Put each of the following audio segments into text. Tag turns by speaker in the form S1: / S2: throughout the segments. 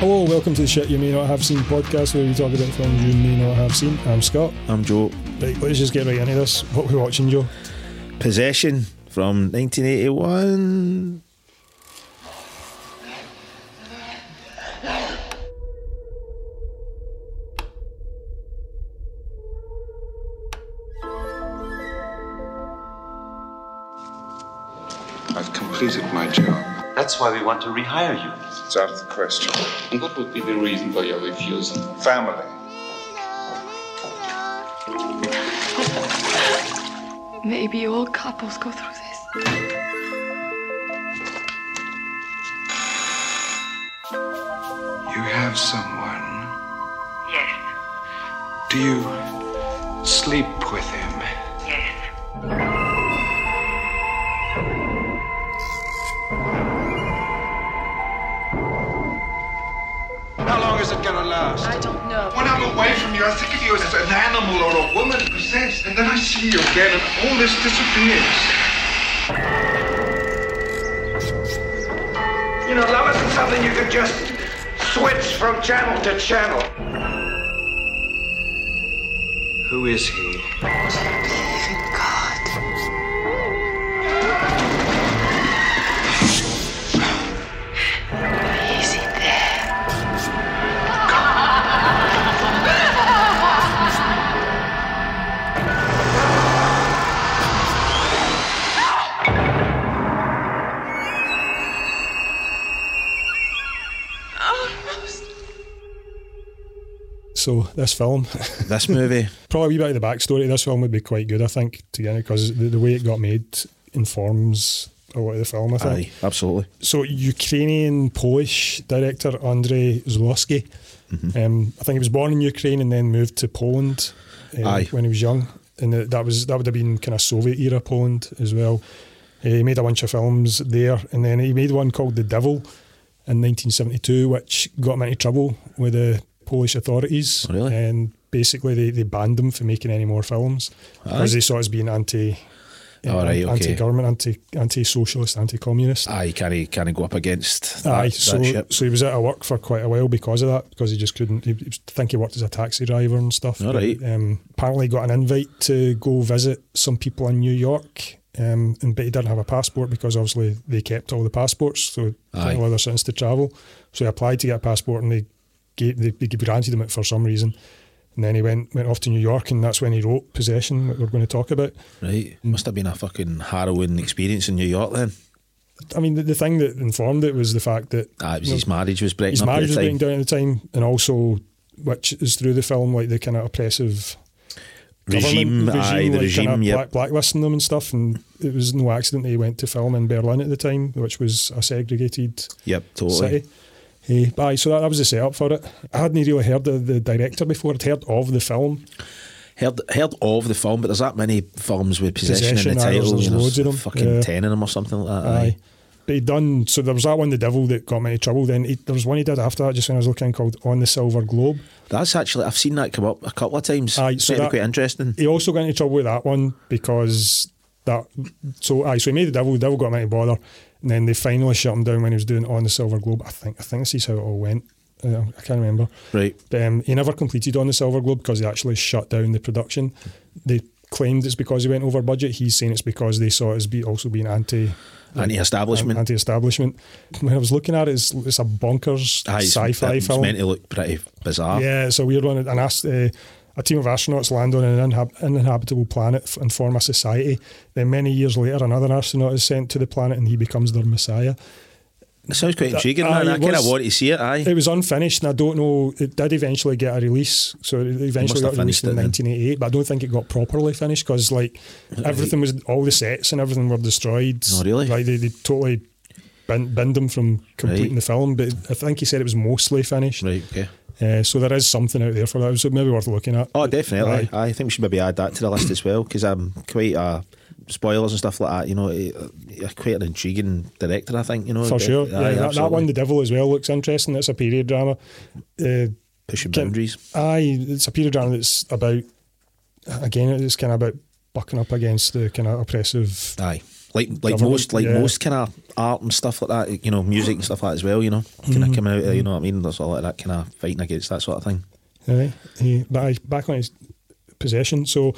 S1: Hello, welcome to the Shit You May Not Have Seen podcast, where we talk about films you may not have seen. I'm Scott.
S2: I'm Joe.
S1: Right, let's just get right into this. What are we watching, Joe?
S2: Possession from 1981.
S3: I've completed my job.
S4: That's why we want to rehire you.
S3: It's out of the question.
S5: And what would be the reason for your refusal?
S3: Family.
S6: Maybe all couples go through this.
S3: You have someone.
S7: Yes,
S3: Do you sleep with him?
S7: yes.
S3: How long is it gonna last? I don't know. When I'm away from you, I think of you as an animal or a woman possessed, and then I see you again, and all this disappears. You know, love isn't something you can just switch from channel to channel. Who is he?
S6: Is it there?
S1: So, this film,
S2: This movie,
S1: probably a wee bit of the backstory of this film would be quite good, I think, to get because the, the way it got made informs a lot of the film, I think.
S2: aye, absolutely.
S1: so Ukrainian Polish director Andrei Zlowski.
S2: Mm-hmm.
S1: Um, I think he was born in Ukraine and then moved to Poland um,
S2: Aye.
S1: when he was young, and that that was that would have been kind of Soviet era Poland as well. Uh, he made a bunch of films there, and then he made one called The Devil in 1972, which got him into trouble with the Polish authorities.
S2: Oh, really?
S1: And basically, they, they banned him from making any more films because
S2: Aye.
S1: they saw it as being anti.
S2: All right, okay.
S1: anti-government, anti anti-socialist, anti-communist.
S2: Aye, can he can he go up against that,
S1: Aye,
S2: that
S1: so
S2: shit?
S1: so he was out of work for quite a while because of that, because he just couldn't. He, he was- I think he worked as a taxi driver and stuff.
S2: All
S1: but,
S2: right.
S1: Um, apparently, got an invite to go visit some people in New York, um, and but he didn't have a passport because obviously they kept all the passports, so
S2: Aye.
S1: didn't allow their sons to travel. So he applied to get a passport, and they gave they, they granted him it for some reason. And then he went went off to New York, and that's when he wrote "Possession," that we're going to talk about.
S2: Right, must have been a fucking harrowing experience in New York then.
S1: I mean, the, the thing that informed it was the fact that
S2: Ah, it was
S1: you know,
S2: his marriage was breaking
S1: his
S2: up
S1: marriage
S2: at
S1: was
S2: the
S1: breaking
S2: time.
S1: down at the time, and also which is through the film like the kind of oppressive
S2: Regime,
S1: government
S2: aye, the
S1: like, kind
S2: regime.
S1: of
S2: Yep.
S1: black, blacklisting them and stuff. And it was no accident that he went to film in Berlin at the time, which was a segregated
S2: Yep, totally.
S1: city. Hey, aye, so that, that was the setup for it. I hadn't really heard of the director before. I'd heard of the film.
S2: Heard heard of the film, but there's that many films with possession,
S1: Possession,
S2: in the
S1: aye, there's-
S2: title.
S1: there's
S2: you know,
S1: loads of them,
S2: Fucking
S1: yeah.
S2: ten of them or something like that.
S1: Aye.
S2: Aye.
S1: But he'd done, so there was that one, The Devil, that got me into trouble. Then he, there was one he did after that, just when I was looking, called On the Silver Globe.
S2: That's actually I've seen that come up a couple of times.
S1: Aye,
S2: it's
S1: so
S2: gonna
S1: that-
S2: be quite interesting.
S1: he also got into trouble with that one because that so aye, so he made the devil, the devil got him out of bother, and then they finally shut him down when he was doing it on the Silver Globe. I think I think this is how it all went. Uh, I can't remember.
S2: Right.
S1: But, um, he never completed on the Silver Globe because they actually shut down the production. They claimed it's because he went over budget. He's saying it's because they saw it as be also being anti
S2: Anti-establishment.
S1: anti-establishment. When I was looking at it, it's, it's a bonkers
S2: Aye, it's-
S1: sci-fi
S2: it's
S1: film.
S2: meant to look pretty bizarre.
S1: Yeah, it's a weird one. An ast- uh, a team of astronauts land on an inhab- uninhabitable planet f- and form a society. Then many years later, another astronaut is sent to the planet and he becomes their messiah.
S2: It sounds quite intriguing,
S1: aye,
S2: man. I
S1: it
S2: kind
S1: was-
S2: of want to see it.
S1: It
S2: Aye,
S1: was unfinished, and I don't know. It did eventually get a release, so it eventually
S2: must have
S1: got released
S2: finished it
S1: in
S2: then.
S1: 1988.
S2: Mm-hmm.
S1: But I don't think it got properly finished because, like, everything was all the sets and everything were destroyed.
S2: Oh, really?
S1: Like they, they totally bin- binned him from completing
S2: Right.
S1: the film. But I think he said it was mostly finished.
S2: right, okay.
S1: Uh, so there is something out there for that. So maybe worth looking at.
S2: Oh, definitely. Aye. I think we should maybe add that to the list as well because I'm quite uh, spoilers and stuff like that. You know, eh, eh, quite an intriguing director. I think you know
S1: for
S2: def-
S1: sure.
S2: aye,
S1: yeah, that, that
S2: absolutely.
S1: one, The Devil, as well, looks interesting. It's a period drama. Uh,
S2: pushing
S1: can-
S2: boundaries.
S1: aye, it's a period drama that's about, again, it's kind of about bucking up against the kind of oppressive
S2: Aye, like like
S1: Government,
S2: most like
S1: yeah.
S2: most kind of art and stuff like that, you know, music and stuff like that as well. You know, kind
S1: Mm-hmm.
S2: of coming out, of, you know what I mean? There's a lot of that kind of fighting against that sort of thing.
S1: Aye, eh, but aye, back on his possession. So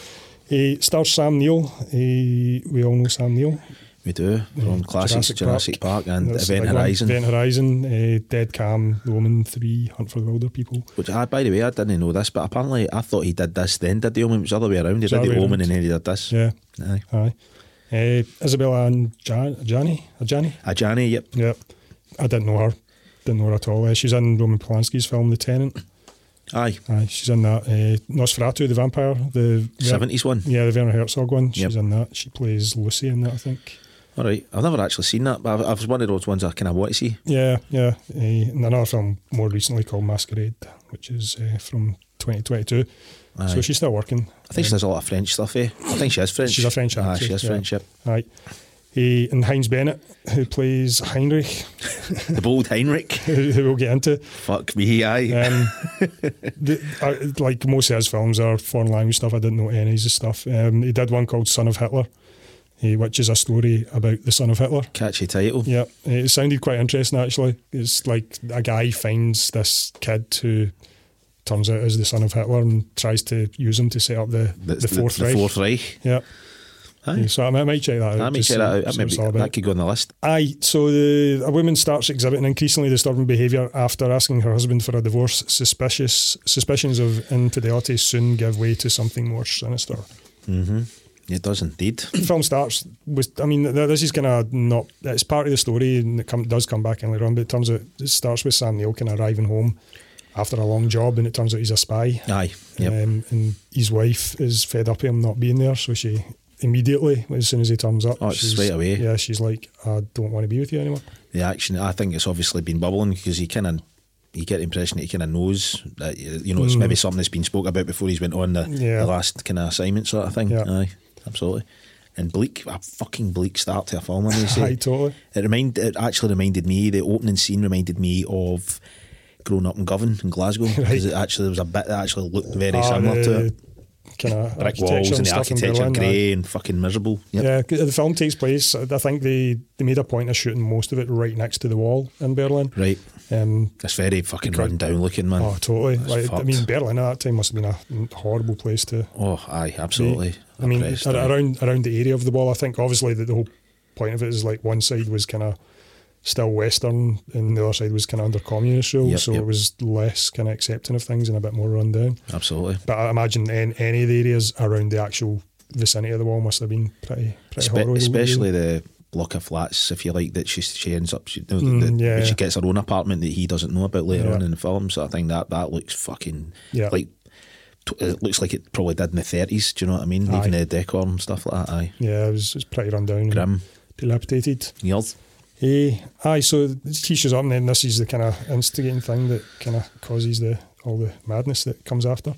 S1: he stars Sam Neill. eh, we all know Sam Neill.
S2: We do from classics, Jurassic, Park, and
S1: That's the
S2: Event
S1: big one.
S2: Horizon.
S1: Event Horizon, eh, Dead Cam, The Woman 3, Hunt for the Wilder People.
S2: Which, I, by the way, I didn't know this, but apparently I thought he did this, then did the Omen. It was the other way around. He
S1: It's
S2: did
S1: the
S2: the
S1: other way around.
S2: Omen and then he did this.
S1: Yeah,
S2: Aye.
S1: aye. Eh, Isabella and Jan- Jani, Ajani?
S2: Ajani, yep.
S1: Yep. I didn't know her. Didn't know her at all. Eh, she's in Roman Polanski's film, The Tenant.
S2: Aye.
S1: Aye, she's in that. Eh, Nosferatu, the vampire. The
S2: 70s one.
S1: Yeah, the Werner Herzog one. She's
S2: Yep.
S1: in that. She plays Lucy in that, I think.
S2: All right. I've never actually seen that, but I, I was one of those ones I kind of want to see.
S1: Yeah, yeah. eh, and another film more recently called Masquerade, which is eh, from 2022. So she's still working.
S2: I think she does a lot of French stuff, eh? I think she is French.
S1: She's a French
S2: Aye,
S1: actress,
S2: she is
S1: yeah.
S2: French, yep.
S1: Right. He, and Heinz Bennett, who plays Heinrich,
S2: The bold Heinrich.
S1: who who we'll get into.
S2: Fuck me, aye.
S1: Um, the, uh, like most of his films are foreign language stuff. I didn't know any of his stuff. Um, he did one called Son of Hitler, eh, which is a story about the son of Hitler.
S2: Catchy title.
S1: Yeah, it sounded quite interesting actually. It's like a guy finds this kid who turns out is the son of Hitler and tries to use him to set up the, the,
S2: That's
S1: Fourth Reich.
S2: The Fourth Reich.
S1: Yeah.
S2: Aye.
S1: Yeah, so I might, I might check that out.
S2: I may
S1: just
S2: check
S1: see-
S2: that out.
S1: see
S2: That,
S1: what
S2: may be,
S1: it's all about.
S2: that could go on the list.
S1: Aye, so the, a woman starts exhibiting increasingly disturbing behaviour after asking her husband for a divorce. Suspicious suspicions of infidelity soon give way to something more sinister.
S2: It does indeed.
S1: The film starts with, I mean, th- this is kind of not, it's part of the story and it come, does come back in later on, but it turns out it starts with Sam Neill kind of arriving home after a long job and it turns out he's a spy.
S2: Aye. Yep.
S1: Um, and his wife is fed up with him not being there, so she immediately, as soon as he turns up,
S2: Oh, it's
S1: she's-
S2: straight away.
S1: Yeah, she's like, I don't want to be with you anymore.
S2: the action. I think it's obviously been bubbling because he kind of you get the impression that he kind of knows that you know it's maybe something that's been spoke about before he's went on the,
S1: Mm. Yeah.
S2: the last kind of assignment sort of thing.
S1: Yeah.
S2: Aye, absolutely. And bleak, a fucking bleak start to a film. When you
S1: Aye,
S2: say
S1: totally.
S2: it remind it actually reminded me the opening scene reminded me of. Grown up in Govan in Glasgow because it actually there was a bit that actually looked very similar to it.
S1: Kind of
S2: brick walls
S1: Ah, architecture
S2: and
S1: and
S2: uh, the
S1: stuff in
S2: architecture
S1: Berlin, aye.
S2: grey and fucking miserable. Yep.
S1: Yeah, 'cause the film takes place. I think they, they made a point of shooting most of it right next to the wall in Berlin.
S2: right.
S1: Um,
S2: It's very fucking run down looking man.
S1: oh, totally.
S2: It's
S1: Like, I
S2: fucked.
S1: mean, Berlin at that time must have been a horrible place to.
S2: Oh, aye, absolutely.
S1: I mean,
S2: Oppressed, eh?
S1: ar-
S2: aye.
S1: around around the area of the wall. I think obviously that the whole point of it is like one side was kind of still Western and the other side was kind of under communist rule,
S2: Yep,
S1: so
S2: yep.
S1: it was less kind of accepting of things and a bit more run down.
S2: Absolutely.
S1: But I imagine in any of the areas around the actual vicinity of the wall must have been pretty pretty
S2: Espe-
S1: horrible.
S2: especially the block of flats, if you like, that she she ends up. She, you know,
S1: Mm,
S2: that-
S1: yeah,
S2: that she
S1: yeah.
S2: gets her own apartment that he doesn't know about later
S1: Yeah.
S2: on in the film. So I think that that looks fucking
S1: Yeah.
S2: like. t- It looks like it probably did in the thirties. Do you know what I mean? Even
S1: Aye.
S2: the decor and stuff like that. Aye,
S1: Yeah, it was, it was pretty run down and
S2: grim.
S1: dilapidated.
S2: Years.
S1: Eh, aye, so he shows up, and then this is the kind of instigating thing that kind of causes the all the madness that comes after.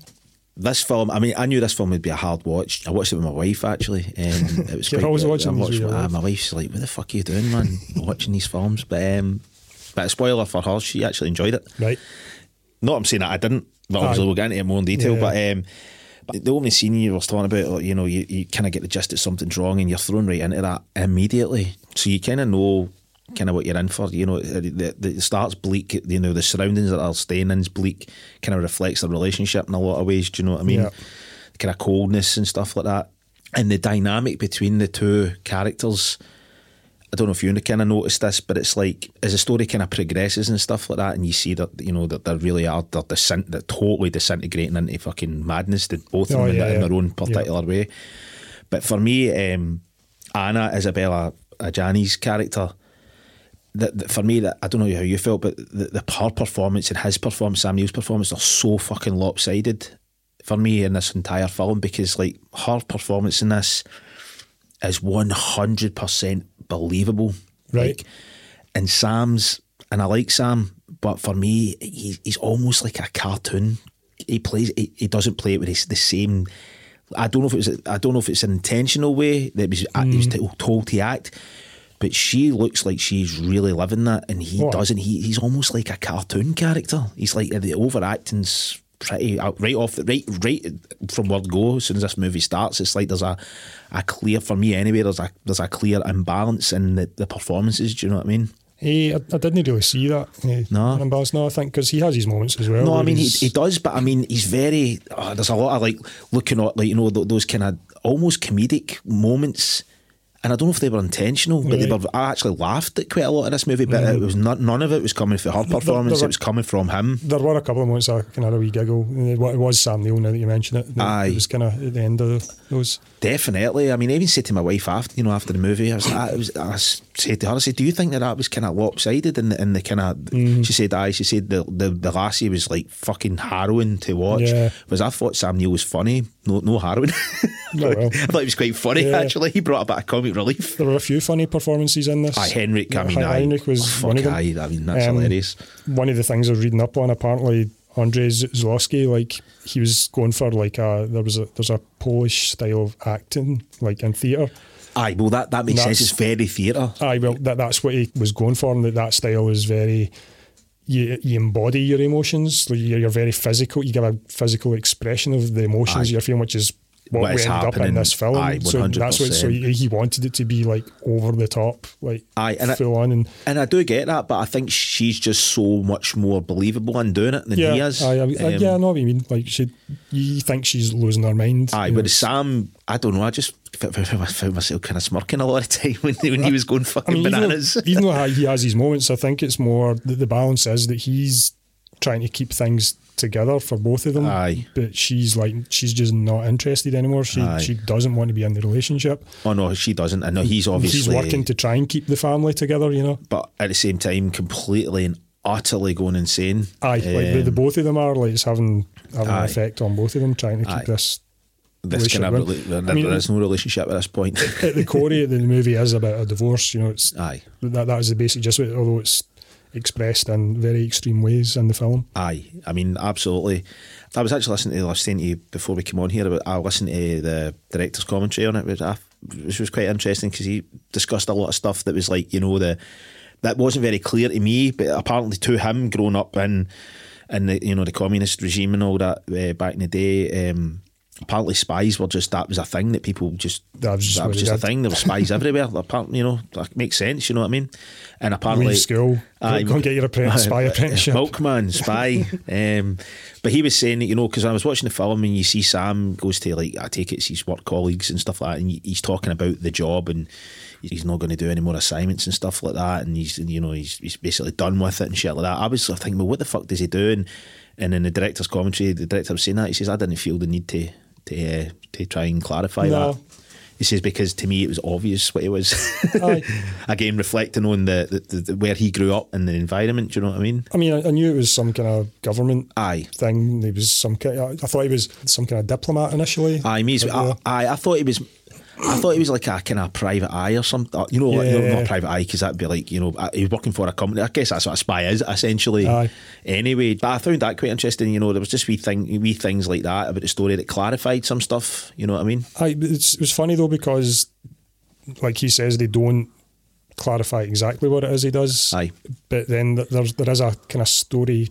S2: This film, I mean, I knew this film would be a hard watch. I watched it with my wife actually. Um, it was
S1: You're
S2: quite-
S1: always
S2: I
S1: watching these
S2: watched-
S1: with your
S2: ah,
S1: wife.
S2: My wife's like, "What the fuck are you doing, man? watching these films?" But um, but a spoiler for her, she actually enjoyed it.
S1: Right.
S2: Not I'm saying that I didn't, but obviously
S1: Aye.
S2: we'll get into it more in detail.
S1: Yeah.
S2: But um, but the only scene you were talking about, like, you know, you, you kind of get the gist that something's wrong and you're thrown right into that immediately. So you kind of know kind of what you're in for. You know, it, it, it starts bleak, you know, the surroundings that are staying in is bleak, kind of reflects the relationship in a lot of ways. Do you know what I mean?
S1: Yeah.
S2: Kind of coldness and stuff like that. And the dynamic between the two characters. I don't know if you kind of noticed this, but it's like as the story kind of progresses and stuff like that, and you see that you know that they really are they're, disint- they're totally disintegrating into fucking madness. Did both of
S1: Oh,
S2: them in,
S1: yeah,
S2: their- in
S1: yeah.
S2: their own
S1: Yeah.
S2: particular way. But for me, um, Anna Isabella Ajani's character, that, that for me, that I don't know how you felt, but the, the her performance and his performance, Sam Neill's performance, are so fucking lopsided for me in this entire film because like her performance in this is one hundred percent believable,
S1: Right.
S2: Like, and Sam's, and I like Sam, but for me, he, he's almost like a cartoon. He plays, he, he doesn't play it with his, the same. I don't know if it was, I don't know if it's an intentional way that he was, he was t- told to act, but she looks like she's really living that, and he
S1: What?
S2: doesn't. He, he's almost like a cartoon character. He's like the overacting's pretty uh, right off the right right from word go. As soon as this movie starts, it's like there's a a clear for me anyway. There's a there's a clear imbalance in the, the performances. Do you know what I mean?
S1: Eh, I, I didn't really see that. eh,
S2: No.
S1: in Embarrassed. No, I think because he has his moments as well.
S2: No, I
S1: where
S2: mean he,
S1: he's-
S2: he does, but I mean he's very. oh, there's a lot of like looking at like you know th- those kind of almost comedic moments, and I don't know if they were intentional, but they
S1: Right. Mm.
S2: were. I actually laughed at quite a lot of this movie, but it was not, none of it was coming from her performance.
S1: there
S2: it was coming from him.
S1: there were a couple of moments I can have a wee giggle. and It wa- it was Sam Neill now that you mention it.
S2: Aye.
S1: It was kind of at the end of those.
S2: Definitely. I mean, I even said to my wife after you know after the movie, I was, I, was, I s- said to her, I said, "Do you think that that was kind of lopsided?" And the, and the kind of
S1: Mm-hmm.
S2: she said, "Aye." She said the, the the lassie was like fucking harrowing to watch.
S1: Yeah.
S2: Was I thought Sam Neill was funny? No, no harrowing.
S1: Oh, well.
S2: I thought he was quite funny
S1: Yeah.
S2: actually. He brought about a comic relief.
S1: There were a few funny performances in this.
S2: Aye, Henrik. I
S1: Yeah,
S2: mean, aye.
S1: Henrik was
S2: Oh, fuck,
S1: one of them.
S2: aye, I mean, that's
S1: Um,
S2: hilarious.
S1: One of the things I was reading up on, apparently, Andrzej Z- Zlowski, like he was going for like a there was a there's a Polish style of acting, like in theatre.
S2: Aye, well that that makes
S1: That's-
S2: sense. It's very theatre.
S1: Aye, well that, that's what he was going for, and that that style is very. You, you embody your emotions. like, You're, you're very physical. You give a physical expression of the emotions
S2: Aye.
S1: you're feeling, which is what,
S2: What
S1: we
S2: is
S1: ended up in
S2: happening.
S1: this film.
S2: Aye,
S1: so that's what. So
S2: 100%.
S1: he he wanted it to be like over the top, like
S2: Aye, and I-
S1: full on, and
S2: And I do get that, but I think she's just so much more believable in doing it than
S1: yeah,
S2: he is.
S1: Aye, I, I,
S2: Um,
S1: yeah, I know what you mean. Like she, you think she's losing her mind.
S2: Aye,
S1: you know.
S2: whereas Sam, I don't know, I just f- f- f- I found myself kind of smirking a lot of time when, when he was going
S1: I
S2: fucking
S1: mean, even though,
S2: bananas.
S1: even though he has his moments, I think it's more the, the balance is that he's trying to keep things together for both of them.
S2: Aye.
S1: but she's like she's just not interested anymore. She
S2: Aye.
S1: she doesn't want to be in the relationship.
S2: oh no, she doesn't. I know he's obviously.
S1: She's working to try and keep the family together. You know,
S2: But at the same time, completely and utterly going insane.
S1: aye, like the, the
S2: Um,
S1: both of them are like it's having having
S2: Aye.
S1: an effect on both of them trying to keep
S2: Aye.
S1: this.
S2: this kind of,
S1: relationship.
S2: there,
S1: I mean-
S2: there is no relationship at this point.
S1: At the core of the movie is about a divorce. You know, it's
S2: aye,
S1: that that is the basic just although it's expressed in very extreme ways in the film.
S2: aye. I mean, absolutely. I was actually listening to, I was saying to you before we came on here, about I listened to the director's commentary on it, which, I, which was quite interesting because he discussed a lot of stuff that was like, you know, the that wasn't very clear to me, but apparently to him growing up in in the you know the communist regime and all that uh, back in the day. Um, apparently spies were just that was a thing that people just
S1: That was just what they
S2: a
S1: did.
S2: thing. There were spies everywhere. Apparently, you know, that makes sense. You know what I mean? And apparently,
S1: school.
S2: Aye,
S1: Go and get your appren- spy apprenticeship.
S2: Milkman, spy. um, but he was saying that, you know, because I was watching the film and you see Sam goes to, like, I take it it's his work colleagues and stuff like that, and he- he's talking about the job and he's not going to do any more assignments and stuff like that. And he's, you know, he's, he's basically done with it and shit like that. I was sort of thinking, well, what the fuck does he do? And, and in the director's commentary, the director was saying that. He says, I didn't feel the need to to, uh, to try and clarify
S1: No.
S2: that. He says, because to me it was obvious what it was.
S1: Aye.
S2: Again, reflecting on the, the, the, where he grew up and the environment, do you know what I mean?
S1: I mean, I, I knew it was some kind of government
S2: Aye.
S1: thing. He was some kind. I, I thought he was some kind of diplomat initially.
S2: Aye, me as
S1: But,
S2: well.
S1: yeah.
S2: I, I thought it was. I thought it was like a kind of private eye or something. Uh, You know, like,
S1: Yeah.
S2: no, not private eye because that'd be like you know uh, he was working for a company. I guess that's what a spy is essentially.
S1: Aye.
S2: Anyway, but I found that quite interesting. You know, there was just wee thing, wee things like that about the story that clarified some stuff. You know what I mean?
S1: Aye, but it's, it was funny though because, like he says, they don't clarify exactly what it is he does.
S2: Aye.
S1: But then th- there's there is a kind of story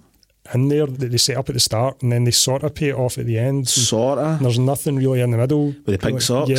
S1: in there that they set up at the start and then they sort of pay it off at the end.
S2: Sorta.
S1: There's nothing really in the middle. With
S2: Hmm. the pink socks?
S1: Yeah,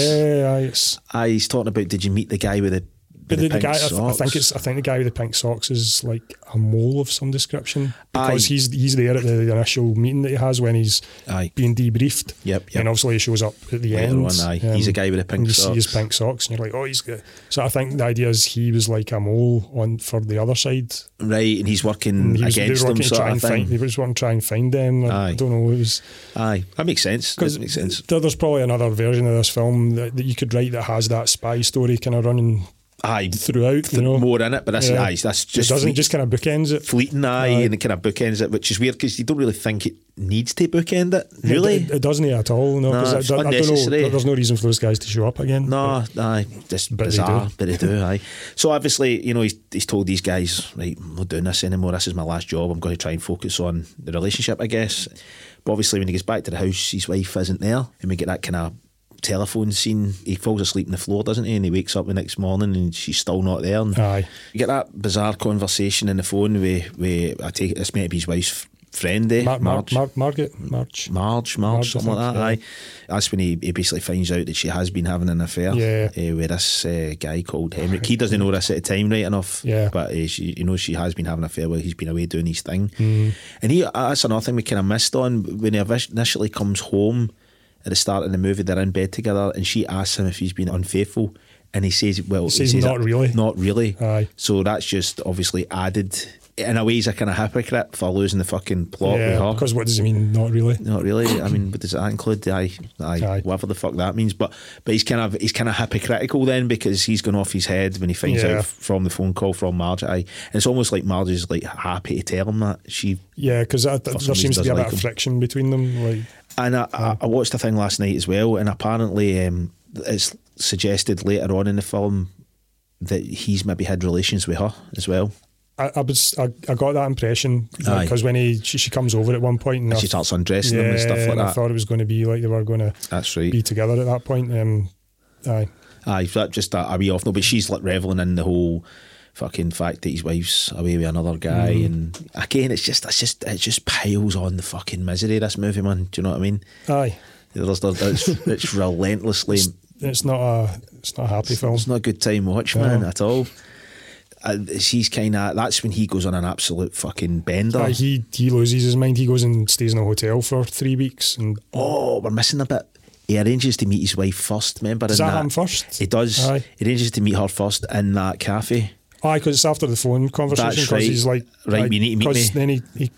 S1: aye, it's,
S2: Aye, he's talking about. Did you meet the guy with the? with
S1: But the, the
S2: pink
S1: guy, I, th- I
S2: socks?
S1: think it's, I think the guy with the pink socks is like a mole of some description because
S2: Aye.
S1: he's he's there at the initial meeting that he has when he's
S2: Aye.
S1: being debriefed.
S2: Yep, yep.
S1: And obviously he shows up at the
S2: Later
S1: end. um,
S2: on, aye. He's a guy with the pink
S1: and you see his
S2: socks.
S1: pink socks, and you're like, oh, he's good. So I think the idea is he was like a mole on for the other side.
S2: right, and he's working
S1: Hmm, He was, they
S2: against
S1: were
S2: them,
S1: working to
S2: sort
S1: try
S2: of
S1: and find.
S2: thing.
S1: They were just wanting to try and find them. Like,
S2: Aye.
S1: I don't know. It was
S2: Aye, that makes sense. That makes sense.
S1: there- there's probably another version of this film that, that you could write that has that spy story kind of running
S2: Aye,
S1: throughout. You
S2: th-
S1: know,
S2: more in it, but that's
S1: Yeah.
S2: aye, that's just
S1: Uh, it doesn't
S2: fleet-
S1: just kind of bookends it.
S2: fleeting eye
S1: Aye.
S2: and it kind of bookends it, which is weird because you don't really think it needs to bookend it,
S1: It-
S2: really.
S1: It, it doesn't at all. No, 'cause
S2: No,
S1: I-
S2: it's
S1: I, I don't know.
S2: unnecessary.
S1: there- There's no reason for those guys to show up again.
S2: no, aye, just
S1: But they
S2: bizarre,
S1: do.
S2: but they do, aye. So obviously, you know, he's, he's told these guys, right, I'm not doing this anymore. This is my last job. I'm going to try and focus on the relationship, I guess. But obviously, when he gets back to the house, his wife isn't there, and we get that kind of telephone scene. He falls asleep on the floor, doesn't he? And he wakes up the next morning, and she's still not there. And
S1: Aye.
S2: You get that bizarre conversation in the phone with, with I take it, it's meant to be his wife's friend there,
S1: Mar- Mar-
S2: Marge.
S1: Mar- Margaret, March.
S2: Marge,
S1: Marge,
S2: Marge,
S1: I
S2: something like
S1: think,
S2: that. Aye, that's when he, he basically finds out that she has been having an affair
S1: Yeah.
S2: uh, with this uh, guy called Henrik. He doesn't know this at the time, right enough.
S1: Yeah.
S2: but uh, she, you know she has been having an affair while he's been away doing his thing.
S1: Hmm.
S2: And he uh, that's another thing we kind of missed on when he avis- initially comes home at the start of the movie. They're in bed together, and she asks him if he's been unfaithful. And he says, "Well, he
S1: says, "Not really."
S2: not really."
S1: Aye.
S2: So that's just obviously added. In a way, he's a kind of hypocrite for losing the fucking plot with
S1: yeah,
S2: her.
S1: because what does it mean? Not really.
S2: Not really. I mean, but does that include the I, I
S1: Aye.
S2: whatever the fuck that means? But but he's kind of he's kind of hypocritical then because he's gone off his head when he finds
S1: Yeah.
S2: out from the phone call from Marge. Aye. And it's almost like Marge is like happy to tell him that she.
S1: Yeah, because
S2: For some
S1: there seems to be a bit
S2: reason, doesn't like
S1: of
S2: him.
S1: friction between them. Like,
S2: And I, I, I watched a thing last night as well, and apparently um, it's suggested later on in the film that he's maybe had relations with her as well.
S1: I, I was, I, I got that impression
S2: Aye.
S1: because when he she, she comes over at one point and,
S2: And
S1: I-
S2: she starts undressing him and stuff like
S1: and I
S2: that.
S1: thought it was going to be like they were going to
S2: That's right.
S1: be together at that point. Um, aye,
S2: Aye, so that just a, a wee off. No, but she's like reveling in the whole fucking fact that his wife's away with another guy,
S1: Mm.
S2: and again, it's just it's just it just piles on the fucking misery. This movie, man. Do you know what I mean?
S1: aye.
S2: There's, there's, it's, it's relentlessly.
S1: It's not a, it's not a happy film.
S2: It's not a good time watch, man, at all. Uh, she's kind of that's when he goes on an absolute fucking bender.
S1: Aye, he he loses his mind. He goes and stays in a hotel for three weeks, and
S2: oh, we're missing a bit. He arranges to meet his wife first. Remember
S1: Does
S2: in
S1: that
S2: that
S1: happen first?
S2: He does.
S1: Aye.
S2: He arranges to meet her first in that cafe.
S1: aye, because it's after the phone conversation.
S2: That's
S1: Because
S2: right.
S1: he's like,
S2: Right,
S1: aye,
S2: you need to meet
S1: 'cause
S2: me.
S1: Then he, he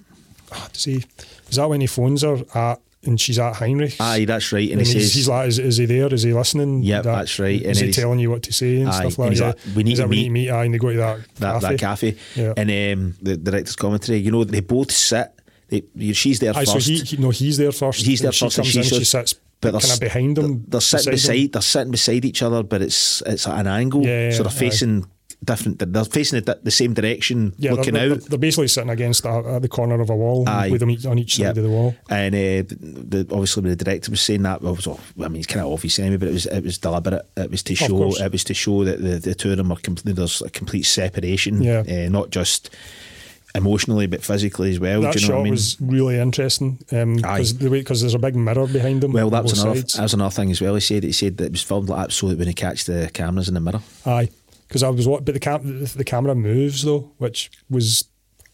S1: ah, does he? Is that when he phones her at and she's at Heinrich's?
S2: Aye, that's right. And,
S1: And
S2: he
S1: he's,
S2: says
S1: he's like, is, is he there? Is he listening?
S2: Yep,
S1: That-
S2: that's right. And
S1: Is he
S2: he's-
S1: telling you what to say and
S2: Aye,
S1: stuff
S2: and
S1: like
S2: he's
S1: that?
S2: like, we need
S1: Is
S2: to
S1: that
S2: meet-
S1: Aye, and they go to that
S2: that
S1: cafe.
S2: that cafe.
S1: Yeah.
S2: And um, the director's commentary, you know, they both sit. They, you- she's there
S1: Aye,
S2: first.
S1: so he, he- no, he's there first.
S2: he's there
S1: and she
S2: first,
S1: comes
S2: and
S1: in,
S2: she's
S1: she sits
S2: they're
S1: kind
S2: s-
S1: of behind him.
S2: They're, they're sitting beside.
S1: him.
S2: They're sitting beside each other, but it's it's at an angle.
S1: Yeah,
S2: so they're
S1: aye.
S2: facing different. They're facing the, di- the same direction,
S1: Yeah, they're,
S2: looking
S1: they're,
S2: out.
S1: they're basically sitting against the, at the corner of a wall
S2: Aye.
S1: with them each, on each side
S2: Yeah.
S1: of the wall.
S2: And uh, the, the- obviously, when the director was saying that, well, it was, all- I mean, it's kind of obvious anyway, but it was it was deliberate. It was to show
S1: course.
S2: it was to show that the, the two of them are complete. There's a complete separation,
S1: Yeah.
S2: uh, not just emotionally but physically as well.
S1: That
S2: Oh, Do you know
S1: shot
S2: what I mean?
S1: was really interesting
S2: Aye.
S1: because the way because there's a big mirror behind them.
S2: Well, Uh, that
S1: on
S2: was
S1: both
S2: another.
S1: sides.
S2: That was another thing as well. He said he said that it was filmed like absolutely when he catch the cameras in the mirror.
S1: Aye, because I was what, but the cam- the camera moves though, which was.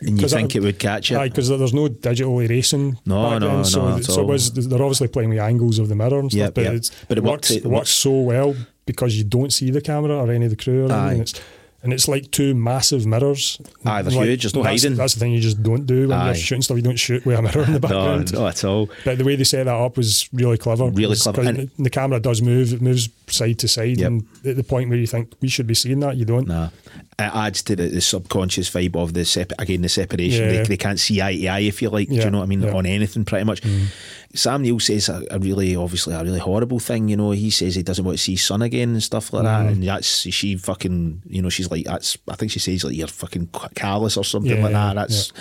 S2: And you
S1: 'cause
S2: think it would catch it.
S1: Aye, because there's no digital erasing.
S2: No,
S1: back
S2: no,
S1: then, so,
S2: no, at
S1: So
S2: all.
S1: it was, they're obviously playing with angles of the mirror and stuff,
S2: Yep,
S1: but,
S2: yep.
S1: It's,
S2: But it worked-
S1: works,
S2: it
S1: it works
S2: worked.
S1: so well because you don't see the camera or any of the crew. Or
S2: Aye.
S1: anything. It's, and it's like two massive mirrors.
S2: Aye, they're huge, there's no
S1: that's,
S2: hiding.
S1: That's the thing you just don't do when
S2: Aye.
S1: you're shooting stuff. You don't shoot with a mirror in the
S2: No,
S1: background.
S2: not at all.
S1: But the way they set that up was really clever.
S2: Really
S1: 'cause-
S2: clever.
S1: 'cause
S2: And-
S1: the camera does move; it moves side to side,
S2: Yep.
S1: and at the point where you think we should be seeing that, you don't.
S2: Nah. It adds to the, the subconscious vibe of the sep- again the separation. They,
S1: Yeah.
S2: they can't see eye to eye if you like. Do
S1: Yeah,
S2: you know what I mean?
S1: yeah. Mm.
S2: On anything, pretty much. Sam Neill says a, a really obviously a really horrible thing. You know, he says he doesn't want to see his son again and stuff like
S1: Mm.
S2: that. And that's she fucking you know she's like that's I think she says like you're fucking c- callous or something
S1: Yeah,
S2: like that.
S1: yeah,
S2: That's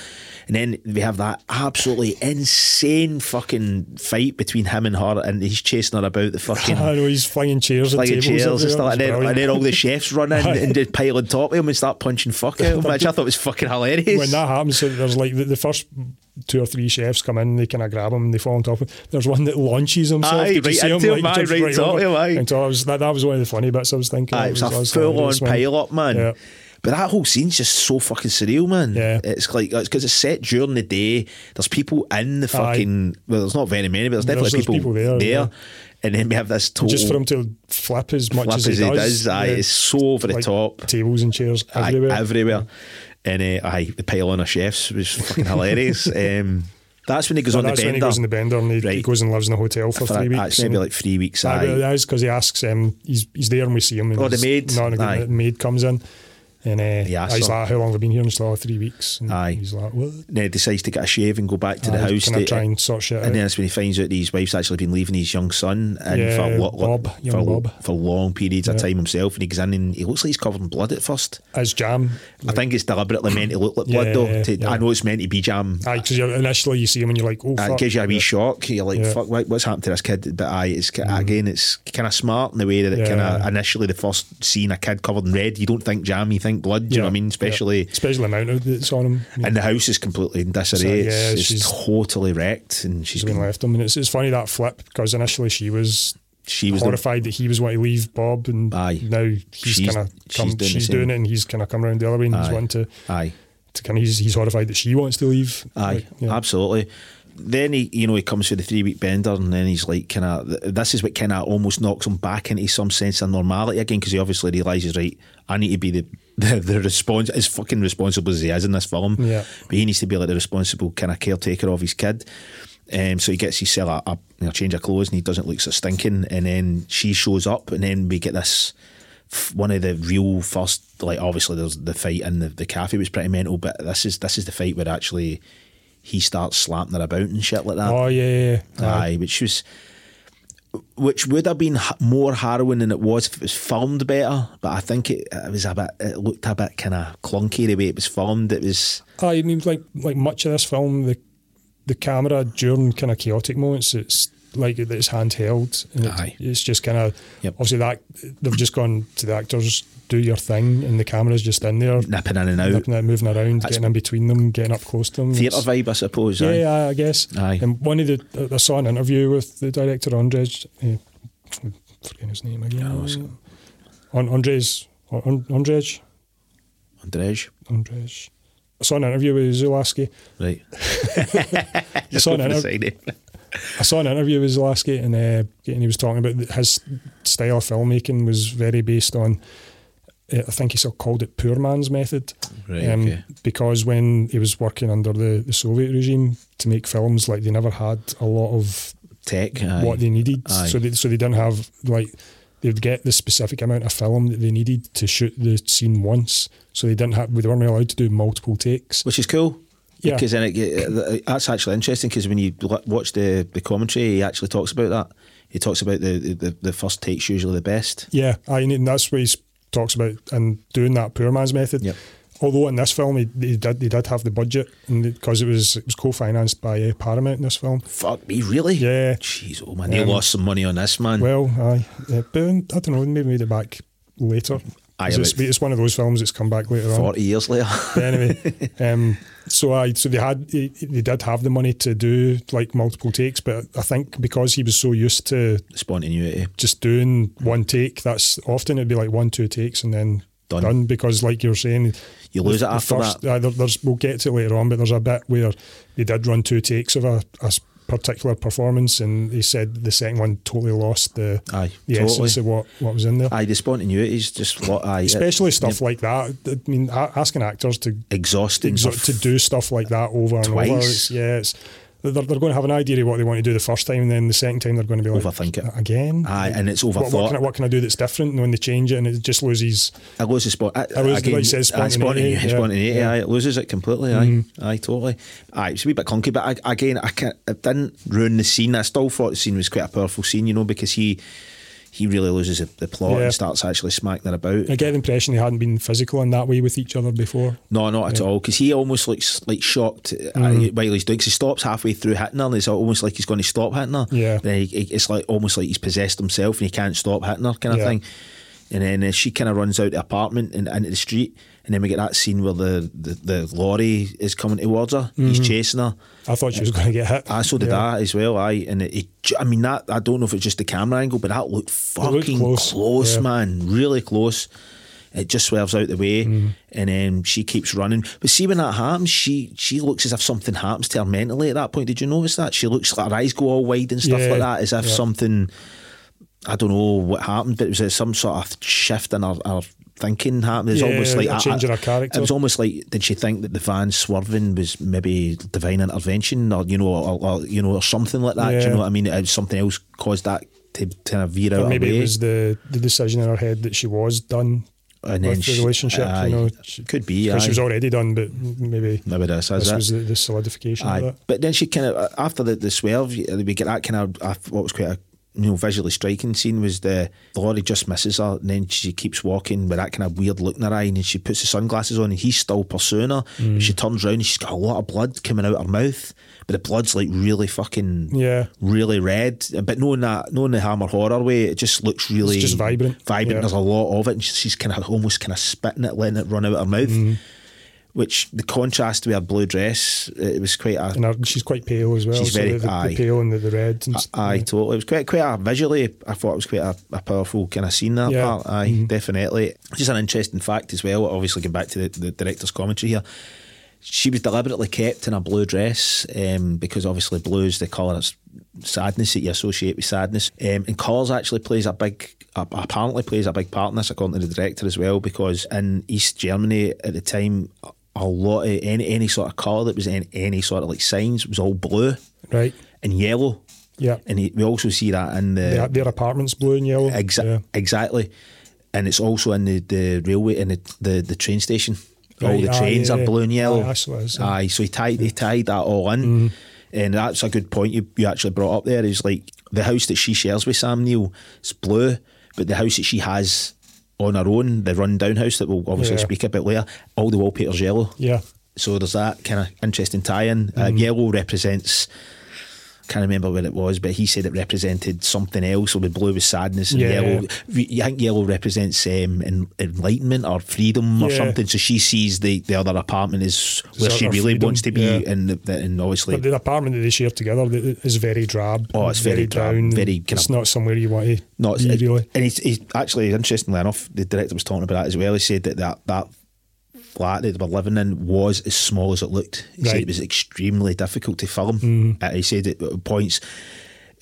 S2: and then we have that absolutely insane fucking fight between him and her, and he's chasing her about the fucking
S1: I know he's flinging chairs,
S2: like a
S1: at
S2: chairs
S1: tables everywhere.
S2: and stuff, and
S1: It's
S2: then, and then
S1: brilliant.
S2: all the chefs run in and just pile on top of him and start punching fuck out of him, which I thought was fucking hilarious.
S1: when that happens, so there's like the, the first two or three chefs come in, they kind of grab him, and they fall on top of him. There's one that launches himself. Did
S2: Aye,
S1: you
S2: right
S1: see
S2: into him,
S1: Like,
S2: aye,
S1: jumps
S2: right top
S1: over.
S2: of him, aye.
S1: And so I was that, that was one of the funny bits I was thinking.
S2: Aye,
S1: of.
S2: it was
S1: I
S2: a
S1: was
S2: full on
S1: hilarious when-
S2: pile up, man.
S1: Yeah.
S2: But that whole scene's just so fucking surreal, man.
S1: Yeah.
S2: It's like, because it's set during the day. There's people in the fucking, well, there's not very many, but there's definitely
S1: There's- there's people
S2: people, there.
S1: there, yeah.
S2: And then we have this total
S1: Just for him to flip as much
S2: flip
S1: as he does,
S2: aye,
S1: yeah,
S2: it's so over the
S1: like
S2: top.
S1: Tables and chairs
S2: Aye,
S1: everywhere.
S2: everywhere. And uh, aye, the pile on of chefs was fucking hilarious. um, that's when he goes
S1: So
S2: on
S1: that's
S2: the bender.
S1: when he goes in the bender and he, he
S2: Right.
S1: goes and lives in a hotel for,
S2: for
S1: three
S2: that-
S1: weeks.
S2: That's maybe
S1: and-
S2: like three weeks.
S1: Aye, but
S2: Aye.
S1: that is because he asks um, he's he's there and we see him. And
S2: Oh, the
S1: he's
S2: maid.
S1: Not in a good,
S2: Aye.
S1: mood. the maid comes in, and uh,
S2: He asks
S1: he's
S2: her.
S1: like, "How long have you been here?" And she's like, "Oh, three weeks." And
S2: Aye.
S1: He's like, "What?"
S2: Ned decides to get a shave and go back to the
S1: Aye,
S2: house.
S1: Can I
S2: to-
S1: try and sort shit
S2: and then
S1: out?
S2: that's when he finds out that his wife's actually been leaving his young son and
S1: Yeah,
S2: for, lo- lo-
S1: Bob,
S2: for,
S1: young Bob.
S2: for long periods of time himself. And he goes in and he looks like he's covered in blood at first.
S1: As jam,
S2: I think it's deliberately meant to look like blood,
S1: Yeah,
S2: though. To,
S1: yeah.
S2: I know it's meant to be jam.
S1: aye, because initially you see him and you're like, "Oh,
S2: It
S1: fuck."
S2: gives you a wee shock. You're like,
S1: Yeah. Mm.
S2: fuck, what, what's happened to this kid? But aye, it's ki- again, it's kind of smart in the way that it
S1: Yeah.
S2: kind of initially the first scene, a kid covered in red, you don't think jam, you think stink blood. Do you know what I mean? Especially
S1: especially the amount that's on him.
S2: and the house is completely in disarray.
S1: Mm. So, yeah,
S2: it's, it's
S1: she's-
S2: totally wrecked, and she's
S1: She's been
S2: been
S1: left him, and it's, it's funny that flip because initially she was
S2: she was the,
S1: horrified that he was wanting to leave Bob, and
S2: Aye.
S1: now he's
S2: She's-
S1: kind of
S2: she's
S1: come.
S2: doing the
S1: She's,
S2: same.
S1: doing it, and he's kind of come around the other way, and he's
S2: Aye.
S1: wanting to.
S2: aye.
S1: to kind of he's, he's horrified that she wants to leave.
S2: Aye,
S1: Like, yeah.
S2: absolutely. Then he, you know, he comes for the three week bender, and then he's like, kind of, this is what kind of almost knocks him back into some sense of normality again, because he obviously realizes, right, I need to be the the, the response as fucking responsible as he is in this film.
S1: Yeah.
S2: but he needs to be like the responsible kind of caretaker of his kid. Um, so he gets his cell a, a, you know, change of clothes, and he doesn't look so stinking. And then she shows up, and then we get this f- one of the real first like obviously there's the fight in the, the cafe was pretty mental but this is this is the fight where actually he starts slapping her about and shit like that
S1: Oh yeah, yeah, yeah. Aye.
S2: aye which was which would have been h- more harrowing than it was if it was filmed better but I think it, it was a bit it looked a bit kind of clunky the way it was filmed it was
S1: Aye, I mean, like like much of this film, the the camera during kind of chaotic moments, it's like it's handheld. And it-
S2: Aye.
S1: it's just kind of
S2: Yep.
S1: obviously that they've just gone to the actors, do your thing, and the camera's just in there,
S2: nipping in and out
S1: nipping it, moving around,
S2: That's-
S1: getting in between them, getting up close to them.
S2: theatre
S1: It's-
S2: vibe I suppose aye.
S1: Yeah, I, I guess.
S2: Aye.
S1: And one of the I saw an interview with the director Andres. Uh, I'm forgetting his name again.
S2: Oh,
S1: On Andres. On, Andres.
S2: Andrej
S1: Andres. I saw an interview with Zulaski.
S2: right
S1: I saw, an
S2: Go for the
S1: inter-
S2: side, eh?
S1: I saw an interview with Zulaski and, uh, and he was talking about th- his style of filmmaking was very based on, uh, I think he still called it poor man's method. Um,
S2: Right, okay.
S1: Because when he was working under the, the Soviet regime to make films, like they never had a lot of
S2: tech aye.
S1: what they needed.
S2: Aye.
S1: So they so they didn't have like they would get the specific amount of film that they needed to shoot the scene once. So they didn't have they weren't allowed to do multiple takes.
S2: which is cool.
S1: Yeah.
S2: Because then it, get- uh, that's actually interesting because when you l- watch the, the commentary, he actually talks about that. He talks about the, the, the first take's usually the best.
S1: Yeah, I and that's what he s- talks about and doing that poor man's method.
S2: Yep.
S1: Although in this film he, he did they did have the budget because it was it was co-financed by uh, Paramount in this film.
S2: Fuck me, really?
S1: Yeah.
S2: Jeez, oh man, they
S1: Um,
S2: lost some money on this, man.
S1: Well, aye, uh, but I don't know, maybe made it back later.
S2: Aye,
S1: 'Cause it's,
S2: about-
S1: it's one of those films that's come back later on.
S2: 40 years later.
S1: But anyway, um, so I so they had they they did have the money to do like multiple takes, but I think because he was so used to
S2: Spontaneity.
S1: just doing one take, that's often it'd be like one two takes and then
S2: Done.
S1: done, because like you're saying,
S2: You lose it after that.
S1: uh, there, there's we'll get to it later on, but there's a bit where they did run two takes of a, a s- particular performance, and they said the second one totally lost the
S2: Aye,
S1: the
S2: totally.
S1: essence of what what was in there.
S2: Aye, the spontaneity is just what I.
S1: Especially stuff like that. I mean, a- asking actors to
S2: Exhausting.
S1: exo-
S2: for
S1: to do stuff like that over and over.
S2: Twice.
S1: It's, yeah, it's, they're, they're going to have an idea of what they want to do the first time, and then the second time they're going to be like,
S2: Overthink it.
S1: again.
S2: Aye, and it's
S1: What, what, can I,
S2: overthought.
S1: what can I do that's different? And when they change it, and it just loses.
S2: I lose the spot. I,
S1: I lose-
S2: again,
S1: like you said,
S2: aye,
S1: spontaneity,
S2: spontaneity,
S1: yeah.
S2: spontaneity,
S1: Yeah. Mm.
S2: aye, it loses it completely. Aye, aye, totally. Aye, it's a wee bit clunky, but I, again, I can't, it didn't ruin the scene. I still thought the scene was quite a powerful scene, you know, because he he really loses the, the plot
S1: Yeah.
S2: and starts actually smacking her about.
S1: I get the impression they hadn't been physical in that way with each other before.
S2: No, not at all. Because he almost looks like shocked uh,
S1: Mm.
S2: while he's doing. Cause he stops halfway through hitting her, and it's almost like he's going to stop hitting her.
S1: Yeah.
S2: Then he, he- it's like almost like he's possessed himself, and he can't stop hitting her, kind of
S1: Yeah.
S2: thing. And then uh, she kind of runs out the apartment and into the street, and then we get that scene where the the, the lorry is coming towards her. He's
S1: Mm-hmm.
S2: chasing her.
S1: I thought she was going to get hit.
S2: I Ah, so did
S1: Yeah.
S2: that as well. I and it, it, ju- I mean that I don't know if it's just the camera angle, but that looked fucking
S1: looked
S2: close,
S1: close, yeah.
S2: man, really close. It just swerves out the way,
S1: Mm.
S2: and then she keeps running. But see, when that happens, she she looks as if something happens to her mentally at that point. Did you notice that she looks like her eyes go all wide and stuff
S1: Yeah,
S2: like that, as if
S1: yeah.
S2: something I don't know what happened, but it was uh, some sort of shift in her, her thinking happened. It was
S1: Yeah,
S2: almost like
S1: a change in her character.
S2: It was almost like did she think that the van swerving was maybe divine intervention, or you know, or, or you know, or something like that? Do you
S1: Yeah.
S2: know what I mean? It was something else caused that to kind of veer out.
S1: Or maybe
S2: away.
S1: it was the, the decision in her head that she was done
S2: And then
S1: with the
S2: she-
S1: relationship.
S2: aye,
S1: you know, she,
S2: could be,
S1: 'cause
S2: aye.
S1: she was already done, but maybe
S2: maybe this is
S1: this
S2: it.
S1: was the, the solidification
S2: Aye.
S1: of that.
S2: But then she kind of after the, the swerve, we get that kind of I- what was quite a you know, visually striking scene was the lorry just misses her and then she keeps walking with that kind of weird look in her eye and then she puts the sunglasses on and he's still pursuing her.
S1: Mm.
S2: She turns around and she's got a lot of blood coming out her mouth, but the blood's like really fucking
S1: Yeah.
S2: really red. But knowing that knowing the hammer horror way, it just looks really
S1: just vibrant.
S2: Vibrant.
S1: Yeah.
S2: There's a lot of it and she's kinda almost kinda spitting it, letting it run out of her mouth.
S1: Mm-hmm.
S2: Which the contrast to her blue dress, it was quite a
S1: And her, she's quite pale as well.
S2: She's
S1: so
S2: very- Ah,
S1: the, the,
S2: aye.
S1: the pale and the, the red. And, s-
S2: Aye, totally. It was quite, quite a visually. I thought it was quite a, a powerful kind of scene. That
S1: Yeah.
S2: part, aye, definitely. Just an interesting fact as well. Obviously, going back to the, the director's commentary here, she was deliberately kept in a blue dress um, because obviously blue is the colour of sadness that you associate with sadness. Um, and colours actually plays a big, a- apparently plays a big part in this, according to the director as well, because in East Germany at the time. A lot of any, any sort of colour that was in any sort of like signs was all blue
S1: Right.
S2: and yellow.
S1: Yeah.
S2: And he, we also see that in
S1: Their,
S2: the
S1: their apartment's blue and yellow.
S2: exa-
S1: Yeah.
S2: exactly, and it's also in the, the railway and the, the the train station. All
S1: Right,
S2: the
S1: aye,
S2: trains
S1: yeah,
S2: are blue and
S1: yeah.
S2: yellow.
S1: Aye, that's what it is, yeah. Mm-hmm.
S2: Aye, so he tied he tied that all in, and that's a good point you you actually brought up there. Is like the house that she shares with Sam Neill is blue, but the house that she has on her own, the rundown house that we'll obviously
S1: Yeah.
S2: speak about later, all the wallpaper's yellow.
S1: Yeah.
S2: So there's that kind of interesting tie-in. Uh,
S1: Mm.
S2: yellow represents. Can't remember what it was, but he said it represented something else. So the blue was sadness, and
S1: Yeah.
S2: yellow. I think yellow represents um, en- enlightenment or freedom or
S1: Yeah.
S2: something. So she sees the, the other apartment is where
S1: Sort
S2: she
S1: of
S2: really
S1: freedom,
S2: wants to be,
S1: yeah.
S2: and the, the- and obviously
S1: But the apartment that they share together th- is very drab.
S2: Oh, it's very drab,
S1: down.
S2: very kind
S1: it's
S2: of-
S1: not somewhere you want to
S2: No, it's,
S1: be,
S2: it-
S1: really.
S2: and he's, he's actually interestingly enough, the director was talking about that as well. He said that that, that flat that they were living in was as small as it looked. He said
S1: Right. Mm-hmm.
S2: it was extremely difficult to film. Uh, he said at points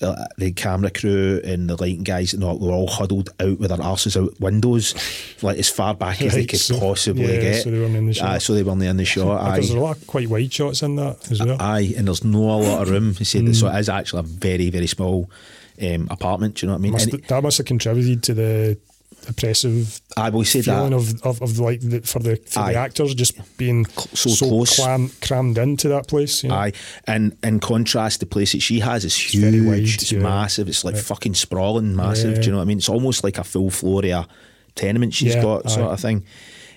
S2: uh, the camera crew and the lighting guys and all they were all huddled out with their arses out windows, like as far back as they
S1: Right,
S2: could
S1: so-
S2: possibly
S1: yeah,
S2: get.
S1: so they weren't in the
S2: Aye,
S1: shot.
S2: so they weren't in the shot.
S1: Because
S2: aye. Ah,
S1: there's a lot of quite wide shots in that as well.
S2: Aye, and there's no a lot of room. He said that,
S1: Mm.
S2: so it is actually a very, very small um, apartment. Do you know what I mean?
S1: must,
S2: And-
S1: that must have contributed to the oppressive
S2: Aye, well, he said that.
S1: feeling of, of, of like the, for the for
S2: Aye.
S1: the actors just being
S2: so close.
S1: clam, crammed into that place. You know?
S2: Aye, and in contrast, the place that she has is huge.
S1: very wide,
S2: it's
S1: yeah.
S2: massive. It's like fucking sprawling, massive. Do
S1: Yeah.
S2: you know what I mean? It's almost like a full floor of a tenement she's
S1: Yeah,
S2: got, sort
S1: aye.
S2: of thing.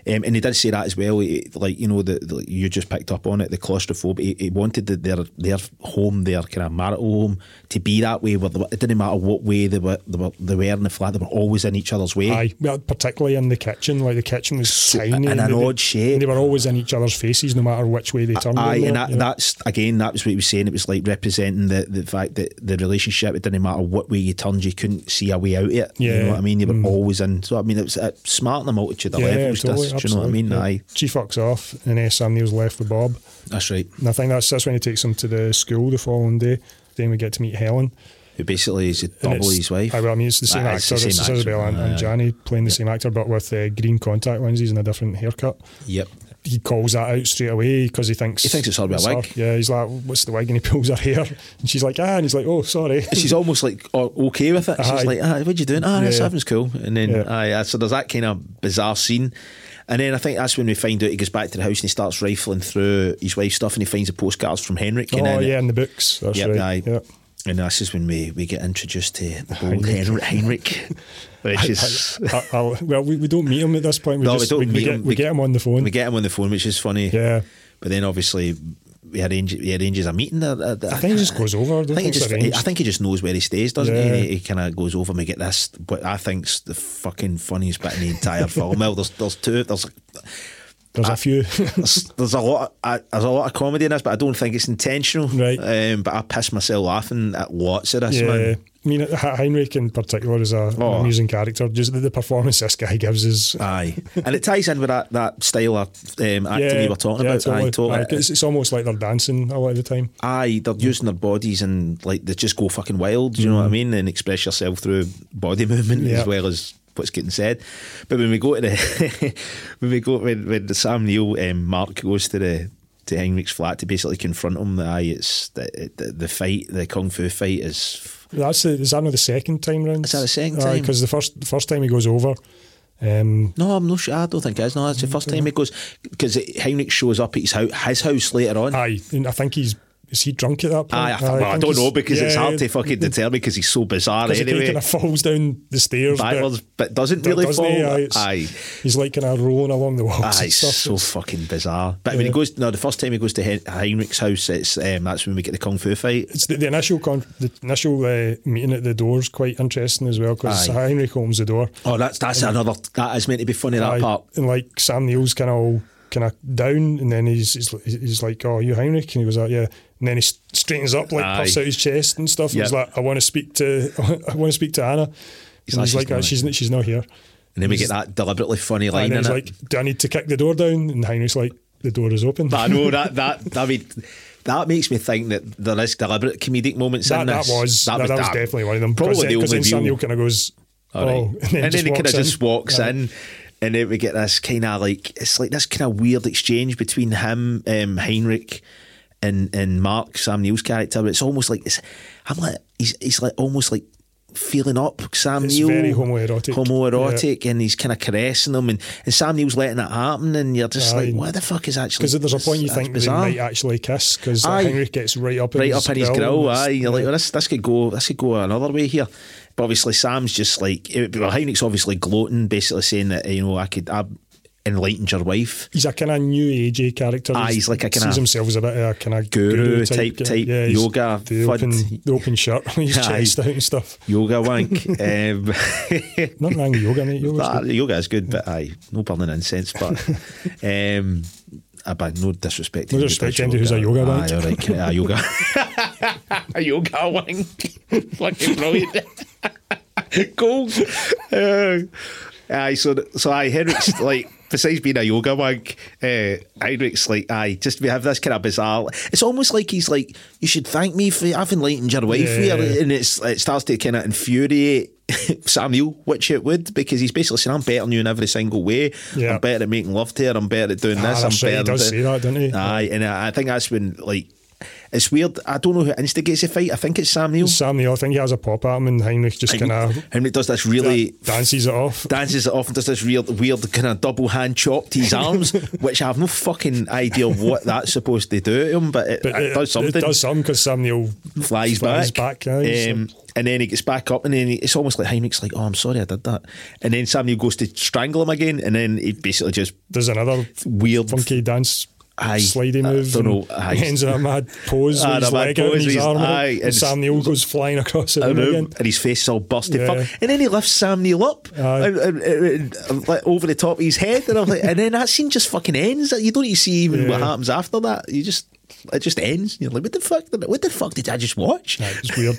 S2: Um, and he did say that as well. he- like you know, the, the- you just picked up on it. The claustrophobia. He, he wanted the, their their home, their kind of marital home, to be that way. Where they were- it didn't matter what way they were, they were they were in the flat. They were always in each other's way.
S1: Aye, well, particularly in the kitchen, like the kitchen was
S2: So-
S1: tiny
S2: and an
S1: they- they-
S2: odd shape.
S1: They were always in each other's faces, no matter which way they turned.
S2: Aye,
S1: them,
S2: and
S1: like,
S2: that,
S1: you know.
S2: that's again that was what he was saying. It was like representing the, the fact that the relationship it didn't matter what way you turned, you couldn't see a way out of it. you know
S1: Yeah. Mm.
S2: what I mean. You were always in. So I mean, it was uh, smart on a multitude of levels.
S1: totally,
S2: this, do you know what I
S1: absolutely,
S2: mean?
S1: yeah.
S2: Aye,
S1: She fucks off, and uh, Sam Neill's left with Bob.
S2: that's right.
S1: And I think that's that's when he takes him to the school the following day. Then we get to meet Helen.
S2: Who basically is a
S1: and
S2: double
S1: it's-
S2: his wife.
S1: Aye, well, I mean, it's the same
S2: Aye, it's
S1: actor.
S2: the
S1: It's,
S2: same actor,
S1: Isabel and, and
S2: aye.
S1: Johnny playing the same actor, but with uh, green contact lenses and a different haircut.
S2: Yep.
S1: he calls that out straight away because he thinks
S2: He thinks it's her with a wig.
S1: Yeah, he's like, "What's the wig?" and he pulls her hair, and she's like, "Ah," and he's like, "Oh, sorry."
S2: And She's almost like o- okay with it. She's
S1: Aye.
S2: like, ah, "What you doing? Ah, that's
S1: Yeah.
S2: something's cool." And then,
S1: Yeah.
S2: aye, aye, so there's that kind of bizarre scene. And then I think that's when we find out he goes back to the house and he starts rifling through his wife's stuff and he finds the postcards from Henrik.
S1: oh
S2: and then it-
S1: yeah, in the books. That's
S2: Yep,
S1: right.
S2: aye.
S1: Yeah.
S2: And this is when we, we get introduced to the bold Henrik, Henrik which is
S1: I- I'll- well, we, we don't meet him at this point. We
S2: No, we
S1: just
S2: don't
S1: we, we
S2: meet
S1: get,
S2: him.
S1: We,
S2: We-
S1: get him on the phone.
S2: we get him on the phone, which is funny.
S1: Yeah.
S2: But then obviously he, arrange, he arranges a meeting. I, I,
S1: I think he just goes over. I
S2: I
S1: don't
S2: think, he
S1: think, it's
S2: just,
S1: arranged.
S2: I think he just knows where he stays, doesn't
S1: Yeah.
S2: he? He, kind of goes over and we get this, what I think's the fucking funniest bit in the entire film. Well, there's there's two, there's
S1: There's
S2: Ah,
S1: a few.
S2: there's, there's a lot of, I, there's a lot of comedy in this, but I don't think it's intentional.
S1: Right.
S2: Um, but I piss myself laughing at lots of this.
S1: yeah.
S2: Man.
S1: I mean, H- Heinrich in particular is a, an
S2: Oh.
S1: amusing character. Just the, the performance this guy gives is
S2: Aye, and it ties in with that, that style of um, acting you were talking
S1: yeah,
S2: about.
S1: Totally.
S2: Aye, totally.
S1: Aye, it's, it's almost like they're dancing a lot of the time.
S2: Aye, they're using their bodies and like they just go fucking wild. You know what I mean? And express yourself through body movement
S1: Mm. Yeah.
S2: as well as what's getting said. But when we go to the when we go when, when the Sam Neill um, Mark goes to the to Heinrich's flat to basically confront him, aye, it's the, the, the fight, the kung fu fight is
S1: That's the, is that not the second time round?
S2: Is that the second time?
S1: Because the first the first time he goes over, um,
S2: No, I'm not sure. I don't think it is. No, it's the first time he goes because Heinrich shows up at his house, his house later on.
S1: aye, and I think he's Is he drunk at that point?
S2: Aye, I, well, I
S1: think
S2: don't
S1: he's-
S2: know because it's
S1: yeah,
S2: hard to fucking determine because he's so bizarre
S1: 'cause he
S2: anyway.
S1: kind of falls down the stairs. but-
S2: Backwards, but doesn't
S1: but
S2: really
S1: doesn't
S2: fall.
S1: he? Aye, it's-
S2: Aye.
S1: He's like kind of rolling along the walls
S2: Aye,
S1: and
S2: it's
S1: stuff.
S2: so
S1: It's-
S2: fucking bizarre. But when he
S1: Yeah.
S2: goes, no, the first time he goes to Hen- Heinrich's house, it's um, that's when we get the kung fu fight.
S1: It's the, the initial con- the initial uh, meeting at the door's quite interesting as well because
S2: Aye.
S1: Heinrich opens the door.
S2: Oh, that's that's another. That is meant to be funny. That
S1: Aye,
S2: part.
S1: And like Sam Neill's kind of all kind of down, and then he's, he's he's like, "Oh, you Heinrich?" And he was like, "Yeah." And then he s- straightens up, like puffs
S2: Aye.
S1: out his chest and stuff. And he's
S2: Yep.
S1: like, "I want to speak to I want to speak to Anna."
S2: He's
S1: and
S2: like,
S1: he's
S2: "She's
S1: like, "Ah,
S2: not
S1: "She's n- she's not here."
S2: And then we get that deliberately funny line
S1: And then
S2: in
S1: he's
S2: it.
S1: like, "Do I need to kick the door down?" And Heinrich's like, "The door is open."
S2: But I know that that I mean that makes me think that there is deliberate comedic moments
S1: that,
S2: in
S1: that
S2: this.
S1: was that, that was definitely one of them.
S2: Probably the
S1: because uh, then Sam Neill
S2: overview.
S1: kind of goes,
S2: All right.
S1: "Oh,"
S2: and then,
S1: just
S2: he kind
S1: walks
S2: of
S1: in.
S2: just walks
S1: Aye.
S2: in, and then we get this kind of like it's like this kind of weird exchange between him, um, Heinrich, and and Mark Sam Neill's character. But it's almost like it's I'm like he's he's like almost like feeling up Sam
S1: It's
S2: Neill,
S1: very homoerotic.
S2: homoerotic, and he's kind of caressing him, and, and Sam Neill's letting it happen, and you're just
S1: Aye.
S2: like, what the fuck is actually?
S1: Because there's a point you
S2: that's
S1: think
S2: bizarre.
S1: they might actually kiss because
S2: Aye.
S1: Heinrich gets right up in
S2: right
S1: his
S2: up in his
S1: grill and
S2: grill.
S1: it's-
S2: Aye, you're like, well, this this could go this could go another way here. But obviously, Sam's just like it- well, Heinrich's obviously gloating, basically saying that eh, you know I could I enlightened your wife.
S1: he's a kind of new agey character.
S2: Ah, he's like a kinda
S1: sees himself as a bit of a kind of
S2: guru type- type
S1: he's
S2: yoga
S1: The
S2: fud.
S1: open, the open shirt, his
S2: Aye.
S1: chest out and stuff.
S2: Yoga wank. um,
S1: Nothing wrong with yoga, mate. Yoga's
S2: that-
S1: good.
S2: yoga is good, but aye, no burning incense. But um, I bang no disrespect. to
S1: No
S2: anybody
S1: disrespect
S2: does
S1: to anybody who's a yoga wank.
S2: Aye, all right, a yoga, a yoga wank. Fucking brilliant. Gold. Uh, aye, so so aye, Henrik's like besides being a yoga wank, uh, Heinrich's like aye, just we have this kind of bizarre. It's almost like he's like, you should thank me for I've enlightened your wife
S1: Yeah.
S2: here, and it's it starts to kind of infuriate. Samuel, which it would, because he's basically saying, "I'm better than you in every single way.
S1: Yeah.
S2: I'm better at making love to her. I'm better at doing
S1: Ah,
S2: this. I'm
S1: that's right, he
S2: better." at
S1: does
S2: doing-"
S1: say that, doesn't he?
S2: Aye, and I, I think that's when like it's weird. I don't know who instigates the fight. I think it's Samuel.
S1: Sam Neill, I think he has a pop at him, and Heinrich just kind of
S2: Henry does this really
S1: dances it off.
S2: dances it off and does this real weird kind of double hand chop to his arms, which I have no fucking idea what that's supposed to do to him, but it,
S1: But
S2: it does something.
S1: It does something because Sam Neill
S2: Flies, back,
S1: back aye, so-
S2: um, and then he gets back up, and then he, it's almost like Heinrich's like, "Oh, I'm sorry, I did that," and then Samuel goes to strangle him again, and then he basically just
S1: There's another
S2: weird
S1: funky dance.
S2: Aye,
S1: slidey
S2: I
S1: move.
S2: don't
S1: and
S2: know, aye.
S1: Ends in a mad pose
S2: Ah,
S1: with
S2: the
S1: his
S2: mad
S1: leg out
S2: pose
S1: and his
S2: with his-
S1: arm out,
S2: aye,
S1: and
S2: it's-
S1: Sam Neill goes flying across the
S2: a
S1: room again.
S2: room, and his face is all busted
S1: Yeah.
S2: fuck. And then he lifts Sam Neill up
S1: Aye.
S2: and, and- and- and, like, over the top of his head, and I'm like, and then that scene just fucking ends. You don't even see even what
S1: Yeah.
S2: happens after that. You just it just ends. You're like, what the fuck? Did, what the fuck did I just watch?
S1: Aye, It's weird.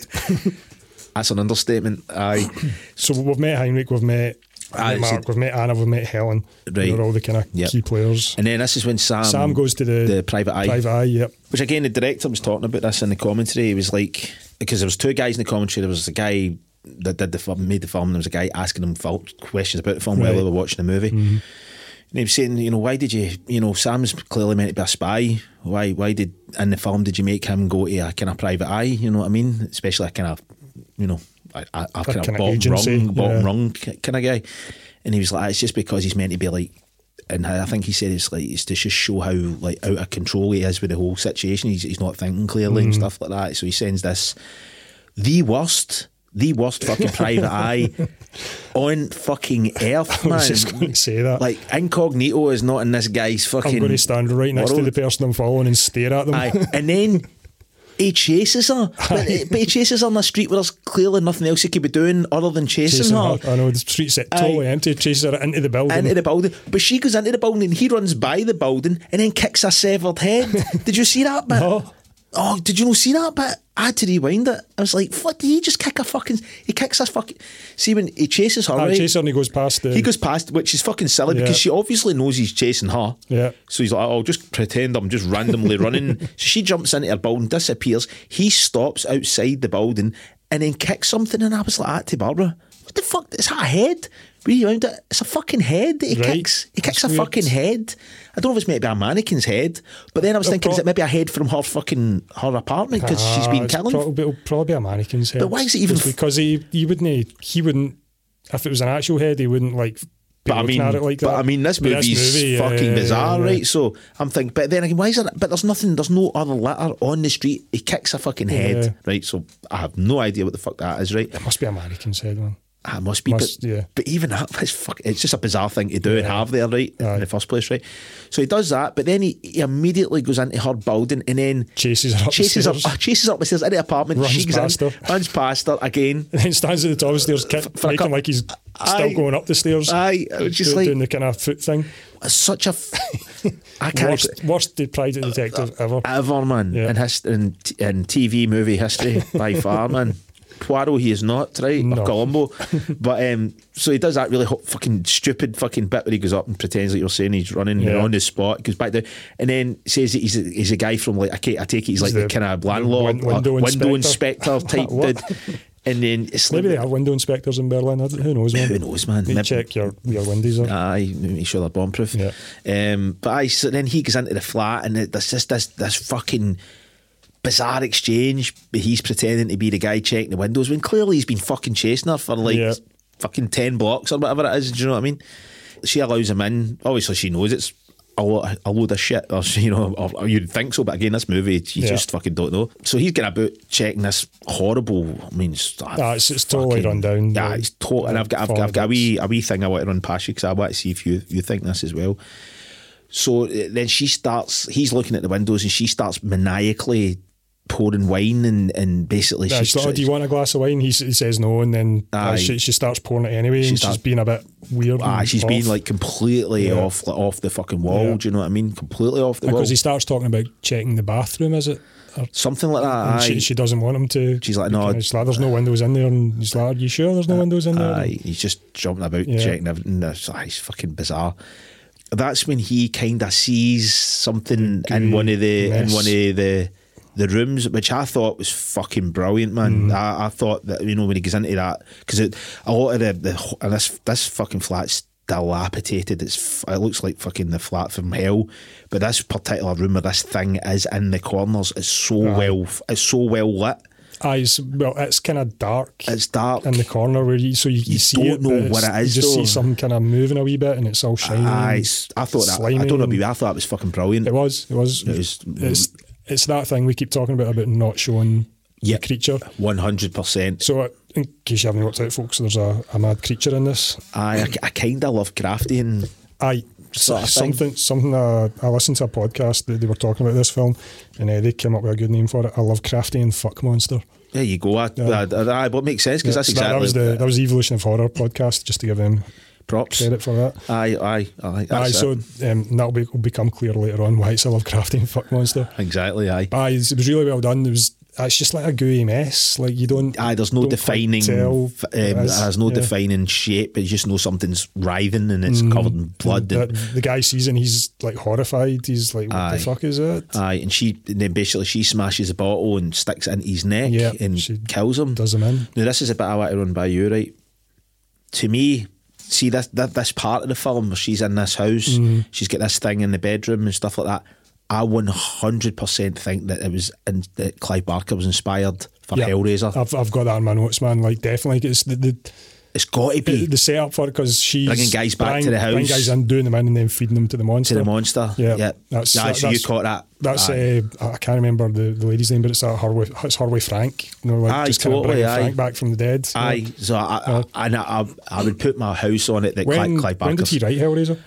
S2: That's an understatement. Aye,
S1: So we've met Heinrich, we've met
S2: Ah, it's
S1: Mark,
S2: a-
S1: we've met Anna, we've met Helen.
S2: Right.
S1: They're all the kind of
S2: Yep.
S1: key players.
S2: and then this is when Sam
S1: Sam goes to the,
S2: the private eye.
S1: Private eye, yep.
S2: Which again, the director was talking about this in the commentary. He was like, because there was two guys in the commentary. There was a guy that did the film, made the film. And there was a guy asking him fil- questions about the film while
S1: Right.
S2: they were watching the movie. And he was saying, you know, why did you, you know, Sam's clearly meant to be a spy. Why, why did in the film did you make him go to a kind of private eye? You know what I mean? Especially a kind of, you know, a, a, a kind of
S1: kinda
S2: bottom
S1: agency,
S2: rung, bottom
S1: yeah.
S2: rung ki- kind of guy. And he was like, "Ah, it's just because he's meant to be like, and I think he said it's like it's to just show how like out of control he is with the whole situation. He's, he's not thinking clearly
S1: Mm.
S2: and stuff like that. So he sends this the worst, the worst fucking private eye on fucking earth,
S1: I
S2: man.
S1: was just going to say that.
S2: Like incognito is not in this guy's fucking.
S1: I'm going to stand right next to
S2: world.
S1: the person I'm following and stare at them.
S2: Aye. And then he chases her. But, but he chases her on the street where there's clearly nothing else he could be doing other than chasing,
S1: Chasing
S2: her.
S1: her. I know the street's totally empty. Chases her into the building.
S2: Into the building, but she goes into the building and he runs by the building and then kicks a severed head. did you see that bit?
S1: No.
S2: Oh, did you not see that bit? I had to rewind it. I was like, "What did he just kick a fucking? He kicks a fucking. See when he chases her,
S1: Aye,
S2: right?
S1: chases Ah, her and he goes past the.
S2: He goes past, which is fucking silly because
S1: Yeah.
S2: she obviously knows he's chasing her.
S1: Yeah.
S2: So he's like, "Oh, I'll just pretend I'm just randomly running. So she jumps into her building, disappears. He stops outside the building and then kicks something. And I was like, that to Barbara, what the fuck? Is that a head? Rewound it. It's a fucking head that he
S1: Right.
S2: kicks. He kicks
S1: That's weird.
S2: a fucking head. I don't know if it's meant to be a mannequin's head, but then I was
S1: It'll
S2: thinking, is
S1: prob-
S2: it maybe a head from her fucking her apartment because she's
S1: Ah,
S2: been
S1: it's
S2: killing?
S1: Probably, it'll probably be a mannequin's head.
S2: why is it even
S1: It's
S2: f-
S1: because he he wouldn't he wouldn't if it was an actual head he wouldn't like
S2: But I
S1: looking
S2: mean,
S1: at it like
S2: but
S1: that.
S2: I mean, this
S1: But
S2: movie's
S1: movie, yeah,
S2: fucking
S1: yeah,
S2: bizarre,
S1: yeah.
S2: right? So I'm thinking, but then again, why is there? But there's nothing. There's no other letter on the street. He kicks a fucking head,
S1: Yeah.
S2: right? So I have no idea what the fuck that is, right?
S1: Must be American said one.
S2: Ah, it must be,
S1: Must-
S2: but,
S1: yeah.
S2: but even that, it's, fuck, it's just a bizarre thing to do and have there, right?
S1: Aye.
S2: In the first place, right? So he does that, but then he, he immediately goes into her building and then
S1: Chases her up the
S2: chases up,
S1: stairs.
S2: chases up the stairs into the apartment.
S1: Runs
S2: she goes
S1: past
S2: in,
S1: her.
S2: runs past her again.
S1: And then stands at the top of the stairs, kick,
S2: for a
S1: making
S2: couple-
S1: like he's
S2: Aye.
S1: still going up the stairs.
S2: Aye, it was just
S1: doing,
S2: like-
S1: doing the kind of foot thing.
S2: Such a, f- I can't Uh,
S1: Worst, worst de- private detective ever.
S2: ever, man,
S1: Yeah.
S2: in, his, in, t- in TV movie history by far, man. Poirot, he is not, right?
S1: No.
S2: Or Columbo. But um, so he does that really ho- fucking stupid fucking bit where he goes up and pretends like you're saying he's running
S1: Yeah.
S2: and on the spot, goes back down, and then says that he's a, he's a guy from like, I, ca- I take it he's like the,
S1: the
S2: kind of landlord,
S1: win- window
S2: uh, window inspector,
S1: inspector.
S2: type
S1: What?
S2: dude. And then it's
S1: Maybe they
S2: like,
S1: have window inspectors in Berlin. I don't- Who knows, man?
S2: Who knows, man?
S1: You
S2: Maybe- Ah,
S1: check your, your windows up.
S2: Aye, make sure they're bombproof. Um, but I so then he goes into the flat and it- there's just this this fucking bizarre exchange. But he's pretending to be the guy checking the windows when clearly he's been fucking chasing her for like
S1: Yeah.
S2: fucking ten blocks or whatever it is. Do you know what I mean? She allows him in. Obviously, she knows it's. A, lot, a load of shit, or you know, or, or you'd think so, but again, this movie, you
S1: Yeah.
S2: just fucking don't know. So he's getting about checking this horrible. I mean, it's,
S1: Ah, it's- it's totally run down,
S2: Yeah,
S1: like,
S2: it's total. And I've got, I've, got, I've got a wee, a wee thing I want to run past you because I want to see if you, you think this as well. So uh, then she starts. He's looking at the windows, and she starts maniacally pouring wine, and and basically
S1: Yeah,
S2: she's,
S1: she's like, oh, do you want a glass of wine? He, s- he says no, and then uh,
S2: Aye.
S1: she, she starts pouring it anyway, and
S2: starts-
S1: she's being a bit weird.
S2: Ah,
S1: and
S2: she's
S1: off.
S2: been like completely
S1: Yeah.
S2: off, like, off the fucking wall.
S1: Yeah.
S2: Do you know what I mean? Completely off the wall.
S1: Because he starts talking about checking the bathroom, is it? Or,
S2: Something like that.
S1: and
S2: Aye.
S1: she, she doesn't want him to.
S2: She's like,
S1: He
S2: "No,
S1: kinda
S2: I- Uh,
S1: just like, there's no windows in there. And he's like, are you sure there's no windows in there?
S2: Aye, he's just jumping about,
S1: Yeah.
S2: checking everything. That's aye, it's fucking bizarre. That's when he kind of sees something in
S1: Gooey
S2: one of the in
S1: mess.
S2: one of the the rooms, which I thought was fucking brilliant, man.
S1: Mm.
S2: I, I thought that you know when he goes into that because a lot of the, the and this this fucking flat's dilapidated. It's f- it looks like fucking the flat from hell. But this particular room where this thing is in the corners is so well f- it's so well lit.
S1: Aye, it's, well, it's kind of dark.
S2: It's dark.
S1: in the corner where you so you, you, see
S2: don't
S1: it, but
S2: know
S1: it's-
S2: what it is,
S1: You just
S2: though.
S1: see something kind of moving a wee bit, and it's all shiny.
S2: Aye,
S1: and
S2: it's- I thought that, I
S1: slimy
S2: don't know.
S1: and-
S2: about you, I thought it was fucking brilliant.
S1: It was. It was.
S2: It was- mm.
S1: It's, it's that thing we keep talking about about not showing
S2: Yeah.
S1: the creature.
S2: One hundred percent.
S1: So, uh, in case you haven't worked out, folks, there's a, a mad creature in this.
S2: I I, kind of love crafty and
S1: Aye.
S2: Sort of thing.
S1: something, something. Uh, I listened to a podcast that they were talking about this film, and uh, they came up with a good name for it. I love crafty and fuck monster.
S2: there you go. I, I, I, but it makes sense because that's
S1: So that, that
S2: exactly
S1: was the that was the evolution of horror podcast. Just to give them
S2: props.
S1: credit for that.
S2: Aye, aye, aye.
S1: Aye,
S2: That's
S1: so
S2: it.
S1: um, and that'll be, will become clear later on why it's a Lovecraftian fuck monster.
S2: exactly, aye.
S1: Aye, it's- it was really well done. It was. It's just like a gooey mess. Like you don't.
S2: Aye, there's no
S1: don't quite
S2: defining.
S1: tell
S2: f-
S1: what
S2: um,
S1: it is.
S2: there's no
S1: Yeah. Mm-hmm.
S2: defining shape. You just know something's writhing and it's covered in blood.
S1: The,
S2: And,
S1: the guy sees it and he's like horrified. He's like, "What
S2: Aye.
S1: the fuck is it?"
S2: aye, and she and then basically she smashes a bottle and sticks it into his neck
S1: Yeah,
S2: and
S1: she
S2: kills him.
S1: Does him in.
S2: Now this is a bit I want to run by you, right? To me, see that that this part of the film where she's in this house,
S1: Mm-hmm.
S2: she's got this thing in the bedroom and stuff like that. I one hundred percent think that it was in, that Clive Barker was inspired for
S1: Yeah. Uh,
S2: Hellraiser.
S1: I've, I've got that in my notes, man. Like definitely, it's the the,
S2: it's got to be
S1: the, the setup for it because she's
S2: Bringing guys back to the
S1: bringing
S2: house.
S1: guys in, doing them in, and then feeding them to the
S2: to
S1: monster.
S2: the monster.
S1: Yeah,
S2: That's,
S1: that's-
S2: so you
S1: that's-
S2: caught that.
S1: That's
S2: Aye.
S1: uh, I I can't remember the, the lady's name, but it's that Harway. It's Harway Frank. You know, like
S2: Aye,
S1: just kind of
S2: totally,
S1: bringing
S2: aye.
S1: Frank back from the dead. you know?
S2: Aye, so I, I, I, and I, I would put my house on it that
S1: Uh-huh. When,
S2: Clive, Clive
S1: when did
S2: Barker's
S1: he write Hellraiser?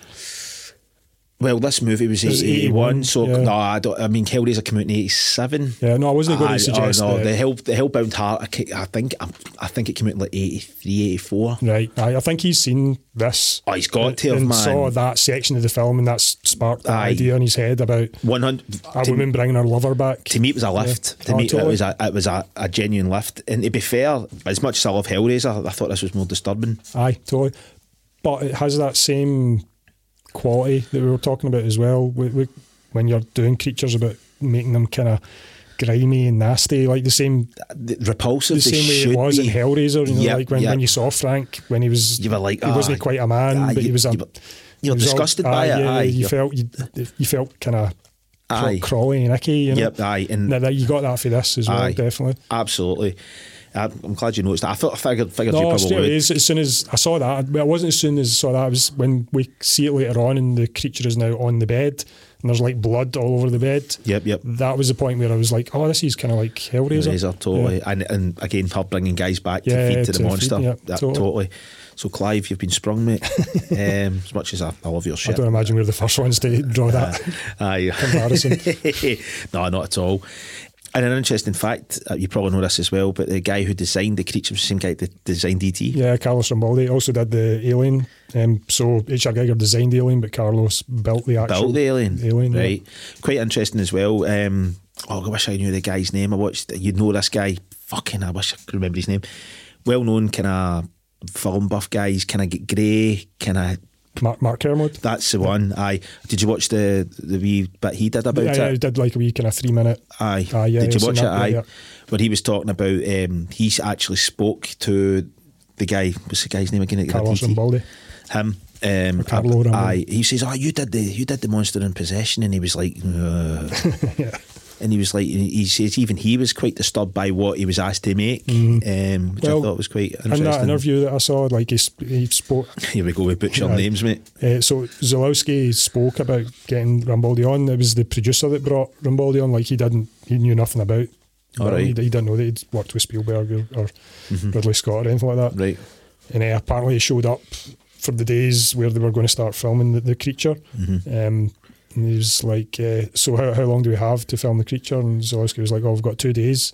S2: Well, this movie was
S1: It was
S2: 81,
S1: 81,
S2: so
S1: yeah.
S2: no, I don't. I mean, Hellraiser came out in 87.
S1: Yeah, no, I wasn't going
S2: Aye,
S1: to suggest
S2: oh, no,
S1: that.
S2: the Hell, the Hellbound Heart. I, ca- I think, I, I think it came out in like 83, 84.
S1: Right, aye, I think he's seen this.
S2: Oh, he's got
S1: and-
S2: to have,
S1: and
S2: man.
S1: saw that section of the film, and that's sparked that
S2: Aye.
S1: idea in his head about
S2: 100.
S1: a
S2: to,
S1: woman bringing her lover back.
S2: to me, it was a lift.
S1: Yeah.
S2: To
S1: Oh,
S2: me, it
S1: totally.
S2: was a, it was a, a genuine lift. And to be fair, as much as I love Hellraiser, I thought this was more disturbing.
S1: Aye, totally. But it has that same quality that we were talking about as well. wi- wi- when you're doing creatures, about making them kind of grimy and nasty, like the same
S2: The, repulsive.
S1: the
S2: they
S1: same way
S2: should
S1: it was
S2: be.
S1: in Hellraiser. You know,
S2: Yep,
S1: like when,
S2: yep.
S1: when you saw Frank when he was
S2: You were like,
S1: he wasn't
S2: "Ah,
S1: quite a man,
S2: ah,
S1: but
S2: you-
S1: he was a.
S2: you were- you were
S1: he was
S2: disgusted
S1: aye,
S2: by it,
S1: yeah,
S2: aye,
S1: you
S2: you're-
S1: felt you, you felt kind of Cro-
S2: Aye.
S1: Crawley and Icky. You know?
S2: Yep, aye, and-
S1: Now, that- you got that for this as well,
S2: Aye.
S1: definitely.
S2: Absolutely. I- I'm glad you noticed that. I thought I figured, figured you
S1: No,
S2: probably
S1: straight
S2: would.
S1: away, as, as soon as I saw that, well, it wasn't as soon as I saw that, it was when we see it later on and the creature is now on the bed and there's like blood all over the bed.
S2: Yep, yep.
S1: That was the point where I was like, oh, this is kind of like Hellraiser.
S2: Razor, totally. And, and again, her bringing guys back to
S1: Yeah,
S2: feed to
S1: to
S2: the
S1: feed,
S2: monster.
S1: yeah,
S2: that, totally.
S1: totally.
S2: So, Clive, you've been sprung, mate. um, as much as I, I love your
S1: I
S2: shit.
S1: don't imagine we're the first ones to draw that
S2: Aye.
S1: comparison.
S2: no, not at all. And an interesting fact, uh, you probably know this as well, but the guy who designed the creature was the same guy that designed E ET.
S1: Yeah, Carlos Rambaldi also did the Alien. Um, so H.R. Geiger designed Alien, but Carlos built the actual
S2: Built the alien.
S1: Alien, yeah.
S2: right. Quite interesting as well. Um, oh, I wish I knew the guy's name. I watched, you'd know this guy. Fucking, I wish I could remember his name. Well known kind of film buff guys, kind of get grey, kind of.
S1: Mark, Mark Kermode.
S2: That's the one. Aye. Did you watch the the wee bit he did about
S1: Yeah,
S2: it?
S1: yeah, he did like a wee kind of three minute.
S2: Aye.
S1: Aye, yeah,
S2: Did
S1: yeah,
S2: you watch it?
S1: seen that,
S2: Aye.
S1: yeah, yeah.
S2: Where he was talking about, um, he actually spoke to the guy, what's the guy's name again? that did
S1: Carlos
S2: E.T.?
S1: Rambaldi.
S2: Him. Um,
S1: Carlo Rambaldi.
S2: aye. He says, "Oh, you did the you did the monster in possession," and he was like, "Ugh." and he was like, he says even he was quite disturbed by what he was asked to make, um, which I
S1: Mm-hmm. Well,
S2: thought was quite interesting.
S1: In that interview that I saw, like he, sp- he spoke.
S2: Here we go. We butcher
S1: Aye.
S2: names, mate.
S1: Uh, so Zalowski spoke about getting Rambaldi on. It was the producer that brought Rambaldi on. Like he didn't, he knew nothing about.
S2: All
S1: him.
S2: right. Mm-hmm.
S1: He, he didn't know that he'd worked with Spielberg or, or Ridley Scott or anything like that.
S2: Right.
S1: and uh, apparently he showed up for the days where they were going to start filming the, the creature.
S2: Mm-hmm.
S1: Um, and he was like, uh, "So how, how long do we have to film the creature?" And Zalewski was like, "Oh, we've got two days."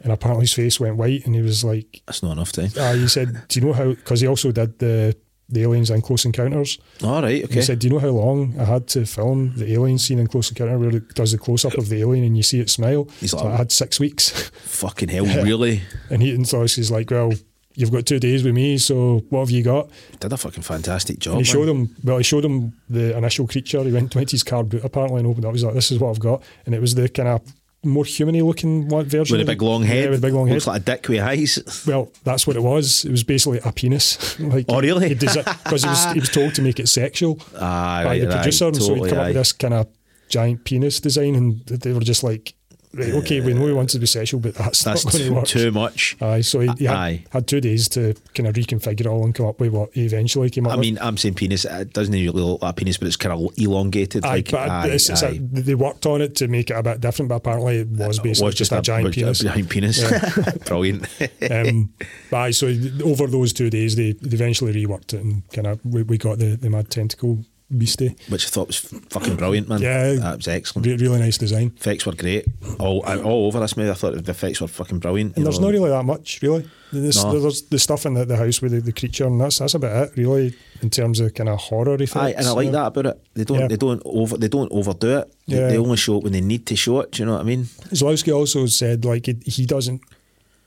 S1: And apparently his face went white, and he was like,
S2: That's not enough time.
S1: "Ah," he said, "Do you know how?" Because he also did the the aliens and Close Encounters.
S2: All right.
S1: He
S2: Okay.
S1: said, "Do you know how long I had to film the alien scene in Close Encounter, where it does the close up of the alien and you see it smile?"
S2: He's
S1: so
S2: like-
S1: "I had six weeks."
S2: Fucking hell! Really?
S1: and he and Zalewski's like, "Well, you've got two days with me, so what have you got?"
S2: Did a fucking fantastic job.
S1: And he
S2: man.
S1: showed him, well, he showed him the initial creature. He went, went to his car boot apparently and opened it up. He's like, this is what I've got. And it was the kind of more human looking one version.
S2: with a
S1: of it.
S2: big long head.
S1: Yeah, with a big long head.
S2: Looks like a dick with eyes.
S1: well, that's what it was. It was basically a penis. like,
S2: Oh, really?
S1: Because he, was, he was told to make it sexual
S2: Ah,
S1: by
S2: right,
S1: the
S2: right,
S1: producer. and so he'd
S2: totally,
S1: come
S2: aye.
S1: up with this kind of giant penis design. And they were just like, right, okay, we know he wants it to be sexual, but that's,
S2: That's
S1: not going
S2: too,
S1: to work.
S2: too much.
S1: Aye, so he, he
S2: Aye.
S1: had, had two days to kind of reconfigure it all and come up with what he eventually came up
S2: I
S1: with.
S2: mean, I'm saying penis. It doesn't really look like a penis, but it's kind of elongated.
S1: Aye,
S2: like,
S1: but
S2: aye,
S1: it's, it's
S2: aye.
S1: a, they worked on it to make it a bit different, but apparently it was
S2: It was
S1: basically just, a, giant
S2: was
S1: penis.
S2: A giant penis. Brilliant.
S1: um, but aye, so over those two days, they, they eventually reworked it and kind of we, we got the, the mad tentacle beastie.
S2: Which I thought was fucking brilliant, man.
S1: Yeah.
S2: that was excellent.
S1: Re- really nice design.
S2: Effects were great. All all over this movie, I thought the effects were fucking brilliant.
S1: And
S2: you
S1: there's
S2: know.
S1: not really that much, really. There's,
S2: No.
S1: there's the stuff in the, the house with the, the creature, and that's that's about it, really, in terms of kind of horror effects.
S2: Aye, and I like that about it. They don't,
S1: Yeah.
S2: they don't over, they don't overdo it. They,
S1: Yeah.
S2: they only show it when they need to show it. Do you know what I mean?
S1: Zlowski also said like he, he doesn't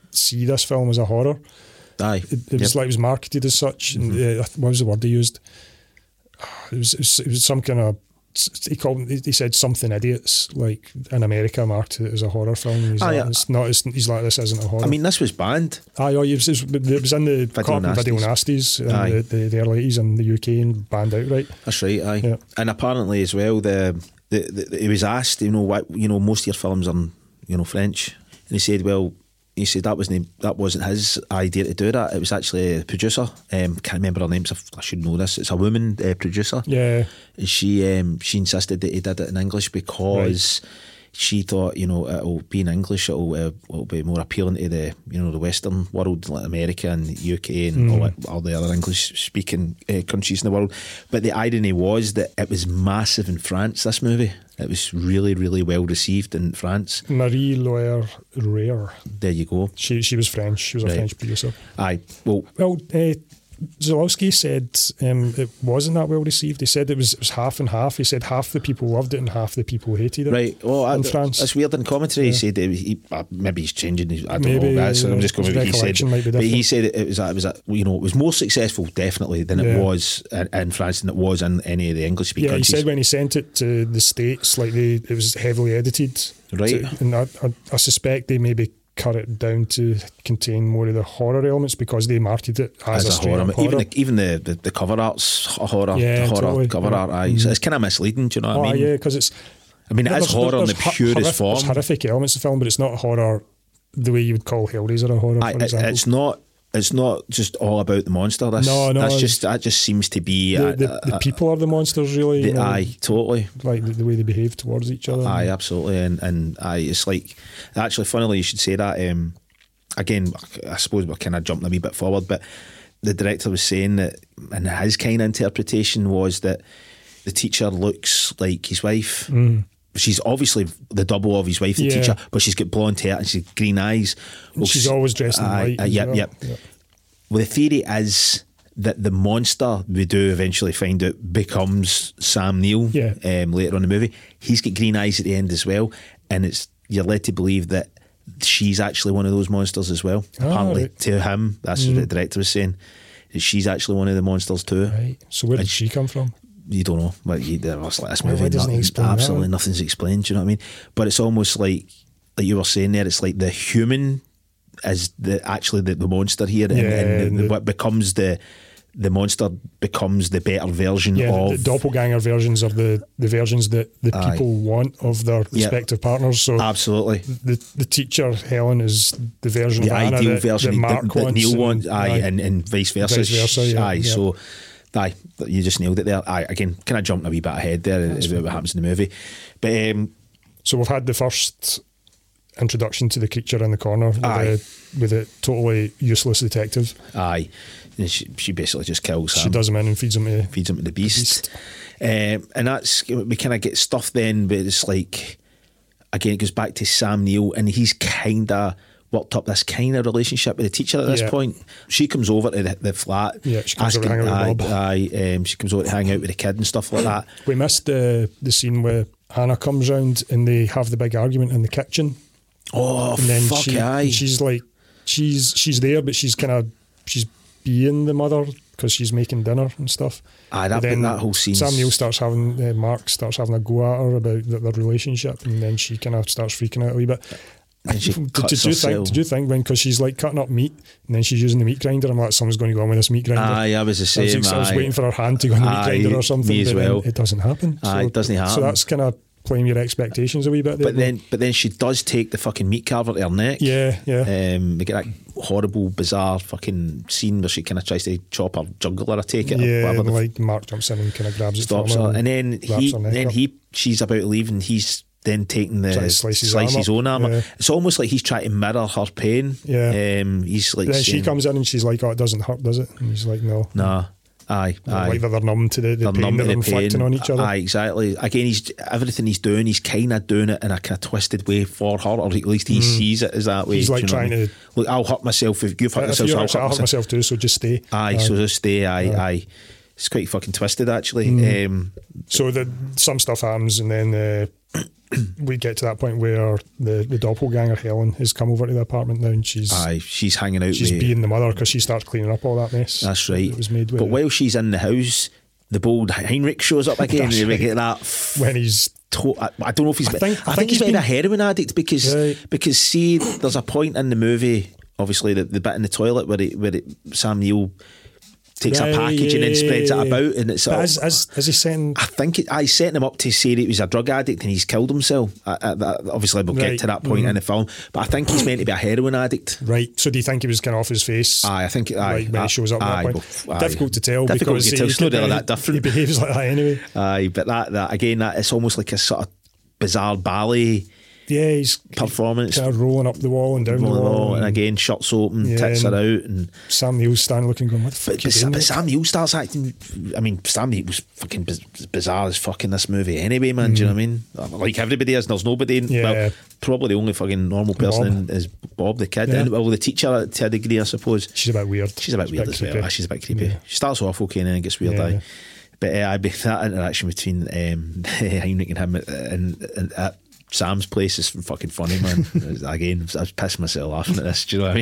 S1: see this film as a horror.
S2: Aye,
S1: it, it was
S2: Yep. Mm-hmm.
S1: like it was marketed as such. And uh, what was the word they used? It was, it was, it was some kind of he called he said something idiots like in America marketed it as a horror film. And he's
S2: Aye,
S1: like,
S2: I-
S1: it's not. It's, he's like this isn't a horror.
S2: Oh, I mean, this was banned.
S1: aye, aye, it was, it was- it was in the
S2: Video
S1: cotton video nasties
S2: Aye.
S1: in the, the, the early 80s in the UK and banned outright.
S2: That's right, aye.
S1: Yeah.
S2: And apparently as well, the, the, the he was asked, you know, why you know most of your films are in, you know French, and he said, well, he said that wasn't that wasn't his idea to do that. It was actually a producer. Um, can't remember her name. So I should know this. It's a woman uh, producer.
S1: Yeah,
S2: And she um, she insisted that he did it in English because she thought you know it'll be in English it'll, uh, it'll be more appealing to the you know the Western world like America and UK and all, that- all the other English speaking uh, countries in the world. But the irony was that it was massive in France. This movie it was really really well received in France.
S1: Marie Loire Rare.
S2: There you go.
S1: She she was French. She was a
S2: Right.
S1: French producer.
S2: Aye, well
S1: Well, uh, Zalowski said um, it wasn't that well received. He said it was it was half and half. He said half the people loved it and half the people hated it.
S2: Right. Well, I,
S1: in France.
S2: that's weird in commentary. He said it was- he, uh, maybe he's changing. His, I don't
S1: Maybe,
S2: know. That's,
S1: yeah,
S2: I'm just going
S1: his
S2: with what he
S1: recollection might
S2: said.
S1: be
S2: But he
S1: different.
S2: said it, it was a- it was a, you know it was more successful definitely than it
S1: Yeah.
S2: was in, in France than it was in any of the English speaking
S1: yeah, he
S2: countries.
S1: said when he sent it to the states, like they, it was heavily edited.
S2: Right.
S1: To- and I, I, I suspect they maybe cut it down to contain more of the horror elements because they marketed it as,
S2: as a
S1: straight
S2: horror,
S1: up
S2: even the, even the, the, the cover arts horror
S1: Yeah,
S2: horror
S1: totally,
S2: cover
S1: yeah. Mm-hmm.
S2: art. Aye. So it's kind of misleading. Do you know
S1: Oh,
S2: what I mean?
S1: yeah, because it's
S2: I mean, it
S1: There's-
S2: is horror in
S1: there's
S2: the
S1: hor-
S2: purest
S1: horrific,
S2: form.
S1: There's horrific elements of the film, but it's not horror the way you would call Hellraiser a horror,
S2: I,
S1: for
S2: it,
S1: example.
S2: it's not. It's not just all about the monster. That's,
S1: No, no,
S2: That's
S1: it's-
S2: just that just seems to be
S1: the,
S2: a-
S1: the,
S2: a-
S1: the people are the monsters, really. you
S2: uh, the,
S1: know,
S2: aye, totally.
S1: Like the, the way they behave towards each other.
S2: Aye, absolutely, and and aye, it's like actually, funnily, you should say that. Um, again, I suppose we're kind of jumping a wee bit forward, but the director was saying that, and his kind of interpretation was that the teacher looks like his wife. She's obviously the double of his wife, the
S1: Mm. Yeah.
S2: teacher, but she's got blonde hair and she's got green eyes. Well,
S1: She's
S2: she-
S1: always dressed in
S2: aye,
S1: white.
S2: aye,
S1: as
S2: yep,
S1: well.
S2: yep. Well, the theory is that the monster we do eventually find out becomes Sam Neill
S1: Yeah.
S2: um, later on in the movie. He's got green eyes at the end as well, and it's you're led to believe that she's actually one of those monsters as well.
S1: Ah,
S2: Apparently,
S1: right. Mm.
S2: to him, that's what the director was saying. that She's actually one of the monsters too.
S1: Right. So where did she come from?
S2: You don't know, but you, there was like this
S1: Why- why
S2: movie.
S1: doesn't he
S2: nothing-
S1: explain that
S2: absolutely
S1: one?
S2: nothing's explained. Do you know what I mean? But it's almost like, like you were saying there. It's like the human is the actually the, the monster here, and,
S1: Yeah,
S2: and the,
S1: the-
S2: what becomes the the monster becomes the better version
S1: Yeah,
S2: of
S1: the, the doppelganger versions of the, the versions that the
S2: Aye.
S1: people want of their
S2: Yeah.
S1: respective partners. So
S2: absolutely.
S1: the, the teacher Helen is the version
S2: the
S1: of Anna
S2: ideal
S1: that,
S2: version
S1: that
S2: that,
S1: Mark
S2: that
S1: wants.
S2: Neil
S1: and-
S2: wants, aye,
S1: aye.
S2: and, and vice versa.
S1: Vice versa, yeah,
S2: aye,
S1: yeah.
S2: so aye, you just nailed it there. Aye, again, kind of jumping a wee bit ahead there is what happens in the movie, but um,
S1: So we've had the first introduction to the creature in the corner with,
S2: Aye.
S1: a, with a totally useless detective.
S2: aye, and she, she basically just kills
S1: She
S2: him,
S1: does him in and feeds uh, him to.
S2: feeds him to the beast, Um, and that's we kind of get stuff then, but it's like again, it goes back to Sam Neill, and he's kind of worked up this kind of relationship with the teacher at this
S1: Yeah.
S2: point. She comes over to the, the flat,
S1: Yeah, she comes over to hang out with Bob.
S2: aye, aye, um, she comes over to hang out with the kid and stuff like that.
S1: We missed the the scene where Hannah comes round and they have the big argument in the kitchen,
S2: Oh,
S1: and then
S2: fuck
S1: she
S2: aye.
S1: she's like she's she's there, but she's kind of she's being the mother because she's making dinner and stuff.
S2: Aye, that
S1: But then
S2: bit- that whole scene's-
S1: Sam Neill starts having uh, Mark starts having a go at her about their, their relationship, and then she kind of starts freaking out a wee bit.
S2: And she
S1: did,
S2: cuts
S1: did you think?
S2: herself.
S1: Did you think when? Because she's like cutting up meat, and then she's using the meat grinder. I'm like, someone's going to go on with this meat grinder.
S2: Aye, I was the
S1: I was,
S2: same.
S1: ex- I was
S2: aye.
S1: waiting for her hand to go on the
S2: Aye,
S1: meat grinder or something.
S2: me as
S1: but then
S2: well.
S1: It doesn't happen.
S2: Aye, it doesn't
S1: So
S2: happen.
S1: that's kind of playing your expectations a wee bit. There,
S2: but then, but then she does take the fucking meat carver to her neck.
S1: yeah, yeah,
S2: Um, we get that horrible, bizarre fucking scene where she kind of tries to chop her juggler, I take it, or
S1: yeah.
S2: whatever
S1: And
S2: the f-
S1: like Mark jumps in and kind of grabs it
S2: stops
S1: from her,
S2: her, and then
S1: wraps
S2: he,
S1: her neck
S2: then
S1: up.
S2: he, she's about to leave, and he's then taking the
S1: Trying to slice his arm up,
S2: own armor.
S1: yeah.
S2: It's almost like he's trying to mirror her pain.
S1: Yeah.
S2: um, he's like,
S1: Then she
S2: saying,
S1: comes in and she's like, "Oh, it doesn't hurt, does it?" And he's like, "No."
S2: nah, aye, aye.
S1: Like that they're numb to the, the
S2: They're
S1: pain
S2: numb
S1: that
S2: to
S1: they're
S2: the pain.
S1: inflicting on each other.
S2: Aye, exactly. Again, he's everything he's doing, he's kind of doing it in a kind of twisted way for her, or at least he sees it as that
S1: Mm.
S2: way.
S1: He's
S2: do
S1: like
S2: you know what I
S1: trying
S2: mean?
S1: to-
S2: look. I'll hurt myself if you've hurt
S1: If
S2: yourself.
S1: you're
S2: so I'll
S1: upset, I'll
S2: hurt
S1: hurt
S2: myself.
S1: myself too, so just stay.
S2: Aye, so just stay. Aye, aye. It's quite fucking twisted, actually.
S1: Mm.
S2: Um,
S1: So the, some stuff happens, and then uh, we get to that point where the, the doppelganger Helen has come over to the apartment now, and she's
S2: aye, she's hanging out.
S1: she's
S2: with,
S1: being the mother because she starts cleaning up all that mess.
S2: That's right.
S1: It was made with
S2: but while she's in the house, the bold Heinrich shows up again.
S1: That's
S2: and we
S1: right.
S2: get that
S1: when he's
S2: to- I, I don't know if he's. I
S1: think-
S2: I, think, he's been, a heroin addict because
S1: Right.
S2: because see, there's a point in the movie, obviously the, the bit in the toilet where it, where it, Sam Neill takes a
S1: Right,
S2: package and then
S1: yeah,
S2: spreads
S1: yeah,
S2: it
S1: yeah.
S2: about, and it's.
S1: But
S2: all-
S1: as as as he's saying,
S2: I think it, I set him up to say that he was a drug addict and he's killed himself. I, I, that- obviously, we'll get
S1: Right, Mm-hmm.
S2: to that point in the film, but I think he's meant to be a heroin addict.
S1: right. So do you think he was kind of off his face?
S2: Aye, I think. Aye,
S1: like when
S2: aye,
S1: he shows up at
S2: aye,
S1: that point.
S2: well, aye.
S1: Difficult to tell
S2: Difficult
S1: because
S2: to tell.
S1: he,
S2: It's not really
S1: he-
S2: that different.
S1: He behaves like that anyway.
S2: Aye, but that that again, that it's almost like a sort of bizarre ballet
S1: Yeah, he's
S2: performance.
S1: kind of rolling up the wall and down
S2: Well,
S1: the wall.
S2: no,
S1: and
S2: and again, shirts open,
S1: Yeah,
S2: tits
S1: and-
S2: are out, and
S1: Sam Neill's standing looking, going, "What the
S2: but,
S1: fuck?"
S2: but,
S1: you doing,
S2: but
S1: mate?"
S2: Sam Neill starts acting. I mean, Sam Neill was fucking biz- bizarre as fucking this movie. Anyway, man, do you know what I mean? Like everybody is, and there's nobody. in-
S1: Hmm. Yeah.
S2: Well, probably the only fucking normal person
S1: Bob.
S2: is Bob the kid,
S1: Yeah.
S2: and well, the teacher to a degree, I suppose.
S1: She's a bit weird.
S2: She's a bit weird as well.
S1: creepy.
S2: aye, She's a bit creepy.
S1: Yeah.
S2: She starts off okay and then it gets weird.
S1: Yeah,
S2: aye.
S1: yeah.
S2: But uh, I be that interaction between um, Heinrich and him at, and, and at Sam's place is fucking funny, man. Again, I was pissing myself laughing at this. Do you know what I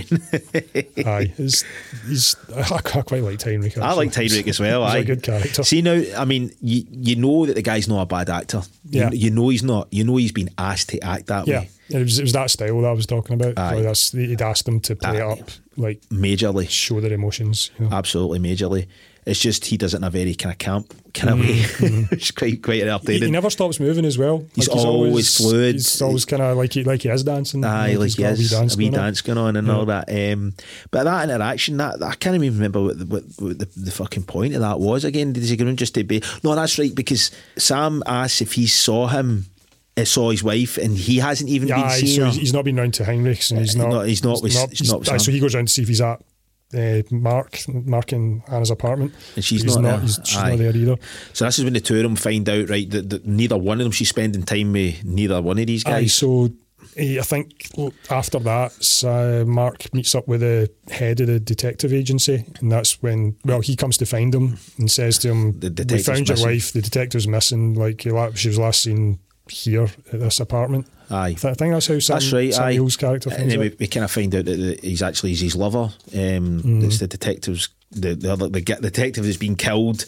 S2: mean?
S1: Aye, he's, he's, I, quite liked Heinrich.
S2: I
S1: actually.
S2: liked Heinrich as well.
S1: He's
S2: aye.
S1: a good character.
S2: See now, I mean, you you know that the guy's not a bad actor. You-
S1: Yeah.
S2: You, know he's not. You know he's been asked to act that
S1: Yeah,
S2: way
S1: it was, it was that style that I was talking about.
S2: Aye.
S1: Like that's, he'd asked them to play
S2: Aye.
S1: it up, like
S2: majorly.
S1: show their emotions. You know?
S2: absolutely majorly. It's just he does it in a very kind of camp kind
S1: Mm-hmm.
S2: of way. it's quite quite
S1: he, he
S2: entertaining.
S1: never stops moving as well.
S2: He's always fluid.
S1: He's always kind of like he like he is dancing.
S2: Aye, like
S1: he's got
S2: yes,
S1: a wee dance.
S2: a wee
S1: going on.
S2: dance going on and all that. Um, but that interaction, that, that- I can't even remember what, the, what, what the, the fucking point of that was. Again, did he go in just to be? No, that's right because Sam asked if he saw him, uh, saw his wife, and he hasn't even
S1: Yeah,
S2: been
S1: aye,
S2: seen.
S1: so
S2: her.
S1: he's, he's not been round to Heinrichs, and he's
S2: Uh,
S1: not.
S2: no, he's not with- he's not with
S1: aye,
S2: Sam.
S1: so he goes round to see if he's at uh, Mark, Mark in Anna's apartment,
S2: And she's
S1: But he's
S2: not there.
S1: He's, she's
S2: Aye.
S1: not there either.
S2: so this is when the two of them find out, right? That, that neither one of them she's spending time with neither one of these
S1: Aye,
S2: guys.
S1: so eh, I think after that, so Mark meets up with the head of the detective agency, and that's when well he comes to find him and says to him,
S2: The
S1: "We
S2: detective's
S1: found your
S2: missing."
S1: wife. The detective's missing. Like you la- she was last seen here at this apartment."
S2: Aye.
S1: Th- I think that's how Sam,
S2: That's right.
S1: Sam
S2: aye. Uh,
S1: Hill's character
S2: And
S1: finds
S2: then
S1: out.
S2: we, we kind of find out that the, he's actually he's his lover. Um,
S1: Mm.
S2: It's the detectives. The the, other, the ge- detective that's been killed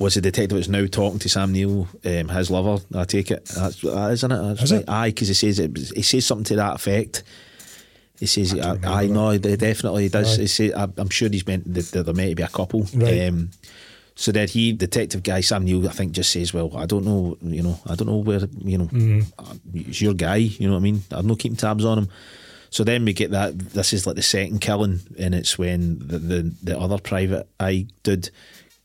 S2: was the detective that's now talking to Sam Neill, um, his lover. I take it that's that isn't it? That's
S1: Is
S2: right.
S1: it?
S2: Aye, because he says it, he says something to that effect. He says, "I, I know, they definitely does."
S1: Aye.
S2: He say, I, "I'm sure he's meant that that they're meant to be a couple."
S1: Right.
S2: Um, so then he, detective guy Sam Neill, I think just says, "Well, I don't know, you know, I don't know where, you know,
S1: Mm-hmm.
S2: uh, it's your guy, you know what I mean? I'm not keeping tabs on him." So then we get that. This is like the second killing, and it's when the the, the other private eye dude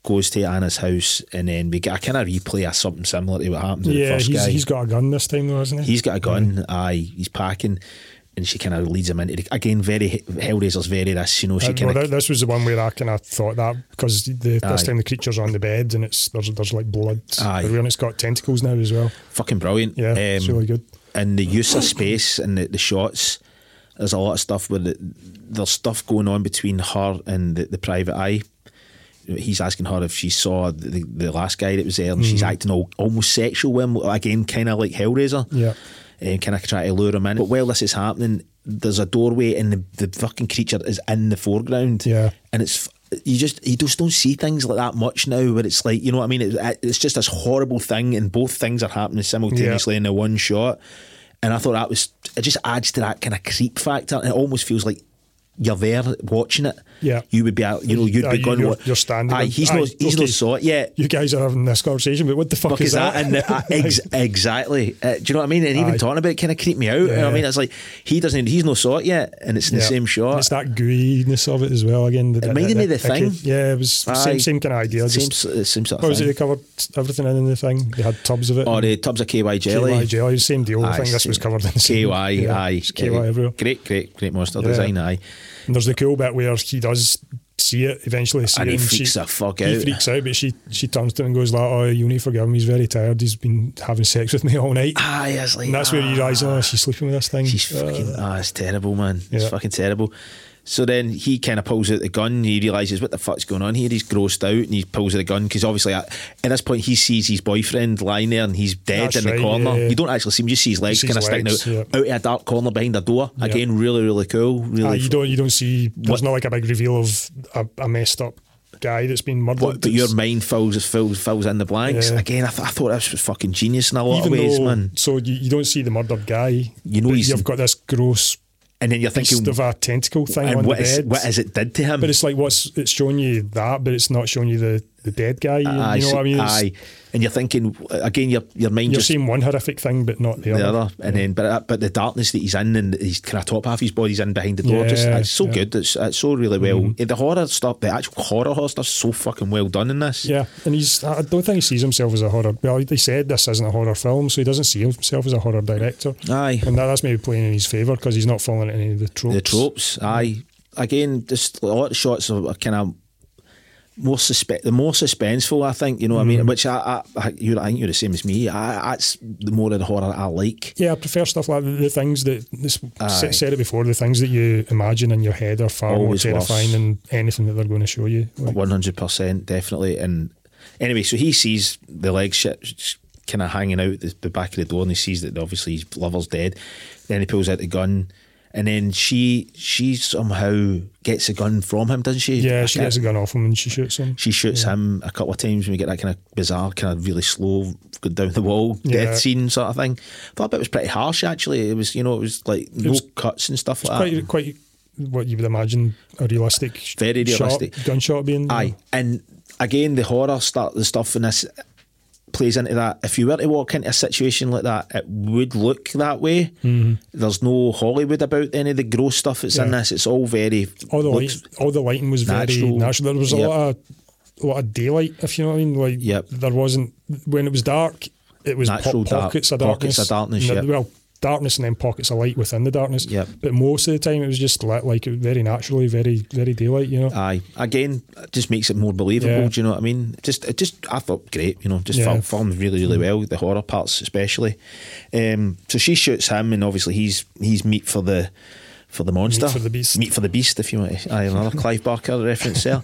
S2: goes to Anna's house, and then we get a kind of replay of something similar to what happened to the
S1: yeah,
S2: first
S1: he's,
S2: guy.
S1: he's got Mm-hmm. a gun this time though, hasn't he?
S2: He's got a gun. Aye, he's packing, and she kind of leads him into the, again. Very Hellraiser's very this, you know. She
S1: Uh, well,
S2: kind
S1: th-
S2: of
S1: this was the one where I kind of thought that because the, this
S2: Aye.
S1: time the creature's on the bed and it's there's there's like blood
S2: Aye.
S1: everywhere and it's got tentacles now as well.
S2: fucking brilliant. Um,
S1: Yeah, it's really good.
S2: And the use of space and the, the shots. There's a lot of stuff where the, there's stuff going on between her and the, the private eye. He's asking her if she saw the, the, the last guy that was there, and
S1: Mm.
S2: she's acting all, almost sexual with him again, kind of like Hellraiser.
S1: Yeah.
S2: and kind of try to lure him in. But while this is happening, there's a doorway, and the, the fucking creature is in the foreground.
S1: Yeah.
S2: and it's f- you just you just don't see things like that much now. Where it's like you know what I mean. It, it's just this horrible thing, and both things are happening simultaneously in the one shot. And I thought that was it. Just adds to that kind of creep factor. and It almost feels like. You're there watching it.
S1: Yeah.
S2: you would be. out- You know, you'd
S1: Aye,
S2: be going.
S1: you're-
S2: what-
S1: you're standing
S2: Aye,
S1: on-
S2: he's not.
S1: aye,
S2: He's not
S1: okay.
S2: saw it yet.
S1: You guys are having this conversation, but what the fuck
S2: Fuck is that? And uh, ex- exactly. Uh, do you know what I mean? And even
S1: Aye.
S2: talking about it kind of creeped me out. You know what I
S1: Yeah.
S2: mean? It's like he doesn't. He's not saw it yet, and it's in the
S1: Yeah.
S2: same shot.
S1: It's that gooiness of it as well. Again, that-
S2: It reminded me of The
S1: that- that
S2: Thing.
S1: kid- Yeah, it was
S2: Aye.
S1: same same kind of idea.
S2: Same,
S1: just,
S2: s- same sort
S1: what
S2: of
S1: was it? They
S2: thing.
S1: covered everything in the thing. They had tubs of it.
S2: Or uh, tubs of KY jelly.
S1: KY jelly, same deal. I
S2: Aye,
S1: think this was covered in the same-
S2: KY,
S1: yeah,
S2: aye. eh,
S1: it's KY
S2: Yeah.
S1: everywhere.
S2: Great, great, great monster
S1: Yeah.
S2: design, aye.
S1: And there's the cool bit where he does see it eventually. See
S2: And
S1: it
S2: he
S1: she-
S2: freaks the fuck
S1: He
S2: out.
S1: freaks out, but she she turns to him and goes, like, "Oh, you need to forgive him. He's very tired. He's been having sex with me all night."
S2: Aye, it's like,
S1: and that's where you realise,
S2: ah,
S1: oh, she's sleeping with this thing.
S2: She's
S1: Uh,
S2: fucking, ah, it's terrible, man. It's
S1: Yeah.
S2: fucking terrible. So then he kind of pulls out the gun. He realizes what the fuck's going on here. He's grossed out and he pulls out the gun because obviously at, at this point he sees his boyfriend lying there and he's dead
S1: That's
S2: in the
S1: right,
S2: corner.
S1: yeah, yeah.
S2: You don't actually see him; you just see his legs
S1: see
S2: kind of
S1: his
S2: sticking
S1: legs,
S2: out
S1: yeah.
S2: out of a dark corner behind a door.
S1: Yeah.
S2: Again, really, really cool. Really,
S1: Ah, you don't you don't see. There's
S2: What-
S1: not like a big reveal of a, a messed up guy that's been murdered.
S2: But, but your mind fills fills fills in the blanks.
S1: Yeah.
S2: Again, I, th- I thought this was fucking genius in a lot
S1: even
S2: of ways,
S1: though,
S2: man.
S1: so you, you don't see the murdered guy.
S2: You know
S1: but
S2: he's-
S1: you've got this gross
S2: And then you're
S1: beast
S2: thinking,
S1: of a tentacle thing on
S2: and what
S1: the
S2: is,
S1: bed.
S2: what is it did to him?
S1: But it's like what's it's showing you that, but it's not showing you the, the dead guy. You,
S2: Aye,
S1: you know what I mean? It's-
S2: Ah, aye. And you're thinking again. Your your mind
S1: You're
S2: just
S1: seeing one horrific thing, but not the,
S2: the
S1: other.
S2: other, and then but but the darkness that he's in, and he's kind of top half his body's in behind the door. just
S1: Yeah,
S2: it's so
S1: yeah. Mm-hmm.
S2: good. It's, it's so really well. The horror stuff, the actual horror horror stuff's so fucking well done in this.
S1: Yeah, and he's. I don't think he sees himself as a horror. Well, he said this isn't a horror film, so he doesn't see himself as a horror director.
S2: Aye.
S1: and that, that's maybe playing in his favour because he's not following any of the tropes.
S2: The tropes, aye. Again, just a lot of shots are kind of more suspe- the more suspenseful. I think you know what
S1: Mm.
S2: I mean. Which I, I, I, you're, I think you're the same as me. I, that's the more of the horror I like.
S1: Yeah, I prefer stuff like the, the things that this
S2: Aye.
S1: s- said it before. The things that you imagine in your head are far
S2: Always
S1: more
S2: worse.
S1: terrifying than anything that they're going to show you. Like,
S2: One hundred percent, definitely. And anyway, so he sees the leg shit kind of hanging out the, the back of the door, and he sees that obviously his lover's dead. Then he pulls out the gun, and then she she somehow gets a gun from him, doesn't she?
S1: Yeah,
S2: I
S1: she
S2: can't-
S1: gets a gun off him and she shoots him.
S2: she shoots him a couple of times when we get that kind of bizarre, kind of really slow, go down the wall
S1: Yeah.
S2: death scene sort of thing. Thought it was pretty harsh actually. It was you know it was like no
S1: was-
S2: cuts and stuff like that.
S1: Quite, quite what you would imagine a realistic, sh-
S2: Very
S1: shot-
S2: realistic.
S1: gunshot being.
S2: Aye, and again the horror start the stuff in this plays into that. If you were to walk into a situation like that, it would look that way. There's no Hollywood about any of the gross stuff that's in
S1: Mm-hmm. Yeah.
S2: this. It's all very
S1: All the
S2: looks-
S1: light, all the lighting was
S2: natural.
S1: very natural. There was a
S2: Yep.
S1: lot of a lot of daylight, if you know what I mean. Like
S2: Yep.
S1: there wasn't when it was dark. It was po-
S2: Natural dark-
S1: pockets of darkness.
S2: pockets of darkness,
S1: No,
S2: yep.
S1: Well, darkness and then pockets of light within the darkness.
S2: Yep.
S1: But most of the time, it was just lit like very naturally, very very daylight. You know.
S2: Aye, again, it just makes it more believable.
S1: Yeah.
S2: Do you know what I mean? Just, it just, I thought great. You know, just
S1: Yeah.
S2: film, filmed really, really well. The horror parts, especially. Um, so she shoots him, and obviously he's he's meat for the for the monster,
S1: for the beast.
S2: meat for the beast. If you want, aye, another Clive Barker reference there.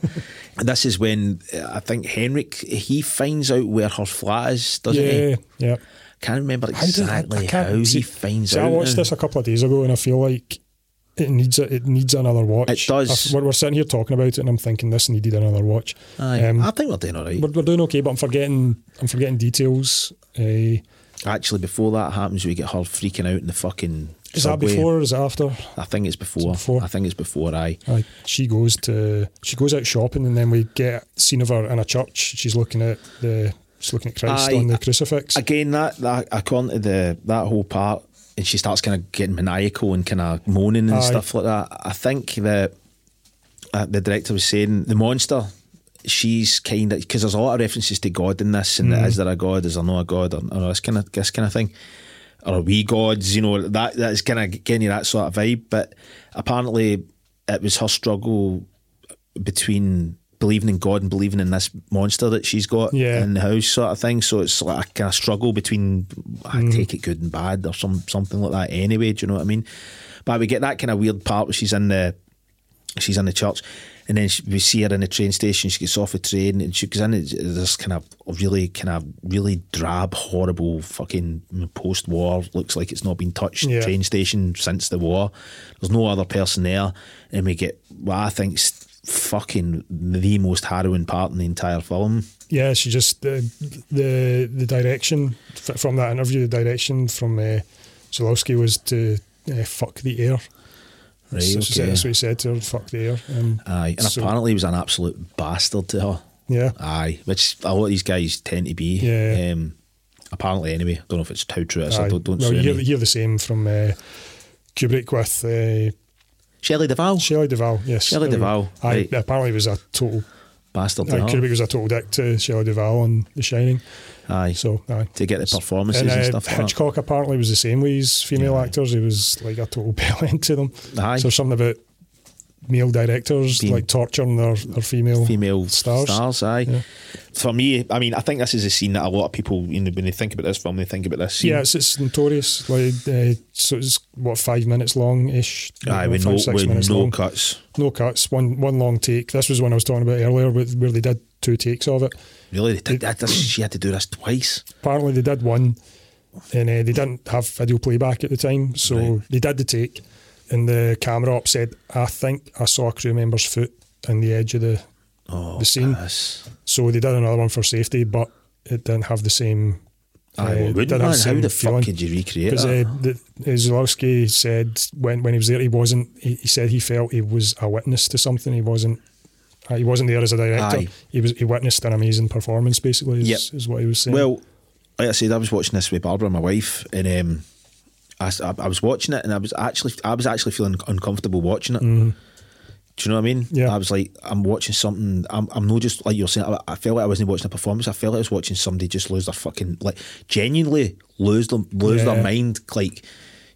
S2: this is when uh, I think Henrik he finds out where her flat is, doesn't
S1: yeah.
S2: he?
S1: Yeah.
S2: Can't remember
S1: How did- I- I
S2: exactly
S1: can't-
S2: how he finds
S1: see,
S2: out.
S1: I watched
S2: now.
S1: this a couple of days ago, and I feel like. It needs a, it needs another watch.
S2: It does.
S1: I- we're, we're sitting here talking about it, and I'm thinking this needed another watch.
S2: Aye,
S1: Um,
S2: I think we're doing all right.
S1: we're, we're doing okay, but I'm forgetting I'm forgetting details. Uh,
S2: Actually, before that happens, we get her freaking out in the fucking.
S1: is that
S2: subway.
S1: before or is it after?
S2: I think it's before.
S1: before.
S2: I think it's before. I.
S1: Aye, she goes to she goes out shopping, and then we get a scene of her in a church. She's looking at the she's looking at Christ
S2: Aye,
S1: on
S2: I-
S1: the crucifix.
S2: Again, that that according to the that whole part, and she starts kind of getting maniacal and kind of moaning
S1: Aye.
S2: and stuff like that. I think that uh, the director was saying the monster. She's kind of because there's a lot of references to God in this, and
S1: Mm.
S2: is there a God? Is there not a God? Or, or this kind of this kind of thing. Or are we gods? You know that that is kind of getting you that sort of vibe. But apparently, it was her struggle between believing in God and believing in this monster that she's got
S1: Yeah.
S2: in the house, sort of thing. So it's like a kind of struggle between I take it good and bad or some something like that. Anyway, do you know what I mean? But we get that kind of weird part where she's in the she's in the church, and then she, we see her in the train station. She gets off a train and she goes in it's- it's this kind of really kind of really drab, horrible fucking post-war. Looks like it's not been touched
S1: Yeah.
S2: train station since the war. There's no other person there, and we get what I think's fucking the most harrowing part in the entire film.
S1: yeah, she just the the the direction f- from that interview. The direction from uh, Zulowski was to uh, fuck the air.
S2: Right,
S1: So she said-
S2: okay.
S1: That's what he said to her. Fuck the air. Um,
S2: Aye, and
S1: so-
S2: apparently he was an absolute bastard to her.
S1: yeah.
S2: Aye, which a lot of these guys tend to be.
S1: Yeah.
S2: Um, apparently, anyway. Don't know if it's how true it is. I
S1: Aye.
S2: don't, don't
S1: well,
S2: sue
S1: you hear,
S2: me.
S1: hear the same from uh, Kubrick with uh,
S2: Shelley Duvall,
S1: Shelley Duvall. Yes,
S2: Shelley
S1: there we go.
S2: Duvall,
S1: Aye,
S2: right.
S1: apparently was a total.
S2: bastard
S1: Aye,
S2: to her.
S1: Kubrick was a total dick to Shelley Duvall on The Shining.
S2: Aye,
S1: So aye.
S2: to get the performances and,
S1: uh,
S2: stuff like that.
S1: Hitchcock apparently was the same with his female actors. He was like a total bellend to them.
S2: Aye.
S1: So something about male directors
S2: Being-
S1: like torturing their, their female
S2: Female
S1: stars.
S2: stars, aye. For me, I mean, I think this is a scene that a lot of people, you know, when they think about this film, they think about this scene.
S1: Yeah, it's, it's notorious. Like, uh, so it's what five minutes long ish.
S2: aye, with
S1: five,
S2: no,
S1: six
S2: with
S1: minutes
S2: no
S1: long.
S2: cuts.
S1: No cuts. One one long take. This was one I was talking about earlier, with, where they did two takes of it.
S2: Really, they did that, this, she had to do this twice.
S1: apparently they did one and uh, they didn't have video playback at the time so
S2: Right.
S1: they did the take and the camera op said i think i saw a crew member's foot in the edge of the
S2: Oh,
S1: The scene.
S2: piss.
S1: so they did another one for safety but it didn't have the same uh,
S2: Aye, well, wouldn't
S1: didn't have
S2: man?
S1: the
S2: How
S1: same
S2: the
S1: feeling.
S2: fuck could you recreate
S1: because uh,
S2: that?
S1: the- uh, Zulowski said when, when he was there he wasn't he, he said he felt he was a witness to something he wasn't uh, he wasn't there as a director
S2: Aye.
S1: he was he witnessed an amazing performance basically is,
S2: Yep.
S1: is what he was saying
S2: Well, like I said, I was watching this with Barbara, my wife, and um, I, s- I- I was watching it, and I was actually, I was actually feeling uncomfortable watching it. Do you know what I mean?
S1: Yeah.
S2: I was like, I'm watching something. I'm, I'm not just like you're saying. I, I felt like I wasn't watching a performance. I felt like I was watching somebody just lose their fucking like genuinely lose them, lose
S1: Yeah.
S2: their mind. Like,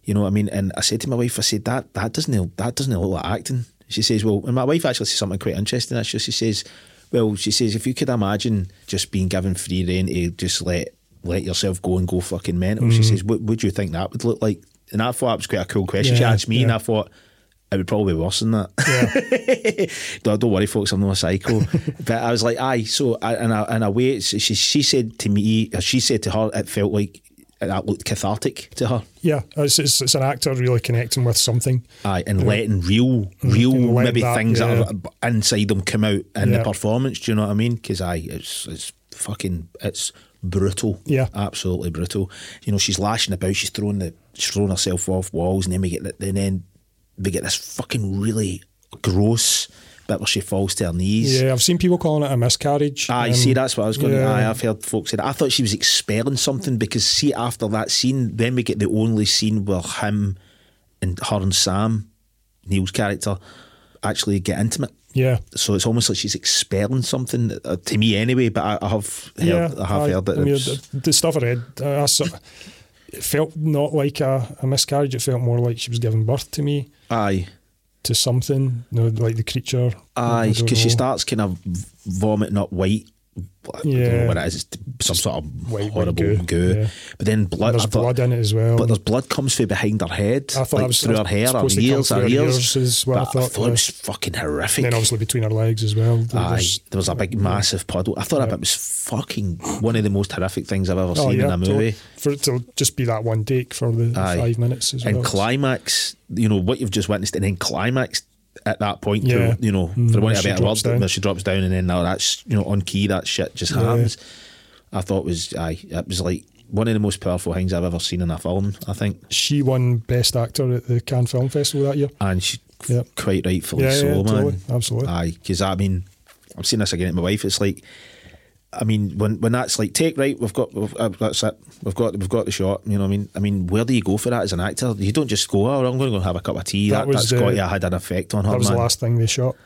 S2: you know what I mean? And I said to my wife, I said that that doesn't that doesn't look like acting. She says, well, and my wife actually says something quite interesting. Actually, she says, well, she says if you could imagine just being given free rein to just let let yourself go and go fucking mental. She says, what would you think that would look like? And I thought it was quite a cool question. she
S1: Yeah,
S2: asked me, and
S1: yeah.
S2: I thought. It would probably be worse than that. don't, don't worry, folks. I'm not a psycho. but I was like, aye. So, I, in a, in a way, it's- she, she said to me, or she said to her, it felt like that looked cathartic to her.
S1: Yeah, it's, it's, it's an actor really connecting with something.
S2: Aye, and letting real, real
S1: and letting
S2: maybe
S1: that-
S2: things
S1: yeah.
S2: that are inside them come out in
S1: Yeah.
S2: the performance. Do you know what I mean? Because aye, it's it's fucking it's brutal.
S1: Yeah.
S2: absolutely brutal. You know, she's lashing about, she's throwing the she's throwing herself off walls, and then we get the- and then we get this fucking really gross bit where she falls to her knees.
S1: Yeah, I've seen people calling it a miscarriage.
S2: I
S1: um,
S2: Ah, see. That's what I was going. to
S1: yeah.
S2: Aye, I've heard folks say that. I thought she was expelling something because see, after that scene, then we get the only scene where him and her and Sam, Neil's character, actually get intimate.
S1: Yeah,
S2: So it's almost like she's expelling something uh, to me anyway. But I, I have heard,
S1: yeah.
S2: I have
S1: aye.
S2: heard that.
S1: I mean,
S2: it's-
S1: the, the stuff I read, uh, I sort of- it felt not like a, a miscarriage. It felt more like she was giving birth to me,
S2: aye.
S1: to something, you know, like the creature. I
S2: Aye,
S1: don't
S2: because she
S1: know.
S2: starts kind of vomiting up white. I don't
S1: Yeah.
S2: know what it is. It's some sort of
S1: white- white
S2: horrible
S1: goo,
S2: goo.
S1: yeah.
S2: But then
S1: And
S2: blood. I
S1: there's
S2: thought-
S1: blood in it as well.
S2: But there's blood comes from behind her head.
S1: I thought
S2: like
S1: I was-
S2: through
S1: I
S2: her
S1: was
S2: hair, her
S1: supposed to come
S2: ears,
S1: through
S2: her
S1: her
S2: ears.
S1: ears is what I
S2: But
S1: thought,
S2: it
S1: yeah.
S2: was fucking horrific.
S1: and then obviously between her legs as well. There
S2: Aye,
S1: was-
S2: there was a big massive puddle. I thought that bit was fucking one of the most horrific things I've ever
S1: Oh,
S2: seen
S1: yeah,
S2: in a
S1: to-
S2: movie.
S1: for it to just be that one take for the the
S2: Aye.
S1: five minutes as
S2: and
S1: well.
S2: climax, you know, what you've just witnessed, and then climax at that point, to,
S1: Yeah.
S2: you know,
S1: Mm,
S2: for want of
S1: she
S2: a better word,
S1: drops down.
S2: where she drops down, and then now that's, you know, on key, that shit just happens. I thought was, aye, it was like one of the most powerful things I've ever seen in a film, I think.
S1: she won Best Actor at the Cannes Film Festival that year.
S2: And she,
S1: Yeah.
S2: quite rightfully
S1: Yeah, yeah,
S2: so, man.
S1: totally, absolutely.
S2: Aye, because I mean, I'm seeing this again at my wife, it's like, I mean, when when that's like take right, we've got we've, uh, that's it. We've got we've got the shot. You know, what I mean, I mean, where do you go for that as an actor? You don't just go, oh, I'm going to go and have a cup of tea.
S1: That
S2: That, that
S1: was
S2: has
S1: the-
S2: got yeah, had an effect on her.
S1: That was
S2: man.
S1: the last thing they shot.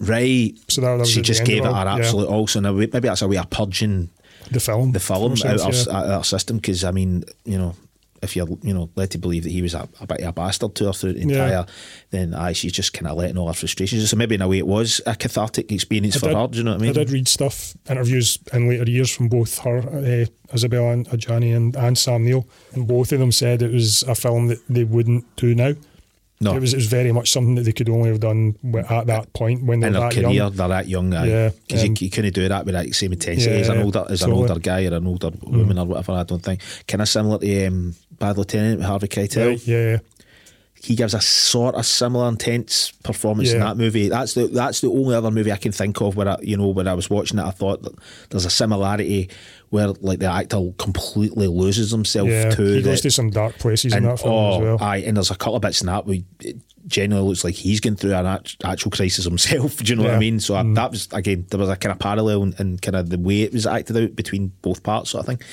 S2: right?
S1: So that- that was
S2: she
S1: at the
S2: just
S1: end
S2: gave it
S1: of
S2: her
S1: it, yeah.
S2: absolute also. Now maybe that's a way of purging
S1: The film.
S2: the film
S1: For
S2: out
S1: herself,
S2: our,
S1: yeah.
S2: out our system because I mean, you know, if you're you know led to believe that he was a, a bit of a bastard to her through the
S1: Yeah.
S2: entire, then aye, she's just kind of letting all her frustrations. So maybe in a way it was a cathartic experience for
S1: did-
S2: her. Do you know what I mean?
S1: I did read stuff, interviews in later years from both her, uh, Isabella and Ajani, and, and Sam Neill, and both of them said it was a film that they wouldn't do now.
S2: no,
S1: It was it was very much something that they could only have done wi- at that point when they
S2: in
S1: were
S2: her
S1: that
S2: career,
S1: young.
S2: they're that young. Aye.
S1: Yeah,
S2: because
S1: um,
S2: you, you couldn't do that with that same intensity
S1: Yeah,
S2: as an
S1: yeah,
S2: older as
S1: totally.
S2: an older guy or an older woman or whatever. I don't think kind of similar to um, Bad Lieutenant with Harvey Keitel.
S1: Right, yeah,
S2: he gives a sort of similar intense performance in
S1: Yeah.
S2: that movie. That's the that's the only other movie I can think of where I, you know when I was watching it, I thought that there's a similarity where like the actor completely loses himself
S1: yeah.
S2: to
S1: He
S2: the,
S1: goes to some dark places in
S2: and, oh, uh,
S1: that film as well.
S2: Aye, and there's a couple of bits in that where it generally looks like he's going through an act- actual crisis himself. Do you know what
S1: Yeah. Mm.
S2: I mean? So I, that was again there was a kind of parallel and, and kind of the way it was acted out between both parts sort of thing.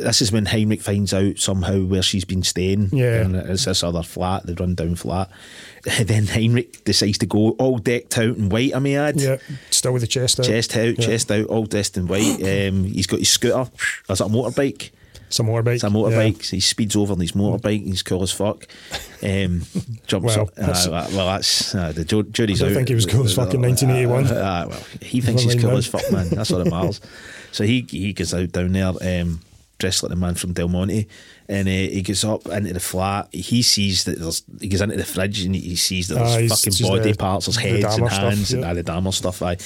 S2: This is when Heinrich finds out somehow where she's been staying.
S1: Yeah.
S2: And it's this other flat, the run down flat. then Heinrich decides to go all decked out in white, I may add.
S1: yeah, still with the chest out.
S2: Chest out,
S1: Yeah.
S2: chest out, all dressed in white. Um, he's got his scooter. Is that a motorbike?
S1: Some motorbike.
S2: It's a motorbike. So he speeds over on his motorbike. and He's cool as fuck. Um, jumps
S1: Well,
S2: up. Uh,
S1: that's-
S2: well, that's uh, the ju- jury's
S1: I don't
S2: out.
S1: think he was cool as fuck in 1981.
S2: Uh, uh, well, he thinks
S1: Never
S2: he's
S1: mind
S2: cool
S1: then.
S2: as fuck, man. That's all that matters. so he he goes out down there, um, dressed like the man from Del Monte, and uh, he goes up into the flat. He sees that there's. He goes into the fridge and he sees
S1: Ah,
S2: that there's
S1: he's- it's
S2: fucking
S1: just
S2: body
S1: the-
S2: parts. There's
S1: the
S2: heads and
S1: Dahmer stuff,
S2: hands and
S1: yeah.
S2: all the Dahmer stuff. Aye.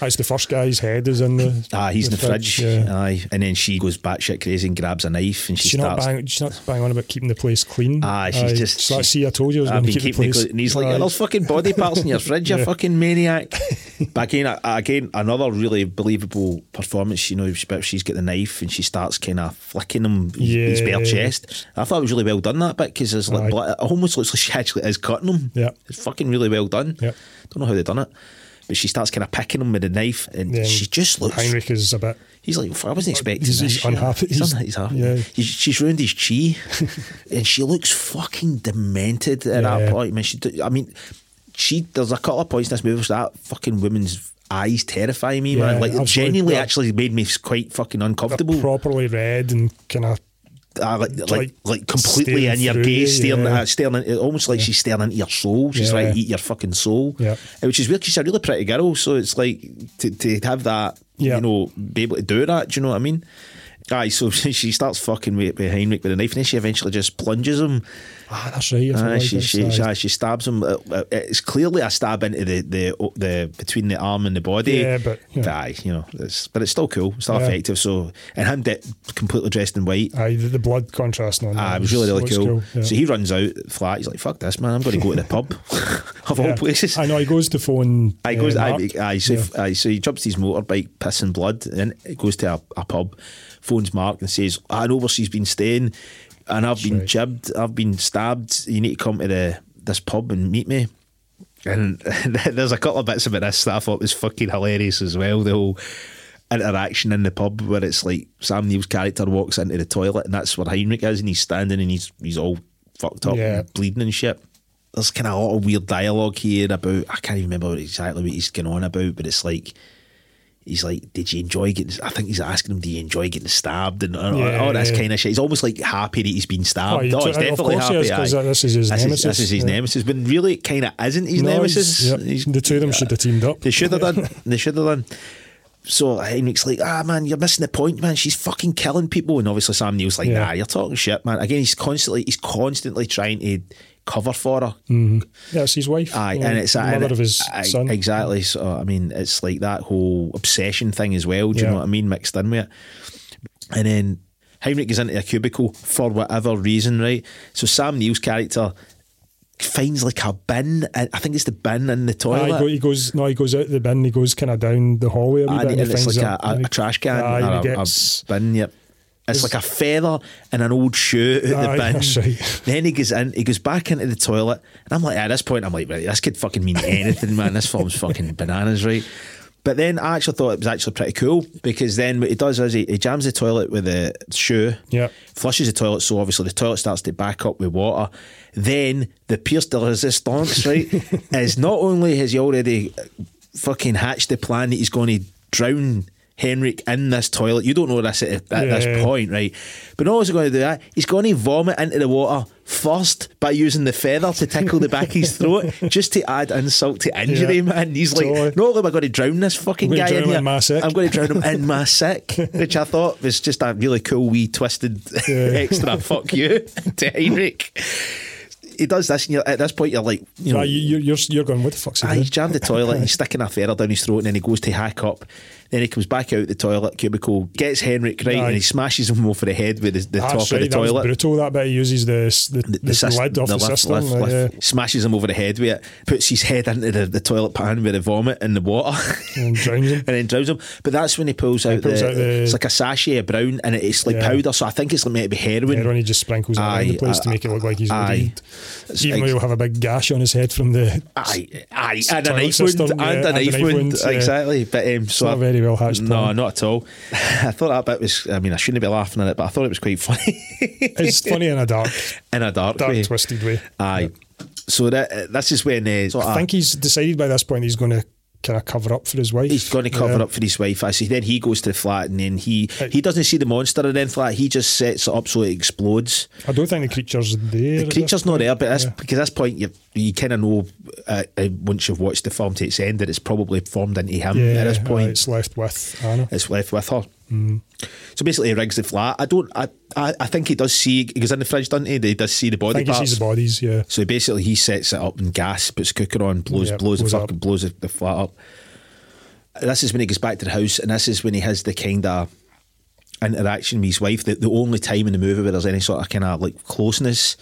S1: That's the first guy's head is in the.
S2: Ah, he's in the fridge.
S1: yeah.
S2: Aye. And then she goes batshit crazy and grabs a knife and she
S1: She's not
S2: starts
S1: bang. She's not bang on about keeping the place clean.
S2: Aye, she's just-
S1: she's like, see, I told you, I was
S2: I've
S1: going to
S2: been
S1: keep the
S2: keeping it
S1: place.
S2: clean. And he's like,
S1: Aye.
S2: there's fucking body parts in your fridge, you
S1: Yeah.
S2: fucking maniac. But again, again, another really believable performance. You know, she- but she's got the knife and she starts kind of flicking him, his bare
S1: Yeah.
S2: chest. I thought it was really well done that bit because it's like
S1: Aye.
S2: blood, it almost looks like she actually is cutting him.
S1: Yeah.
S2: it's fucking really well done.
S1: Yeah.
S2: don't know how they done it. But she starts kind of picking him with a knife, and
S1: Then
S2: she just looks.
S1: Heinrich is a bit.
S2: He's like, "Fuck, I wasn't expecting
S1: He's-
S2: this.
S1: he's
S2: shit."
S1: unhappy.
S2: He's,
S1: He's-
S2: unha- he's happy.
S1: yeah.
S2: He's- she's ruined his chi, and she looks fucking demented at that
S1: Yeah.
S2: point. I mean, she, do- I mean, she. There's a couple of points in this movie where that fucking woman's eyes terrify me,
S1: Yeah,
S2: man. Like, it
S1: absolutely.
S2: genuinely,
S1: They're-
S2: actually made me quite fucking uncomfortable.
S1: properly read and kind of
S2: Uh, like,
S1: like
S2: like, like completely
S1: staring
S2: in your
S1: through
S2: gaze,
S1: you,
S2: staring,
S1: yeah.
S2: uh, staring, into, almost like she's staring into your soul. She's
S1: Yeah.
S2: like, eat your fucking soul.
S1: Yeah.
S2: Uh, Which is weird 'cause she's a really pretty girl. So it's like to, to have that,
S1: Yeah.
S2: you know, be able to do that. Do you know what I mean? Aye, so she starts fucking with, with Heinrich with a knife, and then she eventually just plunges him.
S1: Ah, that's right. I
S2: Aye,
S1: forgot
S2: she,
S1: about
S2: she,
S1: that.
S2: aye, she stabs him. Uh, uh, It's clearly a stab into the, the the between the arm and the body.
S1: Yeah, but, you know.
S2: aye, you know, it's, but it's still cool, it's still
S1: Yeah.
S2: effective. So, and him de- completely dressed in white.
S1: Aye, the, the blood contrast on
S2: Ah,
S1: that
S2: it was really, really
S1: looks
S2: cool.
S1: yeah.
S2: So he runs out flat. He's like, "Fuck this, man! I'm going to go to the pub of all
S1: Yeah.
S2: places."
S1: I know he goes to phone.
S2: I goes,
S1: uh,
S2: I,
S1: Mark.
S2: I, so,
S1: Yeah.
S2: aye, so he jumps his motorbike, pissing blood, and it goes to a, a pub, phones Mark and says, "I know where she's been staying, and I've been
S1: right.
S2: jibbed, I've been stabbed. You need to come to the this pub and meet me." And there's a couple of bits about this that I thought was fucking hilarious as well. The whole interaction in the pub where it's like Sam Neill's character walks into the toilet and that's where Heinrich is and he's standing and he's he's all fucked up
S1: Yeah.
S2: and bleeding and shit. There's kind of a lot of weird dialogue here about I can't even remember exactly what he's going on about, but it's like he's like, "Did you enjoy getting?" I think he's asking him, "Do you enjoy getting stabbed?" and all-
S1: Yeah,
S2: all this
S1: yeah.
S2: kind of shit. He's almost like happy that he's been stabbed.
S1: Oh, he
S2: oh,
S1: t-
S2: he's
S1: of
S2: definitely
S1: course he
S2: happy.
S1: is, 'cause
S2: aye.
S1: this is his
S2: this Is,
S1: nemesis,
S2: this is his
S1: yeah.
S2: nemesis, but really, it kind of isn't his
S1: No, he's-
S2: nemesis.
S1: yep,
S2: He's-
S1: the two of them should have teamed up.
S2: they should have done. They should have done. So Heinrich's like, ah man, you're missing the point, man. She's fucking killing people, and obviously Sam Neill's like,
S1: Yeah.
S2: nah, you're talking shit, man. Again, he's constantly, he's constantly trying to cover for her.
S1: Yeah, it's his wife.
S2: Aye,
S1: you know,
S2: and it's
S1: the
S2: and
S1: mother
S2: it-
S1: of his
S2: aye,
S1: son.
S2: Exactly. So I mean, it's like that whole obsession thing as well. Do you
S1: Yeah.
S2: know what I mean? Mixed in with it, and then Heinrich goes into a cubicle for whatever reason, right? So Sam Neill's character finds like a bin, and I think it's the bin in the
S1: Aye,
S2: toilet.
S1: he, go, he goes. No, he goes out the bin. He goes kind of down the hallway a wee
S2: and
S1: bit. and he
S2: it's
S1: finds
S2: like a, a,
S1: and
S2: a
S1: he-
S2: trash can
S1: Aye,
S2: or
S1: and
S2: a,
S1: he
S2: a
S1: gets.
S2: bin. Yep. It's like a feather and an old shoe out
S1: Aye,
S2: the bin.
S1: that's right.
S2: Then he goes in, he goes back into the toilet, and I'm like, at this point, I'm like, right, this could fucking mean anything, man. This film's fucking bananas, right? But then I actually thought it was actually pretty cool because then what he does is he, he jams the toilet with a shoe,
S1: Yeah.
S2: flushes the toilet, so obviously the toilet starts to back up with water. Then the Pierce de Resistance, right, is not only has he already fucking hatched the plan that he's going to drown Henrik in this toilet. You don't know this at, at this
S1: Yeah.
S2: point, right? But not only is he going to do that, he's going to vomit into the water first by using the feather to tickle the back of his throat just to add insult to injury,
S1: Yeah.
S2: man. He's like,
S1: Totally.
S2: not only am I going to drown this fucking
S1: I'm gonna
S2: guy
S1: drown
S2: in
S1: him
S2: here,
S1: in my sick."
S2: I'm going to drown him in my sick, which I thought was just a really cool, wee, twisted extra fuck you to Heinrich. He does this, and you're, at this point, you're like, you know,
S1: Aye, you, you're, you're you're going. What the fuck's he
S2: Ah,
S1: doing?
S2: he's jammed the toilet and he's sticking a feather down his throat and then he goes to hack up. Then he comes back out the toilet cubicle, gets Henrik right,
S1: Aye.
S2: and he smashes him over the head with the, the
S1: That's
S2: top of the
S1: right, Ah, that was
S2: toilet.
S1: brutal. That bit he uses the the, the,
S2: syst-
S1: lid off the,
S2: lift-
S1: system. uh,
S2: lift-
S1: like,
S2: lift.
S1: yeah.
S2: smashes him over the head with it, puts his head into the, the toilet pan with the vomit and the water,
S1: And drowns him.
S2: and then drowns him. But that's when he pulls out,
S1: pulls
S2: the,
S1: out the-
S2: it's like a sachet of brown, and it's like
S1: Yeah.
S2: powder. So I think it's meant to be heroin.
S1: Everyone he just sprinkles it around
S2: Aye,
S1: the place to
S2: aye,
S1: make it look like he's
S2: aye.
S1: already.
S2: It's
S1: Even though
S2: ex-
S1: he'll have a big gash on his head from the
S2: Aye, aye, and a
S1: Toilet
S2: knife wound,
S1: system,
S2: and
S1: yeah,
S2: a knife wound,
S1: yeah.
S2: exactly. But um, so
S1: not
S2: I-
S1: very well hatched
S2: No,
S1: plan.
S2: not at all. I thought that bit was. I mean, I shouldn't be laughing at it, but I thought it was quite funny
S1: It's funny in a dark,
S2: in a dark,
S1: dark
S2: way.
S1: twisted way.
S2: Aye. So that uh, this is when uh, sort
S1: I
S2: of-
S1: think he's decided by this point he's going to kind of cover up for his wife.
S2: he's going to cover
S1: Yeah.
S2: up for his wife. I see. Then he goes to the flat, and then he he doesn't see the monster in the flat. He just sets it up so it explodes.
S1: I don't think the creature's there.
S2: The creature's not there, but that's because at this point you you kind of know uh, uh, once you've watched the film to its end that it's probably formed into him
S1: yeah,
S2: at this
S1: aye,
S2: point.
S1: it's left with Anna.
S2: is left with her.
S1: Mm.
S2: So basically, he rigs the flat. I don't. I, I. I think he does see. He goes in the fridge, doesn't he? He does see the
S1: I
S2: body
S1: think he
S2: parts.
S1: sees the bodies. Yeah,
S2: So basically, he sets it up and gas, puts cooker on, blows,
S1: Yeah,
S2: blows,
S1: blows
S2: the
S1: it
S2: fucking,
S1: up.
S2: blows the, the flat up. This is when he gets back to the house, and this is when he has the kind of interaction with his wife. The, the only time in the movie where there's any sort of kind of like closeness,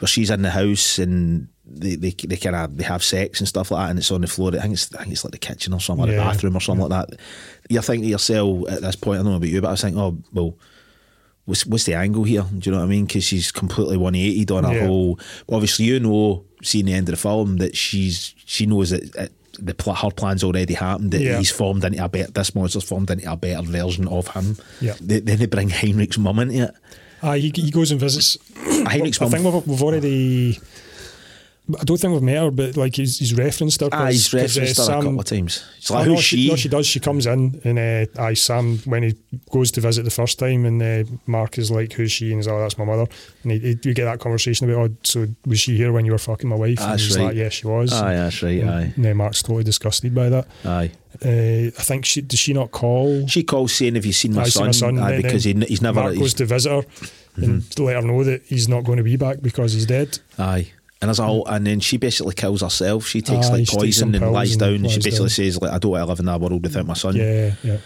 S2: where she's in the house and they they, they kind of they have sex and stuff like that, and it's on the floor. I think it's I think it's like the kitchen or something, or the
S1: Yeah.
S2: bathroom or something like that. You're thinking to yourself at this point. I don't know about you, but I was thinking, oh well. What's, what's the angle here? Do you know what I mean? Because she's completely 180 on a
S1: Yeah.
S2: whole. Obviously, you know, seeing the end of the film, that she's she knows that uh, the pl- her plan's already happened. That
S1: Yeah.
S2: he's formed into a better. This monster's formed into a better version of him.
S1: Yeah.
S2: They, then they bring Heinrich's mum into it.
S1: aye, he, he goes and visits.
S2: Heinrich's
S1: I
S2: mum.
S1: think we've, we've already. I don't think we've met her, but like he's, he's referenced her. 'cause-
S2: Ah, he's
S1: 'cause, uh,
S2: referenced her a
S1: Sam-
S2: couple of times. It's
S1: Oh,
S2: like,
S1: no,
S2: who's she?
S1: No, she does. She comes in, and uh, aye, Sam when he goes to visit the first time, and uh, Mark is like, "Who's she?" and he's like, "Oh, "That's my mother." And he, he, you get that conversation about, "Oh, so was she here when you were fucking my wife?" and
S2: That's
S1: he's
S2: right.
S1: like, "Yeah, she was."
S2: Aye, that's right. Aye,
S1: And then Mark's totally disgusted by that.
S2: aye.
S1: Uh, I think she did she not call?
S2: She calls saying, "Have you seen my
S1: Aye, see
S2: son?" Aye,
S1: then-
S2: because he,
S1: then
S2: n- he's never.
S1: Mark goes
S2: He's, Mm-hmm.
S1: to visit her and to let her know that he's not going to be back because he's dead.
S2: aye. And there's a whole, and then she basically kills herself. She takes
S1: Aye,
S2: like
S1: she takes some
S2: poison and
S1: pills
S2: lies
S1: and
S2: down. And she
S1: lies
S2: basically
S1: down.
S2: says, "Like I don't want to live in that world without my son."
S1: Yeah, yeah.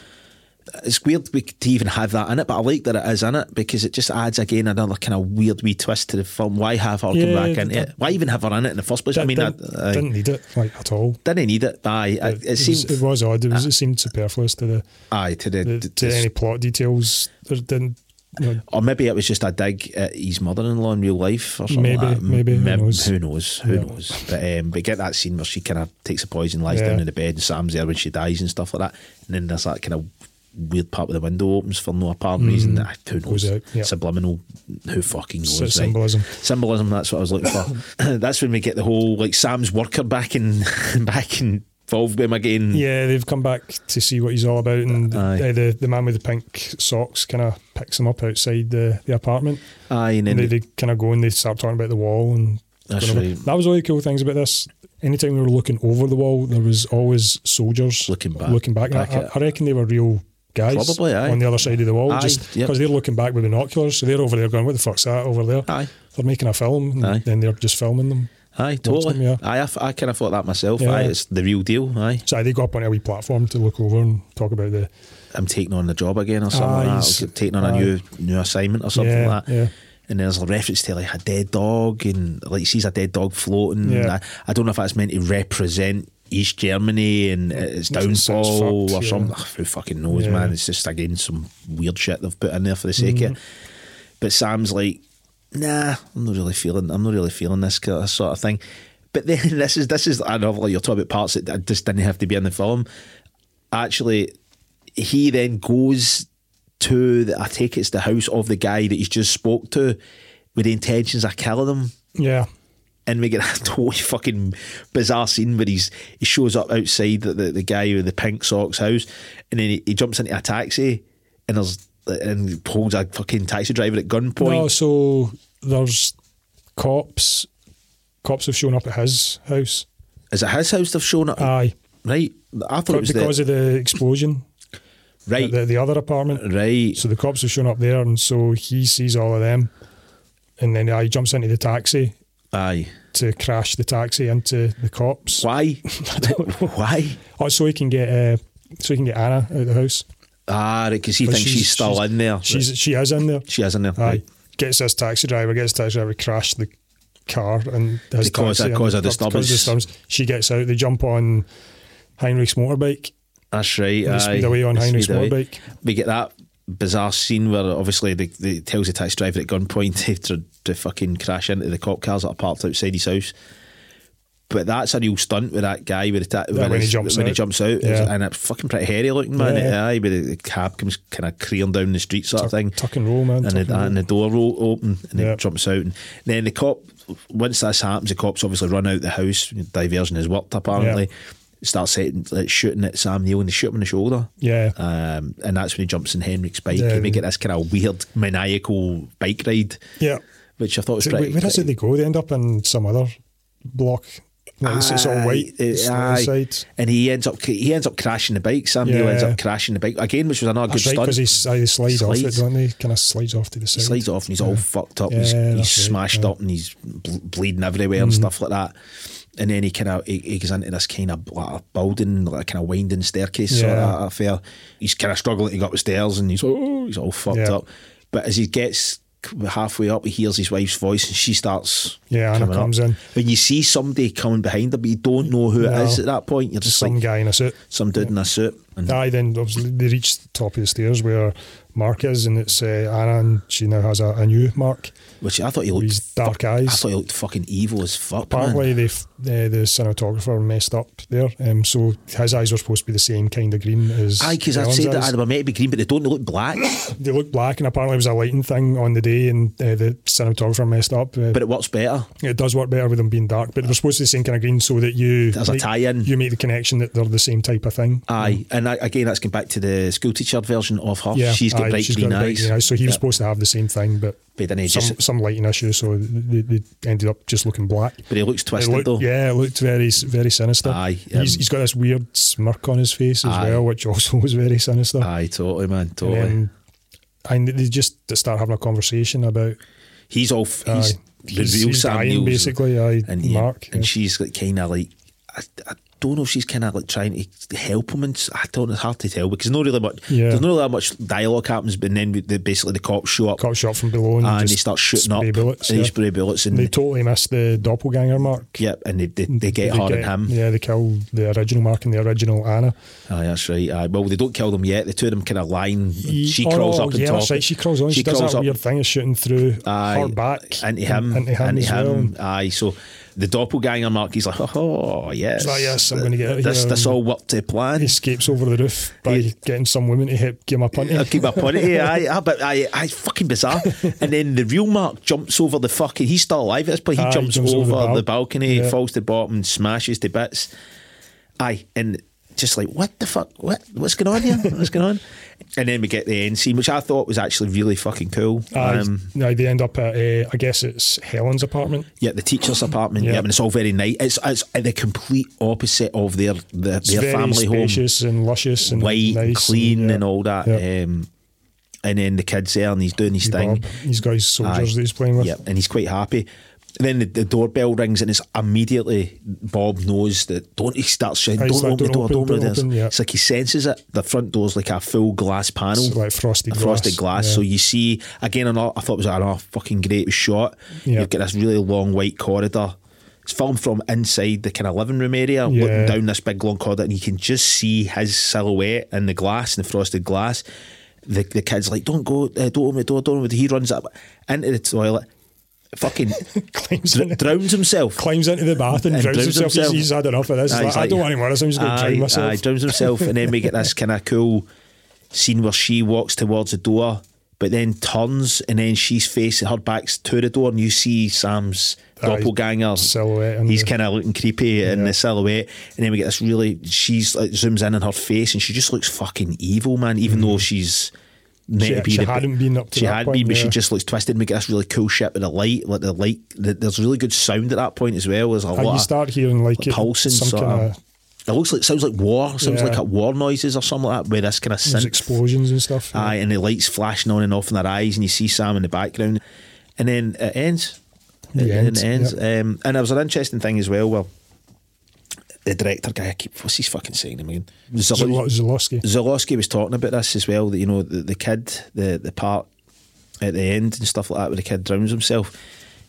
S2: It's weird we to even have that in it, but I like that it is in it because it just adds again another kind of weird wee twist to the film. Why have her
S1: Yeah,
S2: come back into
S1: that-
S2: it? Why even have her in it in the first place? I
S1: Didn't-
S2: mean, I,
S1: didn't,
S2: I
S1: didn't need it like at all.
S2: didn't need it. Aye, I-
S1: It, uh,
S2: it,
S1: was-
S2: seemed
S1: it was odd. It, was, it seemed superfluous to the,
S2: aye to the,
S1: the
S2: to
S1: to
S2: the
S1: any plot details. There didn't. You know,
S2: Or maybe it was just a dig at his mother-in-law in real life, or something
S1: Maybe,
S2: like that. M-
S1: maybe, who
S2: m-
S1: knows?
S2: Who knows? Who
S1: Yeah.
S2: knows? But um, but get that scene where she kind of takes a poison, lies
S1: Yeah.
S2: down in the bed, and Sam's there when she dies and stuff like that. And then there's that kind of weird part where the window opens for no apparent reason. That who knows?
S1: Hmm. Goes out, yeah.
S2: Subliminal. Who fucking knows?
S1: sy-
S2: right?
S1: symbolism.
S2: Symbolism. That's what I was looking for. that's when we get the whole like Sam's worker back in back involved with him again.
S1: Yeah, they've come back to see what he's all about, and
S2: Aye.
S1: uh, the the man with the pink socks kind of picks him up outside the, the apartment.
S2: Aye, and then
S1: And they,
S2: the-
S1: they kind of go and they start talking about the wall, and
S2: That's
S1: going over-
S2: right.
S1: that was one of the cool things about this. Anytime we were looking over the wall, there was always soldiers
S2: Looking back-
S1: Looking back, And
S2: back
S1: I,
S2: at-
S1: I reckon they were real guys,
S2: Probably, aye.
S1: on the other side of the wall,
S2: Aye,
S1: just
S2: yep.
S1: because they're looking back with binoculars, so they're over there going, "What the fuck's that over there?"
S2: Aye.
S1: They're making a film, and
S2: Aye.
S1: then they're just filming them.
S2: Aye, totally.
S1: them, yeah.
S2: Aye, I, f- I kind of thought that myself.
S1: Yeah.
S2: Aye, it's the real deal. Aye.
S1: So they got up on a wee platform to look over and talk about the
S2: I'm taking on the job again or something like
S1: Aye,
S2: that,
S1: he's-
S2: or taking on a new new assignment or something
S1: Yeah,
S2: like that.
S1: yeah.
S2: And there's a reference to like a dead dog and like he sees a dead dog floating.
S1: Yeah.
S2: And I, I don't know if that's meant to represent East Germany and its
S1: That's- that's
S2: downfall
S1: fucked,
S2: or
S1: yeah.
S2: something. Who fucking knows,
S1: Yeah.
S2: man? It's just again some weird shit they've put in there for the sake of it. But Sam's like, nah, I'm not really feeling. I'm not really feeling this kind of- sort of thing. But then this is this is another like you're talking about parts that just didn't have to be in the film. Actually, he then goes to the, I take it's the house of the guy that he's just spoke to with the intentions of killing him
S1: yeah.
S2: and we get a totally fucking bizarre scene where he's he shows up outside the, the, the guy with the pink socks house and then he, he jumps into a taxi and there's and holds a fucking taxi driver at gunpoint.
S1: No, so there's cops. Cops have shown up at his house.
S2: Is it his house they've shown up?
S1: Aye,
S2: right. I thought it was
S1: Uh, because
S2: the,
S1: of the explosion
S2: right,
S1: at the, the other apartment.
S2: right.
S1: So the cops have shown up there, and so he sees all of them, and then I jumps into the taxi
S2: Aye.
S1: to crash the taxi into the cops.
S2: Why? Why?
S1: Oh, so he can get uh, so he can get Anna out of the house.
S2: Ah, because he
S1: But
S2: thinks she's, still in there.
S1: She's she is in there.
S2: she is in there.
S1: Aye.
S2: right.
S1: Gets this taxi driver, gets the taxi driver, crashed the car and his
S2: Because-
S1: taxi and
S2: because of
S1: caused
S2: disturbance.
S1: disturbance. She gets out, they jump on Heinrich's motorbike.
S2: That's right.
S1: They
S2: aye.
S1: speed away on
S2: They
S1: Heinrich's
S2: speed away.
S1: motorbike.
S2: We get that bizarre scene where obviously the, the tells the taxi driver at gunpoint to, to, to fucking crash into the cop cars that are parked outside his house. But that's a real stunt with that guy with the ta-
S1: when he
S2: his-
S1: jumps
S2: when he
S1: out.
S2: jumps out
S1: Yeah.
S2: and it's fucking pretty hairy looking man.
S1: Yeah, yeah.
S2: Aye, but the, the cab comes kind of creering down the street sort of
S1: Tuck-
S2: thing.
S1: tuck and roll, man,
S2: And,
S1: tuck
S2: the,
S1: and roll.
S2: and the door roll open and
S1: Yeah.
S2: it jumps out. And then the cop, once this happens, the cops obviously run out the house. Diversion has worked apparently. Starts setting, like, shooting at Sam Neill and they shoot him in the shoulder.
S1: Yeah.
S2: Um, and that's when he jumps in Henrik's bike
S1: Yeah,
S2: and we
S1: the-
S2: get this kind of weird maniacal bike ride,
S1: yeah.
S2: which I thought was
S1: So
S2: pretty.
S1: where where is it
S2: pretty-
S1: they go? They end up in some other block. Like, it's, it's all white.
S2: Aye,
S1: It's on the
S2: aye.
S1: inside.
S2: And he ends up he ends up crashing the bike. Sam Neill ends
S1: Yeah.
S2: up crashing the bike again, which was another
S1: That's
S2: good
S1: right, because
S2: stunt.
S1: he slides, slides off it,
S2: Slides.
S1: don't they? Kind of slides off to the
S2: He
S1: side.
S2: slides off and he's all fucked up. and he's
S1: Yeah,
S2: he's
S1: that's right,
S2: smashed
S1: yeah. Mm.
S2: up and he's bl- bleeding everywhere and stuff like that. And then he kind of he, he goes into this kind of like a building, like a kind of winding staircase sort
S1: Yeah.
S2: of affair. He's kind of struggling to go up the stairs and he's oh, he's all fucked
S1: Yeah.
S2: up. But as he gets halfway up, he hears his wife's voice and she starts
S1: Yeah, Anna
S2: coming up.
S1: comes in.
S2: When you see somebody coming behind her, but you don't know who
S1: No.
S2: it is at that point. You're just
S1: Some
S2: like
S1: guy in a suit.
S2: some dude in a suit. And
S1: Aye, then obviously they reach the top of the stairs where Mark is, and it's uh, Anna, and she now has a, a new Mark.
S2: which I thought he looked
S1: These dark
S2: fuck- I
S1: eyes.
S2: thought he looked fucking evil as fuck. man.
S1: Partly they f- uh, the cinematographer messed up there, um, so his eyes were supposed to be the same kind of green as.
S2: Aye, because I'd
S1: Ellen's
S2: say that
S1: eyes.
S2: I'd have meant to be green, but they don't they look black.
S1: They looked black, and apparently it was a lighting thing on the day, and uh, the cinematographer messed up. Uh,
S2: but it works better.
S1: it does work better with them being dark, but they're supposed to be the same kind of green so that you.
S2: There's a
S1: make-
S2: tie-in. Oh,
S1: You make the connection that they're the same type of thing.
S2: Aye, and I, again, that's going back to the school teacher version of her.
S1: Mm. Yeah,
S2: She's got got bright
S1: she's
S2: green
S1: got the
S2: eyes.
S1: So he was
S2: Yeah.
S1: supposed to have the same thing, but
S2: But then he
S1: some,
S2: just-
S1: some lighting issue, so they, they ended up just looking black.
S2: But he looks
S1: It
S2: twisted
S1: looked,
S2: though.
S1: yeah, it looked very very sinister.
S2: Aye,
S1: he's,
S2: um,
S1: he's got this weird smirk on his face as
S2: Aye.
S1: well, which also was very sinister.
S2: Aye, totally, man, totally.
S1: And, and they just start having a conversation about
S2: he's all f- he's
S1: Aye.
S2: the
S1: He's-
S2: real
S1: he's
S2: Sam
S1: dying,
S2: Neill's-
S1: basically, aye,
S2: and he-
S1: Mark,
S2: and
S1: yeah.
S2: she's like kind of like I, I don't know if she's kind of like trying to help him and s- I don't know it's hard to tell because no really much
S1: Yeah.
S2: there's not really that much dialogue happens but then the, basically the cops show up
S1: cop shot from below, and,
S2: and
S1: just
S2: they start shooting up
S1: spray bullets.
S2: and
S1: yeah.
S2: they spray bullets and
S1: They totally missed the doppelganger mark.
S2: yep and they, they, they get hard on him
S1: Yeah, they killed the original Mark and the original Anna.
S2: Aye, that's right. Aye. Well, they don't kill them yet. The two of them kind of lying. She
S1: Oh,
S2: crawls
S1: no,
S2: up and
S1: yeah,
S2: top.
S1: that's right. She crawls on. She, does
S2: crawls
S1: that
S2: up
S1: weird thing of shooting through
S2: aye,
S1: her back
S2: into him,
S1: Into him. as well.
S2: Aye, so the doppelganger Mark, he's like, oh yes,
S1: He's like, "Yes, I'm gonna get out of
S2: this.
S1: here."
S2: This all worked to plan.
S1: He escapes over the roof by
S2: He-
S1: getting some women to help give him a punty.
S2: I'll keep my point here. Aye, aye, but I, I fucking bizarre. and then the real Mark jumps over the fucking. He's still alive at this point. He
S1: Aye, he
S2: jumps,
S1: jumps over
S2: over,
S1: the
S2: the,
S1: bal-
S2: balcony,
S1: yeah.
S2: falls to the bottom, smashes to bits. Aye, and just like what the fuck? What what's going on here? What's going on? And then we get the end scene, which I thought was actually really fucking cool.
S1: Aye,
S2: Um,
S1: now they end up at, uh, I guess it's Helen's apartment.
S2: Yeah, the teacher's apartment.
S1: Yeah.
S2: Yeah, and it's all very nice. It's it's the complete opposite of their their,
S1: It's
S2: their
S1: very
S2: family home,
S1: spacious and luscious and
S2: white,
S1: nice
S2: and clean, and,
S1: yeah.
S2: all that.
S1: Yeah.
S2: Um, and then the kids there, and he's doing his
S1: He's
S2: thing.
S1: Bob. He's got his soldiers
S2: Aye.
S1: that he's playing with.
S2: Yeah, and he's quite happy. Then the, the doorbell rings, and it's immediately Bob knows that. Don't he starts shouting?
S1: Aye, he's like,
S2: Don't open
S1: "Don't
S2: the door!
S1: open,
S2: Don't open
S1: don't
S2: the door!
S1: open, yeah.
S2: It's like he senses it. The front door's like a full glass panel,
S1: It's like frosted
S2: a frosted
S1: glass,
S2: glass.
S1: yeah.
S2: So you see again. Another, I thought it was another fucking great shot.
S1: Yeah.
S2: You've got this really long white corridor. It's filmed from inside the kind of living room area,
S1: Yeah.
S2: looking down this big long corridor, and you can just see his silhouette in the glass, in the frosted glass. The, the kid's like, don't go, uh, don't open the door, don't open the door. He runs up into the toilet, fucking
S1: climbs,
S2: dr-
S1: in,
S2: drowns himself.
S1: climbs into the bath and, drowns himself. He's, he's had enough of this. He's
S2: Aye,
S1: like,
S2: he's
S1: I don't want any more of this. I'm just going to drown
S2: aye,
S1: myself.
S2: aye, drowns himself. and then we get this kind of cool scene where she walks towards the door, but then turns, and then she's facing her back's to the door, and you see Sam's
S1: Aye,
S2: doppelganger
S1: silhouette in
S2: He's
S1: the-
S2: kind of looking creepy in the silhouette, and then we get this really. She's like zooms in on her face, and she just looks fucking evil, man. Even though she's. meant
S1: Mm. She-
S2: to be
S1: she
S2: the-
S1: hadn't been up to
S2: she
S1: that
S2: had
S1: point,
S2: been, but
S1: yeah.
S2: she just looks twisted. And we get this really cool shit with the light, like the light. The, there's really good sound at that point as well. There's a
S1: And
S2: lot.
S1: you
S2: of-
S1: start hearing like it,
S2: pulsing
S1: some
S2: sort
S1: kind
S2: of.
S1: of
S2: um, It looks like sounds like war. Sounds
S1: Yeah.
S2: like at war noises or something like that. Where this kind of
S1: there's
S2: synth,
S1: explosions and stuff.
S2: aye, and the lights flashing on and off in their eyes, and you see Sam in the background, and then it ends.
S1: The
S2: It- it
S1: end,
S2: ends.
S1: yeah.
S2: Um, and it was an interesting thing as well. Well, the director guy, I keep what's he's fucking saying? I mean,
S1: Zalo- Zalowski.
S2: Zalowski was talking about this as well. That you know the, the kid, the the part at the end and stuff like that, where the kid drowns himself.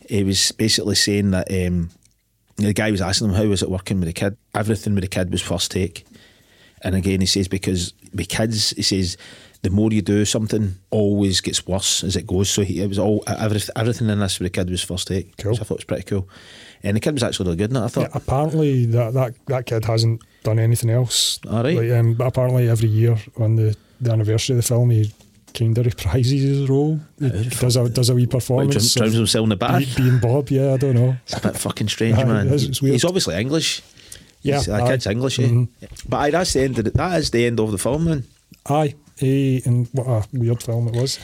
S2: He was basically saying that um, the guy was asking him how was it working with the kid. Everything with the kid was first take. And again, he says because with kids, he says the more you do something, always gets worse as it goes. So he, it was all everything, everything in this with the kid was first take.
S1: Cool.
S2: which I thought was pretty cool. And the kid was actually really good in it. I
S1: Yeah,
S2: thought
S1: apparently that, that that kid hasn't done anything else.
S2: All right.
S1: Like, um, but apparently every year on the, the anniversary of the film, he kind of reprises his role. He does a does a wee
S2: well, he
S1: performance.
S2: drowns
S1: of
S2: himself in the bath.
S1: be- being Bob, yeah, I don't know.
S2: It's a bit fucking strange,
S1: Aye,
S2: man.
S1: it is, it's weird.
S2: He's obviously English.
S1: Yeah,
S2: He's, that
S1: aye.
S2: kid's English, eh?
S1: Mhm.
S2: But aye, that's the end of the, that is the end of the film, man.
S1: Aye, eh, and what a weird film it was.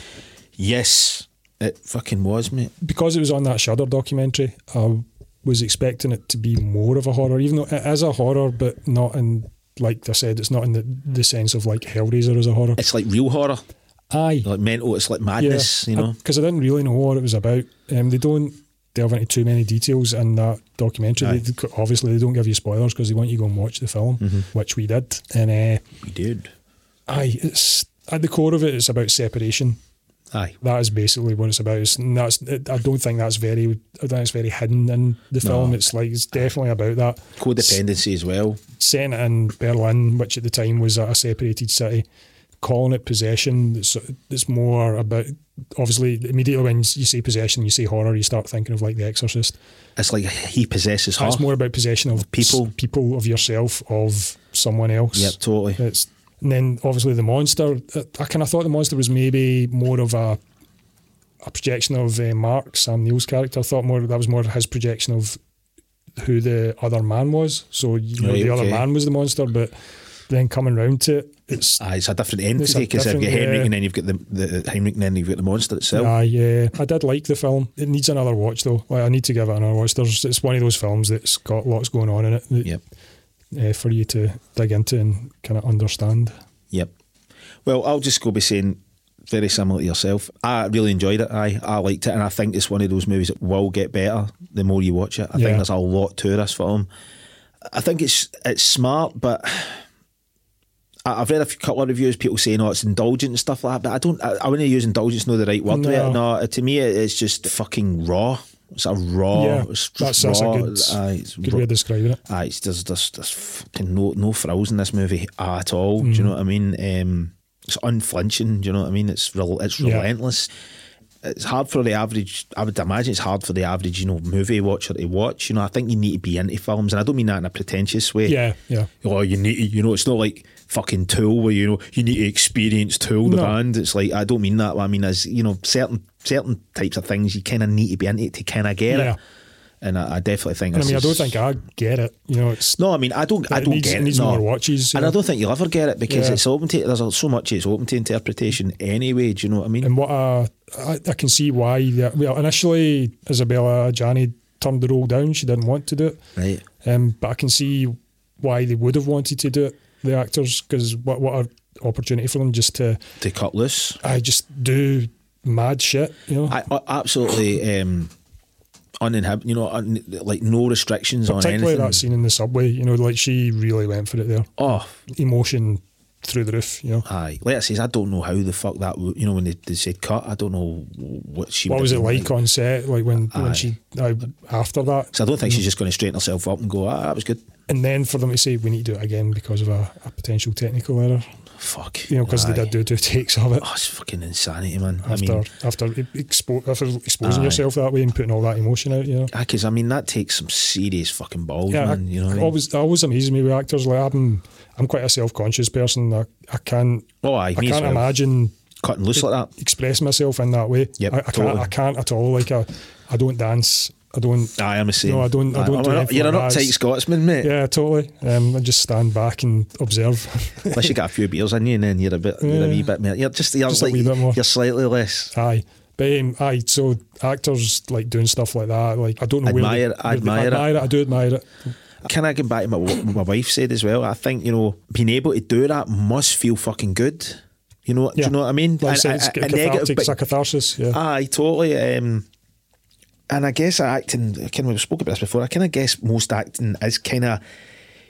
S2: Yes, it fucking was, mate.
S1: because it was on that Shudder documentary, I was expecting it to be more of a horror, even though it is a horror, but not in like I said, it's not in the, the sense of like Hellraiser as a horror.
S2: It's like real horror,
S1: Aye,
S2: like mental. It's like madness, you know.
S1: because I didn't really know what it was about. Um, they don't delve into too many details in that documentary.
S2: Aye.
S1: They, obviously, they don't give you spoilers because they want you to go and watch the film,
S2: Mm-hmm.
S1: which we did. And uh,
S2: we did.
S1: aye, it's at the core of it, it's about separation.
S2: Aye,
S1: that is basically what it's about. It's, and that's I don't think that's very that's very hidden in the film. It's like it's definitely about that.
S2: codependency as well.
S1: Setting it in Berlin, which at the time was a separated city, calling it possession. It's, it's more about obviously immediately when you say possession, you say horror, you start thinking of like The Exorcist.
S2: It's like he possesses her.
S1: It's more about possession of
S2: People.
S1: s- people of yourself, of someone else.
S2: Yep, totally.
S1: It's and then obviously the monster. uh, I kind of thought the monster was maybe more of a a projection of uh, Mark Sam Neill's character. I thought more that was more his projection of who the other man was. So you know
S2: Right,
S1: the other
S2: okay.
S1: man was the monster, but then coming round to it, it's
S2: Ah, it's a different
S1: It's a
S2: entity because you've got
S1: different,
S2: Henrik
S1: yeah.
S2: and then you've got the, the Henrik and then you've got the monster itself.
S1: Aye, yeah. I did like the film. It needs another watch though. Like I need to give it another watch. There's it's one of those films that's got lots going on in it that,
S2: Yep.
S1: eh, for you to dig into and kind of understand.
S2: Yep. Well, I'll just go by saying very similar to yourself. I really enjoyed it. I I liked it, and I think it's one of those movies that will get better the more you watch it. I
S1: Yeah.
S2: think there's a lot to this film. I think it's it's smart, but I- I've read a few couple of reviews. People saying, "Oh, it's indulgent and stuff like that." But I don't. I, I wouldn't use indulgence. No, the right word. To it.
S1: No.
S2: No, uh, to me, it- it's just fucking raw. It's a raw.
S1: yeah,
S2: Oh, it's just
S1: that's, that's a
S2: raw.
S1: good,
S2: Aye, it's
S1: good
S2: raw.
S1: way of describing it.
S2: Aye, it's, there's, there's, there's fucking no, no frills in this movie at all.
S1: Mm.
S2: Do you know what I mean? Um, it's unflinching. Do you know what I mean? It's rel- it's
S1: Yeah.
S2: relentless. It's hard for the average. I would imagine it's hard for the average, you know, movie watcher to watch. You know, I think you need to be into films, and I don't mean that in a pretentious way.
S1: Yeah, yeah.
S2: Oh, you need to, you know, it's not like fucking Tool where you know you need to experience Tool the
S1: No.
S2: band. It's like I don't mean that. What I mean is, you know, certain certain types of things you kind of need to be into to kind of get
S1: Yeah.
S2: it. And I, I definitely think.
S1: And I
S2: this
S1: mean, I don't
S2: is-
S1: think I get it. You know, it's
S2: no, I mean, I don't. I
S1: It
S2: don't
S1: needs-
S2: get
S1: it needs
S2: no.
S1: more watches,
S2: and
S1: yeah.
S2: I don't think you'll ever get it because
S1: Yeah.
S2: it's open to. There's so much. It's open to interpretation anyway. Do you know what I mean?
S1: and what I, I, I can see why. That, well, initially Isabella Gianni turned the role down. She didn't want to do it.
S2: Right.
S1: Um, but I can see why they would have wanted to do it, the actors, because what what a opportunity for them just to
S2: To cut loose.
S1: I just do mad shit, you know.
S2: I, I absolutely um, uninhibited. You know, un, like no restrictions on
S1: Particularly
S2: anything.
S1: that scene in the subway, you know, like she really went for it there.
S2: oh,
S1: Emotion through the roof, you know.
S2: aye. Like I says, I don't know how the fuck that. w- You know, when they, they said cut, I don't know what she.
S1: What
S2: would
S1: was it
S2: have been
S1: like on set, like when,
S2: Aye.
S1: when she I, after that?
S2: 'Cause I don't think she's just going to straighten herself up and go, ah, that was good.
S1: And then for them to say we need to do it again because of a, a potential technical error,
S2: Fuck.
S1: you know, because they
S2: Aye.
S1: did do two takes of it
S2: Oh, it's fucking insanity, man. I
S1: after
S2: mean,
S1: after e, expo- after exposing
S2: Aye.
S1: yourself that way and putting all that emotion out, you know.
S2: because I mean that takes some serious fucking balls,
S1: I-
S2: man. You know, what I mean?
S1: always it always amazes me with actors. Like I'm, I'm quite a self conscious person. I, I can't,
S2: Oh, aye,
S1: I
S2: me as
S1: can't
S2: well.
S1: imagine
S2: cutting loose like that.
S1: express myself in that way.
S2: Yep,
S1: I, I can't,
S2: totally.
S1: I can't at all. Like I, I don't dance. I don't.
S2: Aye, I'm the same.
S1: No, I don't- I
S2: Aye,
S1: don't
S2: I'm
S1: do
S2: an-
S1: anything
S2: You're an
S1: like that.
S2: uptight Scotsman, mate.
S1: Yeah, totally. Um, I just stand back and observe.
S2: Unless you got a few beers in you, and then you're a bit, you're a
S1: Yeah.
S2: wee bit more. You're just, you're
S1: Just a
S2: like,
S1: wee bit more.
S2: you're slightly less.
S1: aye, but um, aye. So actors like doing stuff like that. Like I don't know. where
S2: Admire-
S1: they-
S2: I
S1: where they- I
S2: admire it.
S1: admire it. I do admire it.
S2: Can I get back to my, what my wife said as well? I think you know, being able to do that must feel fucking good. You know, do you know what I mean?
S1: Like I
S2: And-
S1: said,
S2: and-
S1: it's a,
S2: and
S1: cathartic, it's a
S2: but-
S1: catharsis. Yeah.
S2: Aye, totally. Um, and I guess I acting, I kind of spoke about this before. I kind of guess most acting is kind of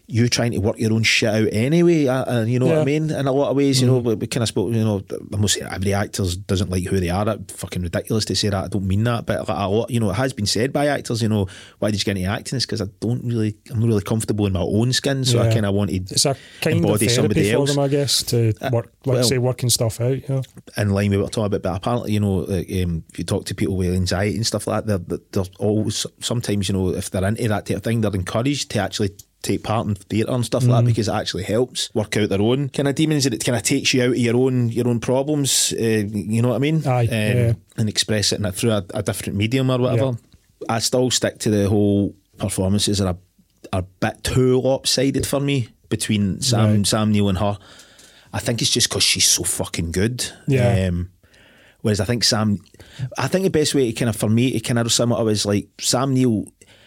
S2: you trying to work your own shit out anyway. uh, And you know what
S1: Yeah. Mm-hmm.
S2: I mean? In a lot of ways, you know, we, we kind of spoke, you know, almost every actor doesn't like who they are. That's fucking ridiculous to say that. I don't mean that. But like a lot, you know, it has been said by actors, you know, why did you get into acting? It's because I don't really, I'm not really comfortable in my own skin. So I
S1: Yeah.
S2: kind of wanted
S1: It's a kind of
S2: embody
S1: therapy
S2: somebody
S1: for
S2: else. Uh,
S1: them, I guess, to work, like
S2: well-
S1: say, working stuff out. You know?
S2: in line with what we're talking about. But apparently, you know, like, um, if you talk to people with anxiety and stuff like that, they're, they're always sometimes, you know, if they're into that type of thing, they're encouraged to actually take part in theatre and stuff
S1: Mm.
S2: like that because it actually helps work out their own kind of demons. and It kind of takes you out of your own your own problems. Uh, you know what I mean?
S1: Aye,
S2: Um,
S1: yeah.
S2: And express it in a, through a, a different medium or whatever. I still stick to the whole performances are a, are a bit too lopsided for me between Sam
S1: Right.
S2: Sam Neill and her. I think it's just because she's so fucking good.
S1: Yeah.
S2: Um, whereas I think Sam, I think the best way to kind of for me to kind of sum it up is like Sam Neill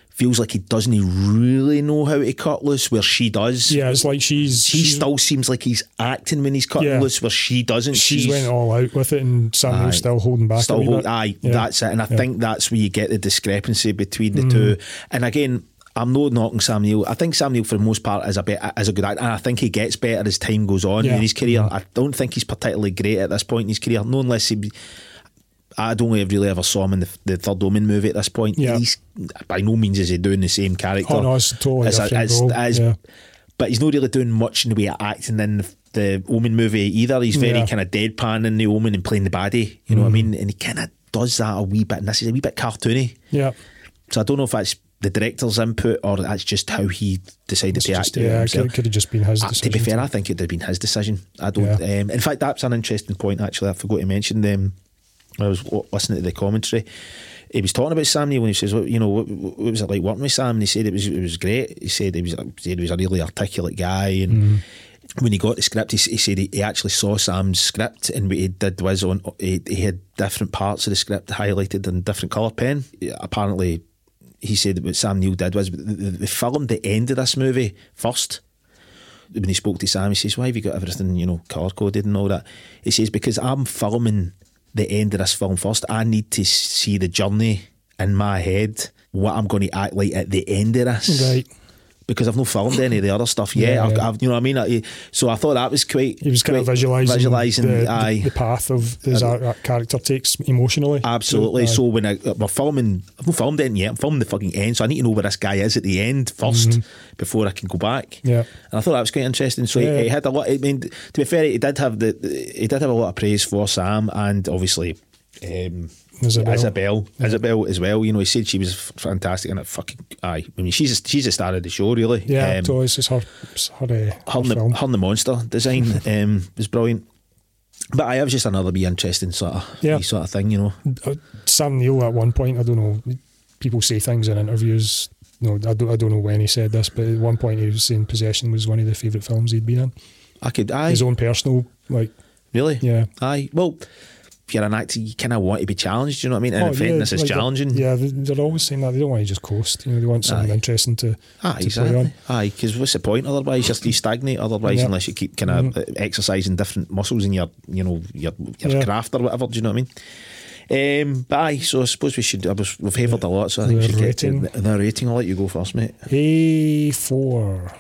S2: feels like he doesn't really know how to cut loose, where she does.
S1: Yeah, it's like she's
S2: He still seems like he's acting when he's cutting
S1: Yeah.
S2: loose, where she doesn't.
S1: she's went all out with it, and Samuel's
S2: Aye.
S1: still holding back. a
S2: Still
S1: wee
S2: hold,
S1: bit.
S2: aye,
S1: Yeah. Mm.
S2: that's it. And I think that's where you get the discrepancy between the two. And again, I'm not knocking Sam Neill. I think Sam Neill, for the most part, is a bit is a good actor, and I think he gets better as time goes on
S1: Yeah.
S2: in his career. I don't think he's particularly great at this point in his career, no, unless he. be- I'd only have really ever saw him in the, the Third Omen movie at this point.
S1: Yeah.
S2: He's by no means is he doing the same character.
S1: Oh, no, it's totally
S2: a-
S1: different
S2: it's-
S1: role,
S2: it's-
S1: yeah.
S2: But he's not really doing much in the way of acting in the, the Omen movie either. He's very
S1: Yeah.
S2: kind of deadpan in the Omen and playing the baddie. You know
S1: Mm.
S2: what I mean? And he kind of does that a wee bit. And this is a wee bit cartoony.
S1: yeah.
S2: So I don't know if that's the director's input or that's just how he decided
S1: It's
S2: to
S1: just-
S2: act. it
S1: yeah, it
S2: himself.
S1: could, could have just been his
S2: Uh, to
S1: decision.
S2: be fair, I think it'd have been his decision. I don't.
S1: Yeah.
S2: Um, in fact, that's an interesting point. Actually, I forgot to mention them. I was w- listening to the commentary. He was talking about Sam Neill when he says, "What you know, what, what was it like working with Sam?" And he said it was it was great. He said he was he said he was a really articulate guy, and when he got the script, he, s- he said he, he actually saw Sam's script, and what he did was on he, he had different parts of the script highlighted in different colour pen. Apparently, he said what Sam Neill did was the, the, the film the end of this movie first. When he spoke to Sam, he says, "Why have you got everything you know colour coded and all that?" He says, "Because I'm filming the end of this film first. I need to see the journey in my head, what I'm going to act like at the end of this."
S1: Right.
S2: because I've not filmed any of the other stuff yet.
S1: Yeah,
S2: I've,
S1: yeah.
S2: I've, you know what I mean? I, so I thought that was quite.
S1: He was kind of
S2: quite
S1: visualising,
S2: visualising.
S1: the,
S2: aye,
S1: the, the path of his ar- that character takes emotionally.
S2: absolutely.
S1: Aye.
S2: so when I, uh, we're filming, I've not filmed anything yet. I'm filming the fucking end, so I need to know where this guy is at the end 1st before I can go back.
S1: Mm-hmm. Yeah.
S2: and I thought that was quite interesting. So
S1: Yeah.
S2: he, he had a lot. I mean, to be fair, he did have the he did have a lot of praise for Sam and obviously. Um,
S1: Isabel.
S2: Isabel, Isabel as well. You know, he said she was f- fantastic, and it fucking aye. I mean, she's a, she's a star of the show, really.
S1: yeah,
S2: Um,
S1: so it's it's her, it's her, uh,
S2: her
S1: her
S2: and the,
S1: film.
S2: her and the monster design um, was brilliant. But I was just another wee interesting sort of
S1: Yeah.
S2: wee sort of thing, you know.
S1: Uh, Sam Neill at one point, I don't know, people say things in interviews. No, I don't, I don't know when he said this, but at one point he was saying Possession was one of the favourite films he'd been in.
S2: I could, aye,
S1: His own personal, like,
S2: really,
S1: yeah.
S2: aye. Well, if you're an actor, you kind of want to be challenged. You know what I mean? And
S1: Oh,
S2: in fairness,
S1: yeah,
S2: it's
S1: like they're-
S2: challenging.
S1: Yeah, they- they're always saying that. They don't want to just coast. You know, they want something
S2: Aye.
S1: interesting to,
S2: Aye,
S1: to play
S2: exactly.
S1: on.
S2: Aye, because what's the point? Otherwise, you're, you stagnate. Otherwise,
S1: Yeah. Mm-hmm.
S2: unless you keep kind of exercising different muscles in your, you know, your, your
S1: Yeah.
S2: craft or whatever. Do you know what I mean? Um, but aye, so I suppose we should. I was, we've favoured a lot, so I think we
S1: The
S2: should
S1: rating.
S2: get to the, the rating. I'll let you go first, mate.
S1: A4.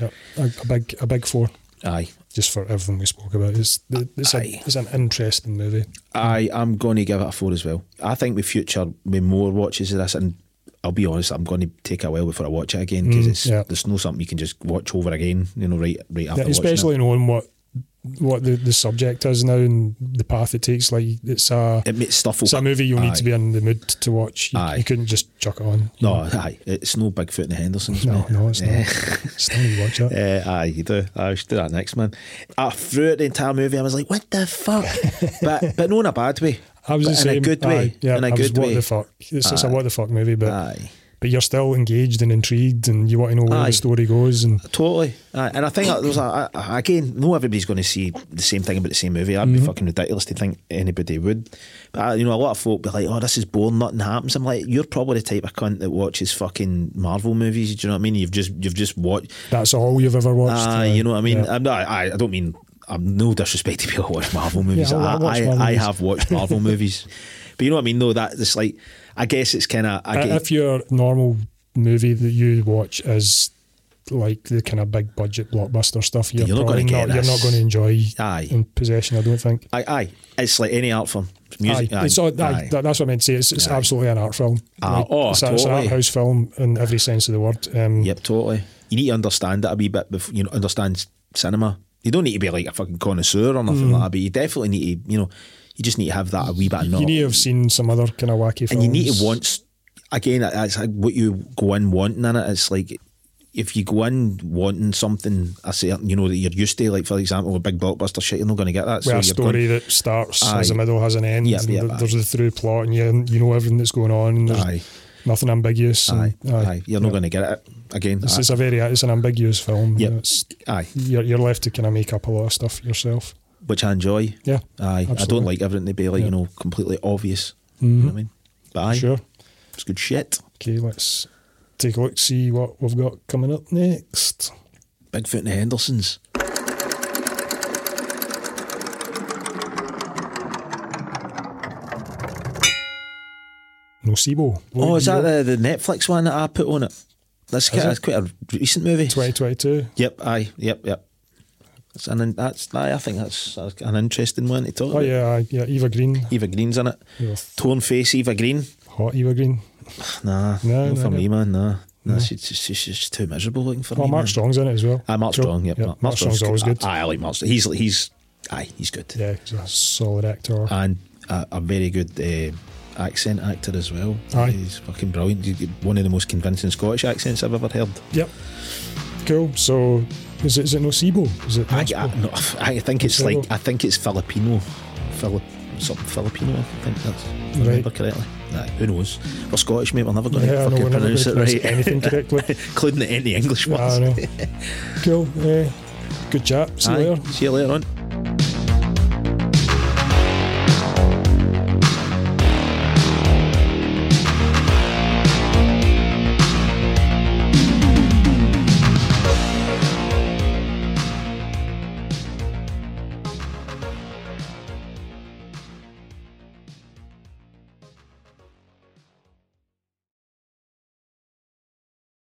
S1: Yep, a, a big, a big four.
S2: Aye,
S1: Just for everything we spoke about, it's it's, a,
S2: Aye.
S1: it's an interesting movie.
S2: I am going to give it a four as well. I think with future, with more watches of this, and I'll be honest, I'm going to take a while before I watch it again because it's
S1: Mm, yeah.
S2: there's no something you can just watch over again. You know, right, right after
S1: Yeah, especially knowing what what the, the subject is now and the path it takes. Like it's a
S2: watching it. it makes stuff.
S1: it's a movie you'll need to be in the mood to watch. You,
S2: Aye.
S1: you couldn't just chuck it on.
S2: No, aye, it's no Bigfoot and the Hendersons.
S1: No,
S2: mate.
S1: no, it's
S2: Eh,
S1: not. Still need to watch that.
S2: Eh, aye, you do. I should do that next, man. I threw it the entire movie. I was like, "What the fuck?" but but not in a bad way.
S1: I was
S2: but
S1: the same.
S2: in a good way.
S1: Aye, yeah,
S2: in a
S1: I was,
S2: good
S1: what
S2: way.
S1: the fuck? It's, it's a what the fuck movie, but
S2: Aye.
S1: but you're still engaged and intrigued, and you want to know where
S2: Aye.
S1: the story goes. And
S2: Totally, Aye, Uh, and I think that there's a, a- again, no everybody's going to see the same thing about the same movie. That'd
S1: Mm-hmm.
S2: be fucking ridiculous to think anybody would. But uh, you know, a lot of folk be like, "Oh, this is boring. Nothing happens." I'm like, "You're probably the type of cunt that watches fucking Marvel movies." Do you know what I mean? You've just you've just watched.
S1: that's all you've ever watched.
S2: Uh, you know what I mean?
S1: yeah.
S2: I'm not, I, I don't mean. I'm no disrespect to people who watch Marvel movies.
S1: I- I
S2: I,
S1: watch
S2: I,
S1: Marvel
S2: I
S1: movies.
S2: have watched Marvel movies, but you know what I mean. No, that it's like I guess it's kind of I
S1: Uh,
S2: get,
S1: if your normal movie that you watch is like the kind of big budget blockbuster stuff, you're,
S2: You're not
S1: probably
S2: gonna get
S1: not, you're not
S2: this.
S1: going to enjoy
S2: Aye.
S1: in possession. I don't think.
S2: aye, aye, it's like any art form. Music,
S1: aye.
S2: aye,
S1: It's all, aye,
S2: aye.
S1: that- that's what I meant to say. It's, it's
S2: Aye.
S1: absolutely an art film.
S2: Ah, oh,
S1: it's, a- it's an
S2: totally.
S1: art house film in every sense of the word. Um,
S2: Yep, totally. You need to understand that a wee bit before you know, understand s- cinema. You don't need to be like a fucking connoisseur or nothing like that, but you definitely need to, you know, you just need to have that a wee bit of
S1: Mm. You
S2: knowledge.
S1: need to have seen some other kind of wacky films.
S2: and you need to want, s- again, that- that's like what you go in wanting in it. It's like if you go in wanting something, I say, you know, that you're used to, like for example, a big blockbuster shit, you're not going to get that.
S1: with
S2: you're
S1: a story
S2: going-
S1: that starts, has
S2: Aye.
S1: a middle, has an end,
S2: Yep,
S1: and
S2: yep,
S1: th-
S2: aye.
S1: there's the through plot, and you, you know everything that's going on. And there's
S2: Aye.
S1: nothing ambiguous. and-
S2: aye, aye,
S1: Mm, aye.
S2: you're not going to get it again.
S1: It's,
S2: aye.
S1: it's a very it's an ambiguous film.
S2: Yep.
S1: It's-
S2: aye,
S1: you're, you're left to kind of make up a lot of stuff yourself.
S2: which I enjoy.
S1: Yeah,
S2: Aye, I don't
S1: absolutely.
S2: like everything to be like
S1: Yeah. Mm-hmm.
S2: you know completely obvious. You know what I mean? But aye,
S1: Sure.
S2: it's good shit.
S1: Okay, let's take a look, see what we've got coming up next.
S2: Bigfoot and the Hendersons.
S1: Nocebo.
S2: oh, is that the, the Netflix one that I put on it? That's quite,
S1: it?
S2: that's quite a recent movie.
S1: 2022?
S2: Yep, aye, yep, yep. That's an, that's aye, I think that's an interesting one to talk
S1: Oh
S2: about.
S1: yeah, aye, yeah. Eva Green,
S2: Eva Green's in it.
S1: Yeah.
S2: Torn face Eva Green.
S1: hot Eva Green. Oh,
S2: Nah,
S1: No,
S2: no,
S1: no,
S2: for
S1: no.
S2: me, man. Nah, nah, she's, she's, she's too miserable looking for
S1: Oh,
S2: me.
S1: Mark
S2: man.
S1: Strong's in it as well.
S2: Aye, Ah, Mark
S1: Cool.
S2: Strong. Yep,
S1: Yeah,
S2: Mark, Ah,
S1: Mark Strong's always good.
S2: Aye, I like Mark Strong. He's he's aye, he's good.
S1: Yeah, he's a solid actor.
S2: and a, a very good uh, accent actor as well.
S1: Aye.
S2: He's fucking brilliant. You- you- One of the most convincing Scottish accents I've ever heard.
S1: Yep. Cool. So, is it, is it Nocebo? Is it?
S2: I,
S1: Nocebo?
S2: I, no, I think it's
S1: Incredible.
S2: like I think it's Filipino, Filip, something Filipino. I think that's if I
S1: Right.
S2: remember correctly. Nah, who knows? We're Scottish, mate. We're never going to
S1: Yeah, I know,
S2: fucking
S1: we're never
S2: pronounce
S1: gonna
S2: it right,
S1: pronounce anything correctly.
S2: including the, any English
S1: I
S2: words.
S1: know. Ah, cool. Uh, Good chat. See you
S2: Aye.
S1: later.
S2: See you later on.